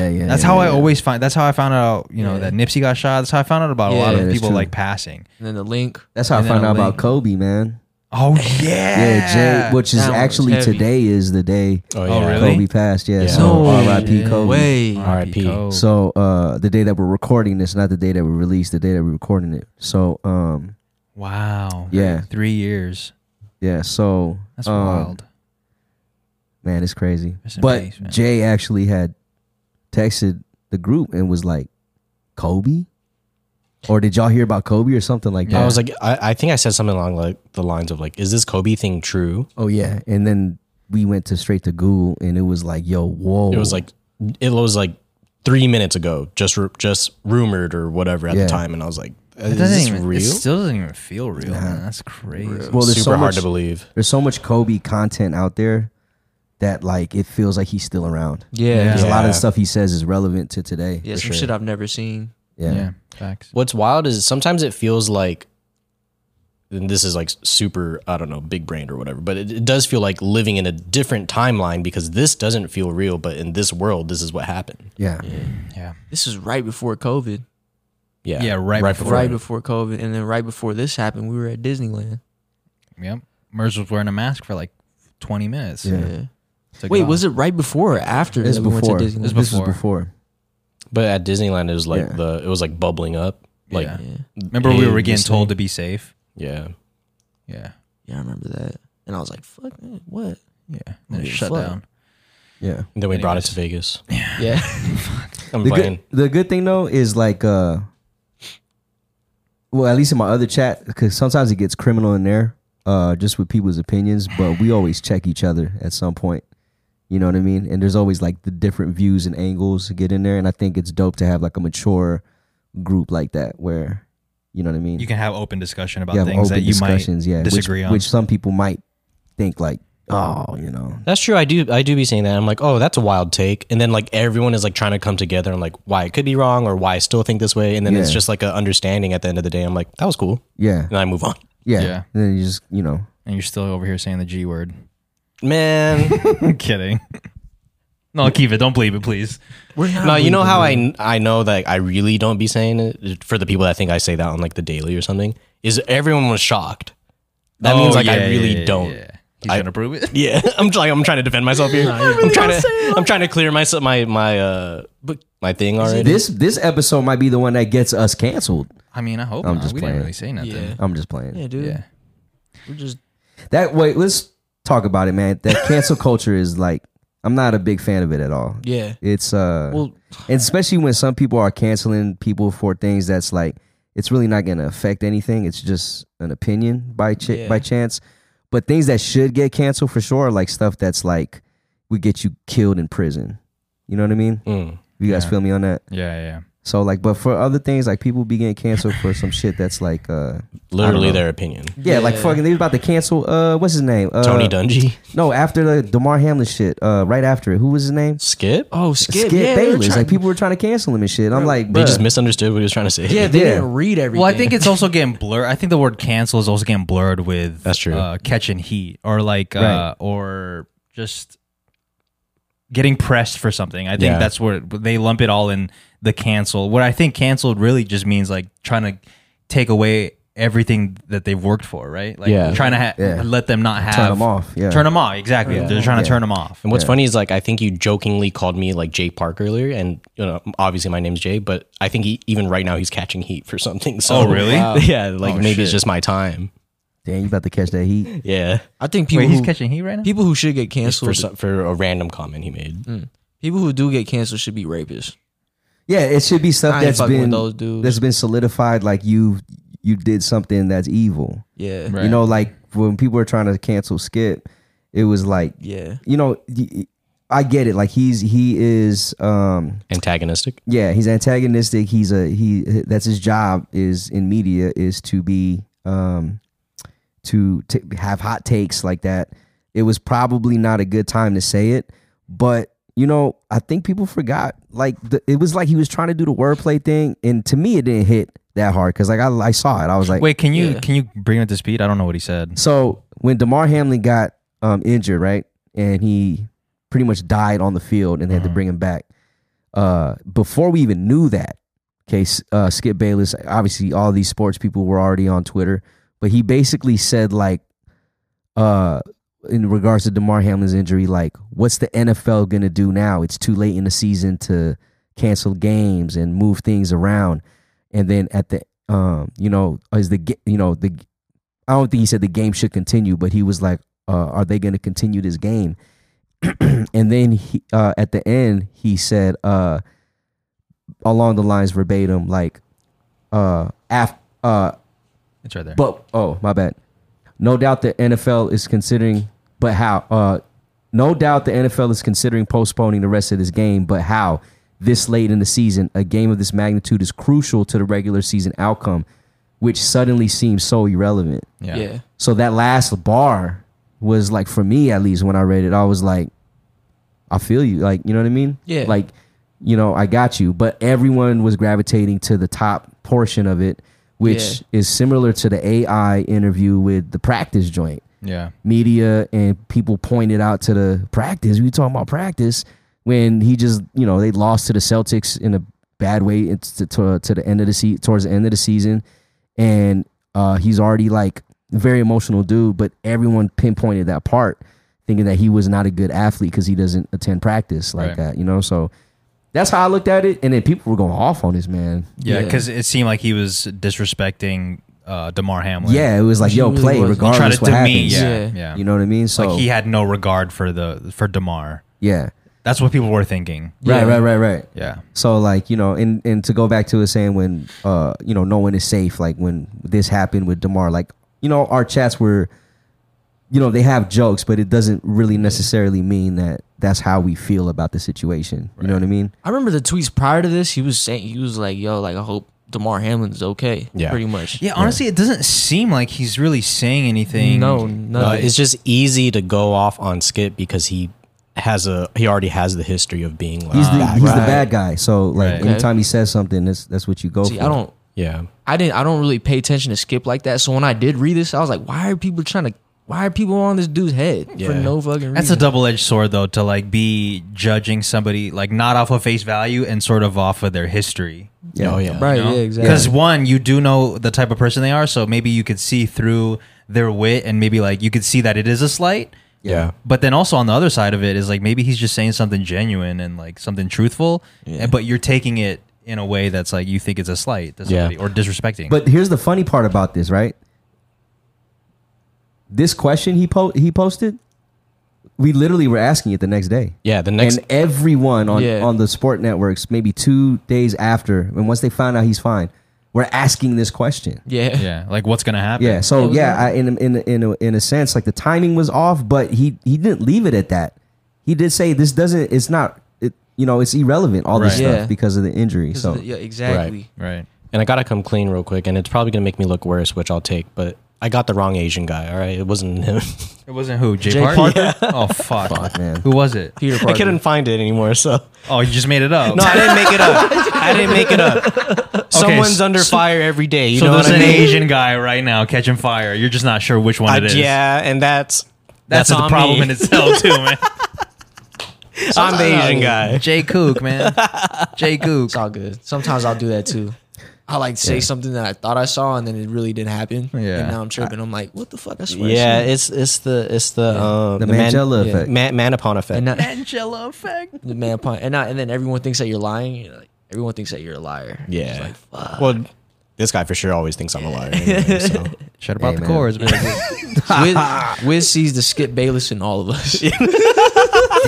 S3: yeah, yeah.
S1: That's
S3: yeah,
S1: how I
S3: yeah.
S1: always find. That's how I found out. You know that Nipsey got shot. That's how I found out about a
S4: Yeah,
S1: lot
S3: yeah,
S1: of
S3: that's
S1: people
S3: true.
S1: like passing.
S4: And then the link.
S3: That's how I
S1: And then
S3: found out
S1: a
S3: about
S1: link.
S3: Kobe, man.
S1: Oh yeah,
S3: Yeah, Jay, which is
S4: That one was
S3: actually
S4: heavy.
S3: today is the day
S2: Oh,
S1: Oh,
S2: yeah.
S1: really?
S3: Kobe passed. Yeah,
S2: Yeah.
S3: so
S4: No
S3: R.I.P.
S1: shit.
S3: Kobe.
S4: Way.
S2: R.I.P.
S1: Kobe.
S3: So uh, the day that we're recording this, not the day that we released, the day that we're recording it. So um,
S1: wow.
S3: Yeah.
S1: three years.
S3: yeah, so
S1: That's
S3: um,
S1: wild.
S3: Man, it's crazy.
S1: Rest in
S3: But
S1: peace, man.
S3: Jay actually had texted the group and was like, Kobe? Or did y'all hear about Kobe or something like that?
S2: I was like, I, I think I said something along like the lines of like, is this Kobe thing true?
S3: oh yeah. And then we went to straight to Google and it was like, yo, whoa.
S2: It was like, it was like three minutes ago, just ru- just rumored or whatever at
S3: Yeah.
S2: the time, and I was like,
S1: It
S2: is
S1: doesn't
S2: this
S1: even, It
S2: real?
S1: still doesn't even feel real. Man. That's crazy.
S3: well, there's
S2: Super
S3: so
S2: hard
S3: much,
S2: to believe.
S3: There's so much Kobe content out there that like it feels like he's still around.
S4: Yeah.
S1: Yeah.
S4: Yeah.
S3: 'Cause A lot of
S2: Yeah.
S3: the stuff he says is relevant to today.
S4: some
S2: sure.
S4: shit I've never seen.
S3: Yeah.
S1: yeah, facts.
S2: What's wild is sometimes it feels like, and this is like super, I don't know, big brained or whatever, but it, it does feel like living in a different timeline because this doesn't feel real, but in this world, this is what happened.
S3: Yeah.
S1: Yeah,
S4: This is right before COVID.
S2: Yeah.
S1: Yeah, right before-
S4: Right before COVID, and then right before this happened, we were at Disneyland.
S1: yep. Merz was wearing a mask for like twenty minutes.
S3: Yeah.
S4: Yeah. Wait, was it right before or after
S3: This
S4: that we
S3: before.
S4: went to Disneyland?
S1: This
S3: This was
S1: before.
S3: before.
S2: But at Disneyland, it was like
S3: Yeah.
S2: the, it was like bubbling up. Like,
S1: Yeah.
S4: yeah.
S1: Remember, we
S2: hey,
S1: were getting
S2: this
S1: told
S2: thing-
S1: to be safe.
S2: Yeah.
S1: Yeah,
S4: Yeah, I remember that. And I was like, fuck, man, what?
S1: yeah. Then it
S4: Holy
S1: shut
S4: fuck.
S1: down.
S3: Yeah.
S2: And then we brought it
S1: Anyways.
S2: to Vegas.
S4: Yeah.
S2: I'm
S3: the
S2: playing.
S3: good, the good thing though is like uh well at least in my other chat because sometimes it gets criminal in there uh just with people's opinions but we always check each other at some point you know what i mean and there's always like the different views and angles to get in there and i think it's dope to have like a mature group like that where you know what i mean
S1: You can have open discussion about
S3: You have
S1: things that you might
S3: yeah which-
S1: disagree
S3: which,
S1: on.
S3: some people might think like oh you know
S2: That's true. I do. I do be saying that. I'm like, oh, that's a wild take. And then like everyone is like trying to come together and like why it could be wrong or why I still think this way. And then it's
S3: Yeah.
S2: just like a understanding at the end of the day. I'm like, that was cool.
S3: yeah
S2: And I move on.
S3: yeah,
S1: Yeah.
S3: And then you just you know
S1: and you're still over here saying the G word.
S2: Man,
S1: I'm kidding. No, keep it. Don't believe it, please.
S2: No, you know how I I know that I really don't be saying it for the people that think I say that on like the daily or something is everyone was shocked. That means
S1: Oh,
S2: like
S1: yeah,
S2: I really
S1: yeah, yeah,
S2: don't.
S1: yeah. He's
S2: I-
S1: gonna prove it.
S2: Yeah, I'm trying. I'm trying to defend myself here. I'm trying to. I'm trying to clear my my my uh book- my thing already.
S3: This this episode might be the one that gets us canceled.
S1: I mean, I hope
S3: I'm
S1: not.
S3: just
S1: we
S3: playing.
S1: didn't really say nothing.
S4: Yeah.
S3: I'm just playing.
S4: Yeah, dude.
S1: Yeah.
S4: We're just
S3: That wait, let's talk about it, man. That cancel culture is like I'm not a big fan of it at all.
S4: yeah.
S3: It's uh
S4: Well,
S3: and especially when some people are canceling people for things that's like it's really not going to affect anything. It's just an opinion by ch-
S4: Yeah.
S3: by chance. But things that should get canceled for sure are like stuff that's like would get you killed in prison. You know what I mean?
S2: Mm.
S3: You guys
S1: Yeah.
S3: feel me on that?
S1: Yeah, yeah.
S3: So like but for other things like people be getting canceled for some shit that's like uh
S2: Literally
S3: know.
S2: their opinion.
S3: yeah, like
S4: Yeah.
S3: fucking they was about to cancel uh what's his name? Uh,
S2: Tony Dungy,
S3: No, after the Damar Hamlin shit, uh, right after it, who was his name?
S2: Skip.
S4: oh, Skip, yeah, they were
S3: Bayless.
S4: trying-
S3: Like people were trying to cancel him and shit. I'm like,
S2: They
S3: bruh,
S2: just misunderstood what he was trying to say.
S4: yeah, they
S3: Yeah.
S4: didn't read everything.
S1: Well, I think it's also getting blurred. I think the word cancel is also getting blurred with
S2: That's true.
S1: Uh, catching heat or like
S3: Right.
S1: uh, or just getting pressed for something. I think
S2: Yeah.
S1: that's where they lump it all in the cancel. What I think canceled really just means like trying to take away everything that they've worked for, right? Like
S2: Yeah.
S1: trying to ha-
S3: Yeah.
S1: let them not have
S3: turn them off. Yeah,
S1: Turn them off. Exactly. They're trying to turn them off.
S2: And what's funny is like I think you jokingly called me like Jay Park earlier, and you know obviously my name's Jay, but I think he, even right now he's catching heat for something. So
S1: Oh, really? Wow.
S2: Yeah, like maybe it's
S1: shit.
S2: just my time.
S3: Damn, you about to catch that heat?
S2: Yeah,
S4: I think people
S1: Wait, he's
S4: who,
S1: catching heat right now.
S4: people who should get
S2: for
S4: canceled,
S2: some, for a random comment he made.
S4: people who do get canceled should be rapists.
S3: Yeah, it should be
S4: I
S3: stuff
S4: ain't
S3: that's
S4: fucking with
S3: been
S4: those dudes.
S3: that's been solidified. Like you, you did something that's evil.
S4: Yeah,
S1: Right.
S3: You know, like when people were trying to cancel Skip, it was like,
S4: yeah.
S3: you know, y- y- I get it. Like he's he is um
S2: Antagonistic.
S3: Yeah, he's antagonistic. He's a he. That's his job is in media is to be um to, to have hot takes like that. It was probably not a good time to say it, but you know I think people forgot. Like the, it was like he was trying to do the wordplay thing, and to me it didn't hit that hard because like I, I saw it. I was like,
S1: Wait, can you
S4: Yeah.
S1: can you bring it to speed? I don't know what he said.
S3: so when Damar Hamlin got um, injured, right, and he pretty much died on the field, and they had to bring him back. Uh, before we even knew that, okay, S- uh, Skip Bayless. Obviously, all these sports people were already on Twitter, but he basically said like, uh, in regards to Damar Hamlin's injury, like, what's the NFL gonna do now? It's too late in the season to cancel games and move things around, and then at the um, you know, is the ga- you know the I don't think he said the game should continue, but he was like, uh, "Are they going to continue this game?" and then he, uh, at the end, he said, uh, along the lines verbatim, like, uh, af- uh,
S1: It's right there.
S3: "But oh, my bad. No doubt the NFL is considering, but how? Uh, no doubt the NFL is considering postponing the rest of this game, but how? This late in the season, a game of this magnitude is crucial to the regular season outcome, which suddenly seems so irrelevant."
S1: yeah.
S4: yeah.
S3: So that last bar was like for me at least when I read it, I was like, I feel you. Like, you know what I mean?
S4: Yeah.
S3: Like, you know, I got you. But everyone was gravitating to the top portion of it, which is similar to the AI interview with the practice joint.
S1: Yeah.
S3: Media and people pointed out to the practice. We talking about practice when he just, you know, they lost to the Celtics in a bad way it's to, to, to the end of the se- towards the end of the season and uh, he's already like very emotional dude, but everyone pinpointed that part, thinking that he was not a good athlete because he doesn't attend practice like
S1: Right.
S3: that, you know. So that's how I looked at it, and then people were going off on this man.
S1: Yeah,
S4: Yeah.
S1: because it seemed like he was disrespecting uh, Demar Hamlin.
S3: Yeah, it was like,
S4: He
S3: yo,
S4: really
S3: play
S4: was- He tried
S1: he tried
S3: regardless
S1: to
S3: what
S1: demean.
S3: happens.
S1: Yeah,
S4: Yeah.
S1: yeah.
S3: You know what I mean? So
S1: like he had no regard for the for Demar.
S3: yeah,
S1: That's what people were thinking.
S3: right,
S4: Yeah.
S3: right, right, right.
S1: Yeah,
S3: So like you know, and and to go back to it saying when uh you know no one is safe, like when this happened with Demar, like you know our chats were, you know they have jokes, but it doesn't really necessarily mean that that's how we feel about the situation. You know what I mean?
S4: I remember the tweets prior to this. He was saying he was like, "Yo, like I hope Damar Hamlin's okay."
S2: Yeah.
S4: pretty much.
S1: yeah. Honestly, it doesn't seem like he's really saying anything.
S4: No,
S2: Uh,
S4: nothing.
S2: it's just easy to go off on Skip because he has a he already has the history of being like
S3: He's the
S2: that.
S3: he's the
S4: right.
S3: bad guy, so like
S1: Right.
S3: anytime he says something, that's that's what you go
S4: See,
S3: for.
S4: I don't.
S2: yeah.
S4: I didn't. I don't really pay attention to Skip like that. So when I did read this, I was like, "Why are people trying to? why are people on this dude's head for
S2: Yeah.
S4: no fucking reason?
S1: That's a double edged sword though to like be judging somebody like not off of face value and sort of off of their history.
S3: Yeah.
S2: Oh yeah.
S4: right.
S1: you know?
S4: Yeah, exactly.
S1: Because one, you do know the type of person they are, so maybe you could see through their wit and maybe like you could see that it is a slight.
S2: Yeah.
S1: But then also on the other side of it is like maybe he's just saying something genuine and like something truthful, and- but you're taking it in a way that's like you think it's a slight to
S2: Yeah.
S1: somebody or disrespecting.
S3: But here's the funny part about this, right? This question he po- he posted, we literally were asking it the next day.
S2: Yeah. The next.
S3: and everyone on,
S4: Yeah.
S3: on the sport networks, maybe two days after, and once they found out he's fine, were asking this question.
S4: yeah.
S1: yeah, like what's gonna happen?
S3: Yeah.
S4: It
S3: So
S4: was
S3: yeah,
S4: a-
S3: I, in in in a, in a sense, like the timing was off, but he he didn't leave it at that. He did say this doesn't. It's not. It you know it's irrelevant all this
S1: Right.
S3: stuff
S4: Yeah.
S3: because of the injury. So
S4: yeah, exactly.
S1: Right.
S2: and I gotta come clean real quick, and it's probably gonna make me look worse, which I'll take. But I got the wrong Asian guy. All right, it wasn't him.
S1: It wasn't who Jay,
S4: Jay
S1: Parker. Oh fuck.
S3: man.
S1: Who was it?
S4: Peter
S2: I
S4: Parker.
S2: couldn't find it anymore. So
S1: Oh, you just made it up.
S2: no, I didn't make it up. I didn't make it up. Someone's under fire every day. You
S1: so
S2: know
S1: there's
S2: what I
S1: an
S2: mean?
S1: Asian guy right now catching fire. You're just not sure which one
S2: I-
S1: it is.
S2: yeah, and that's
S1: that's,
S2: on
S1: the problem
S2: me.
S1: in itself too, man.
S2: I'm the Asian guy.
S1: Jay Cook, man. Jay Cook.
S4: It's all good. Sometimes I'll do that too. I like say something that I thought I saw and then it really didn't happen.
S1: Yeah.
S4: And now I'm tripping. I'm like, what the fuck? I swear. I
S2: Yeah,
S4: seen it.
S2: it's it's the it's the uh,
S3: the,
S2: man-
S3: Mandela
S4: yeah.
S3: effect.
S2: Man, man upon effect.
S4: And not,
S1: Angela effect.
S4: the man point. And not, and then everyone thinks that you're lying. You're like, everyone thinks that you're a liar.
S2: yeah.
S4: It's like, fuck.
S2: Well, this guy for sure always thinks I'm a liar. Anyway, so.
S1: Shut about
S3: Hey,
S1: the
S3: man.
S1: chords, man.
S4: Wiz, Wiz sees the Skip Bayless in all of us.
S3: Damn,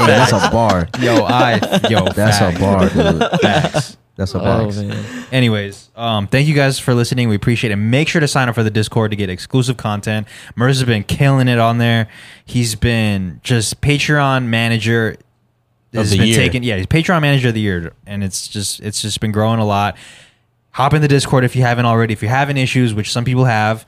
S3: that's a bar.
S1: yo, I yo,
S3: That's a
S1: facts.
S3: bar, dude.
S1: Facts.
S3: That's a bar.
S4: Oh man.
S1: Anyways, um, thank you guys for listening. We appreciate it. Make sure to sign up for the Discord to get exclusive content. Merz has been killing it on there. He's been just Patreon manager. Has
S2: the
S1: been
S2: year.
S1: taken- yeah, he's Patreon manager of the year, and it's just it's just been growing a lot. Hop in the Discord if you haven't already. If you're having issues, which some people have,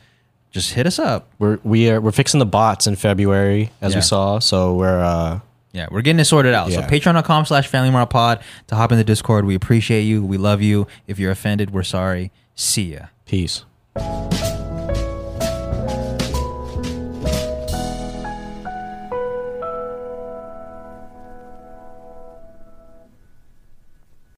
S1: just hit us up.
S2: We're we are we're fixing the bots in February, as
S1: Yeah.
S2: we saw. So we're uh
S1: Yeah, we're getting it sorted out. So
S2: Yeah.
S1: patreon.com slash family Mart pod to hop in the Discord. We appreciate you. We love you. If you're offended, we're sorry. See ya.
S2: peace.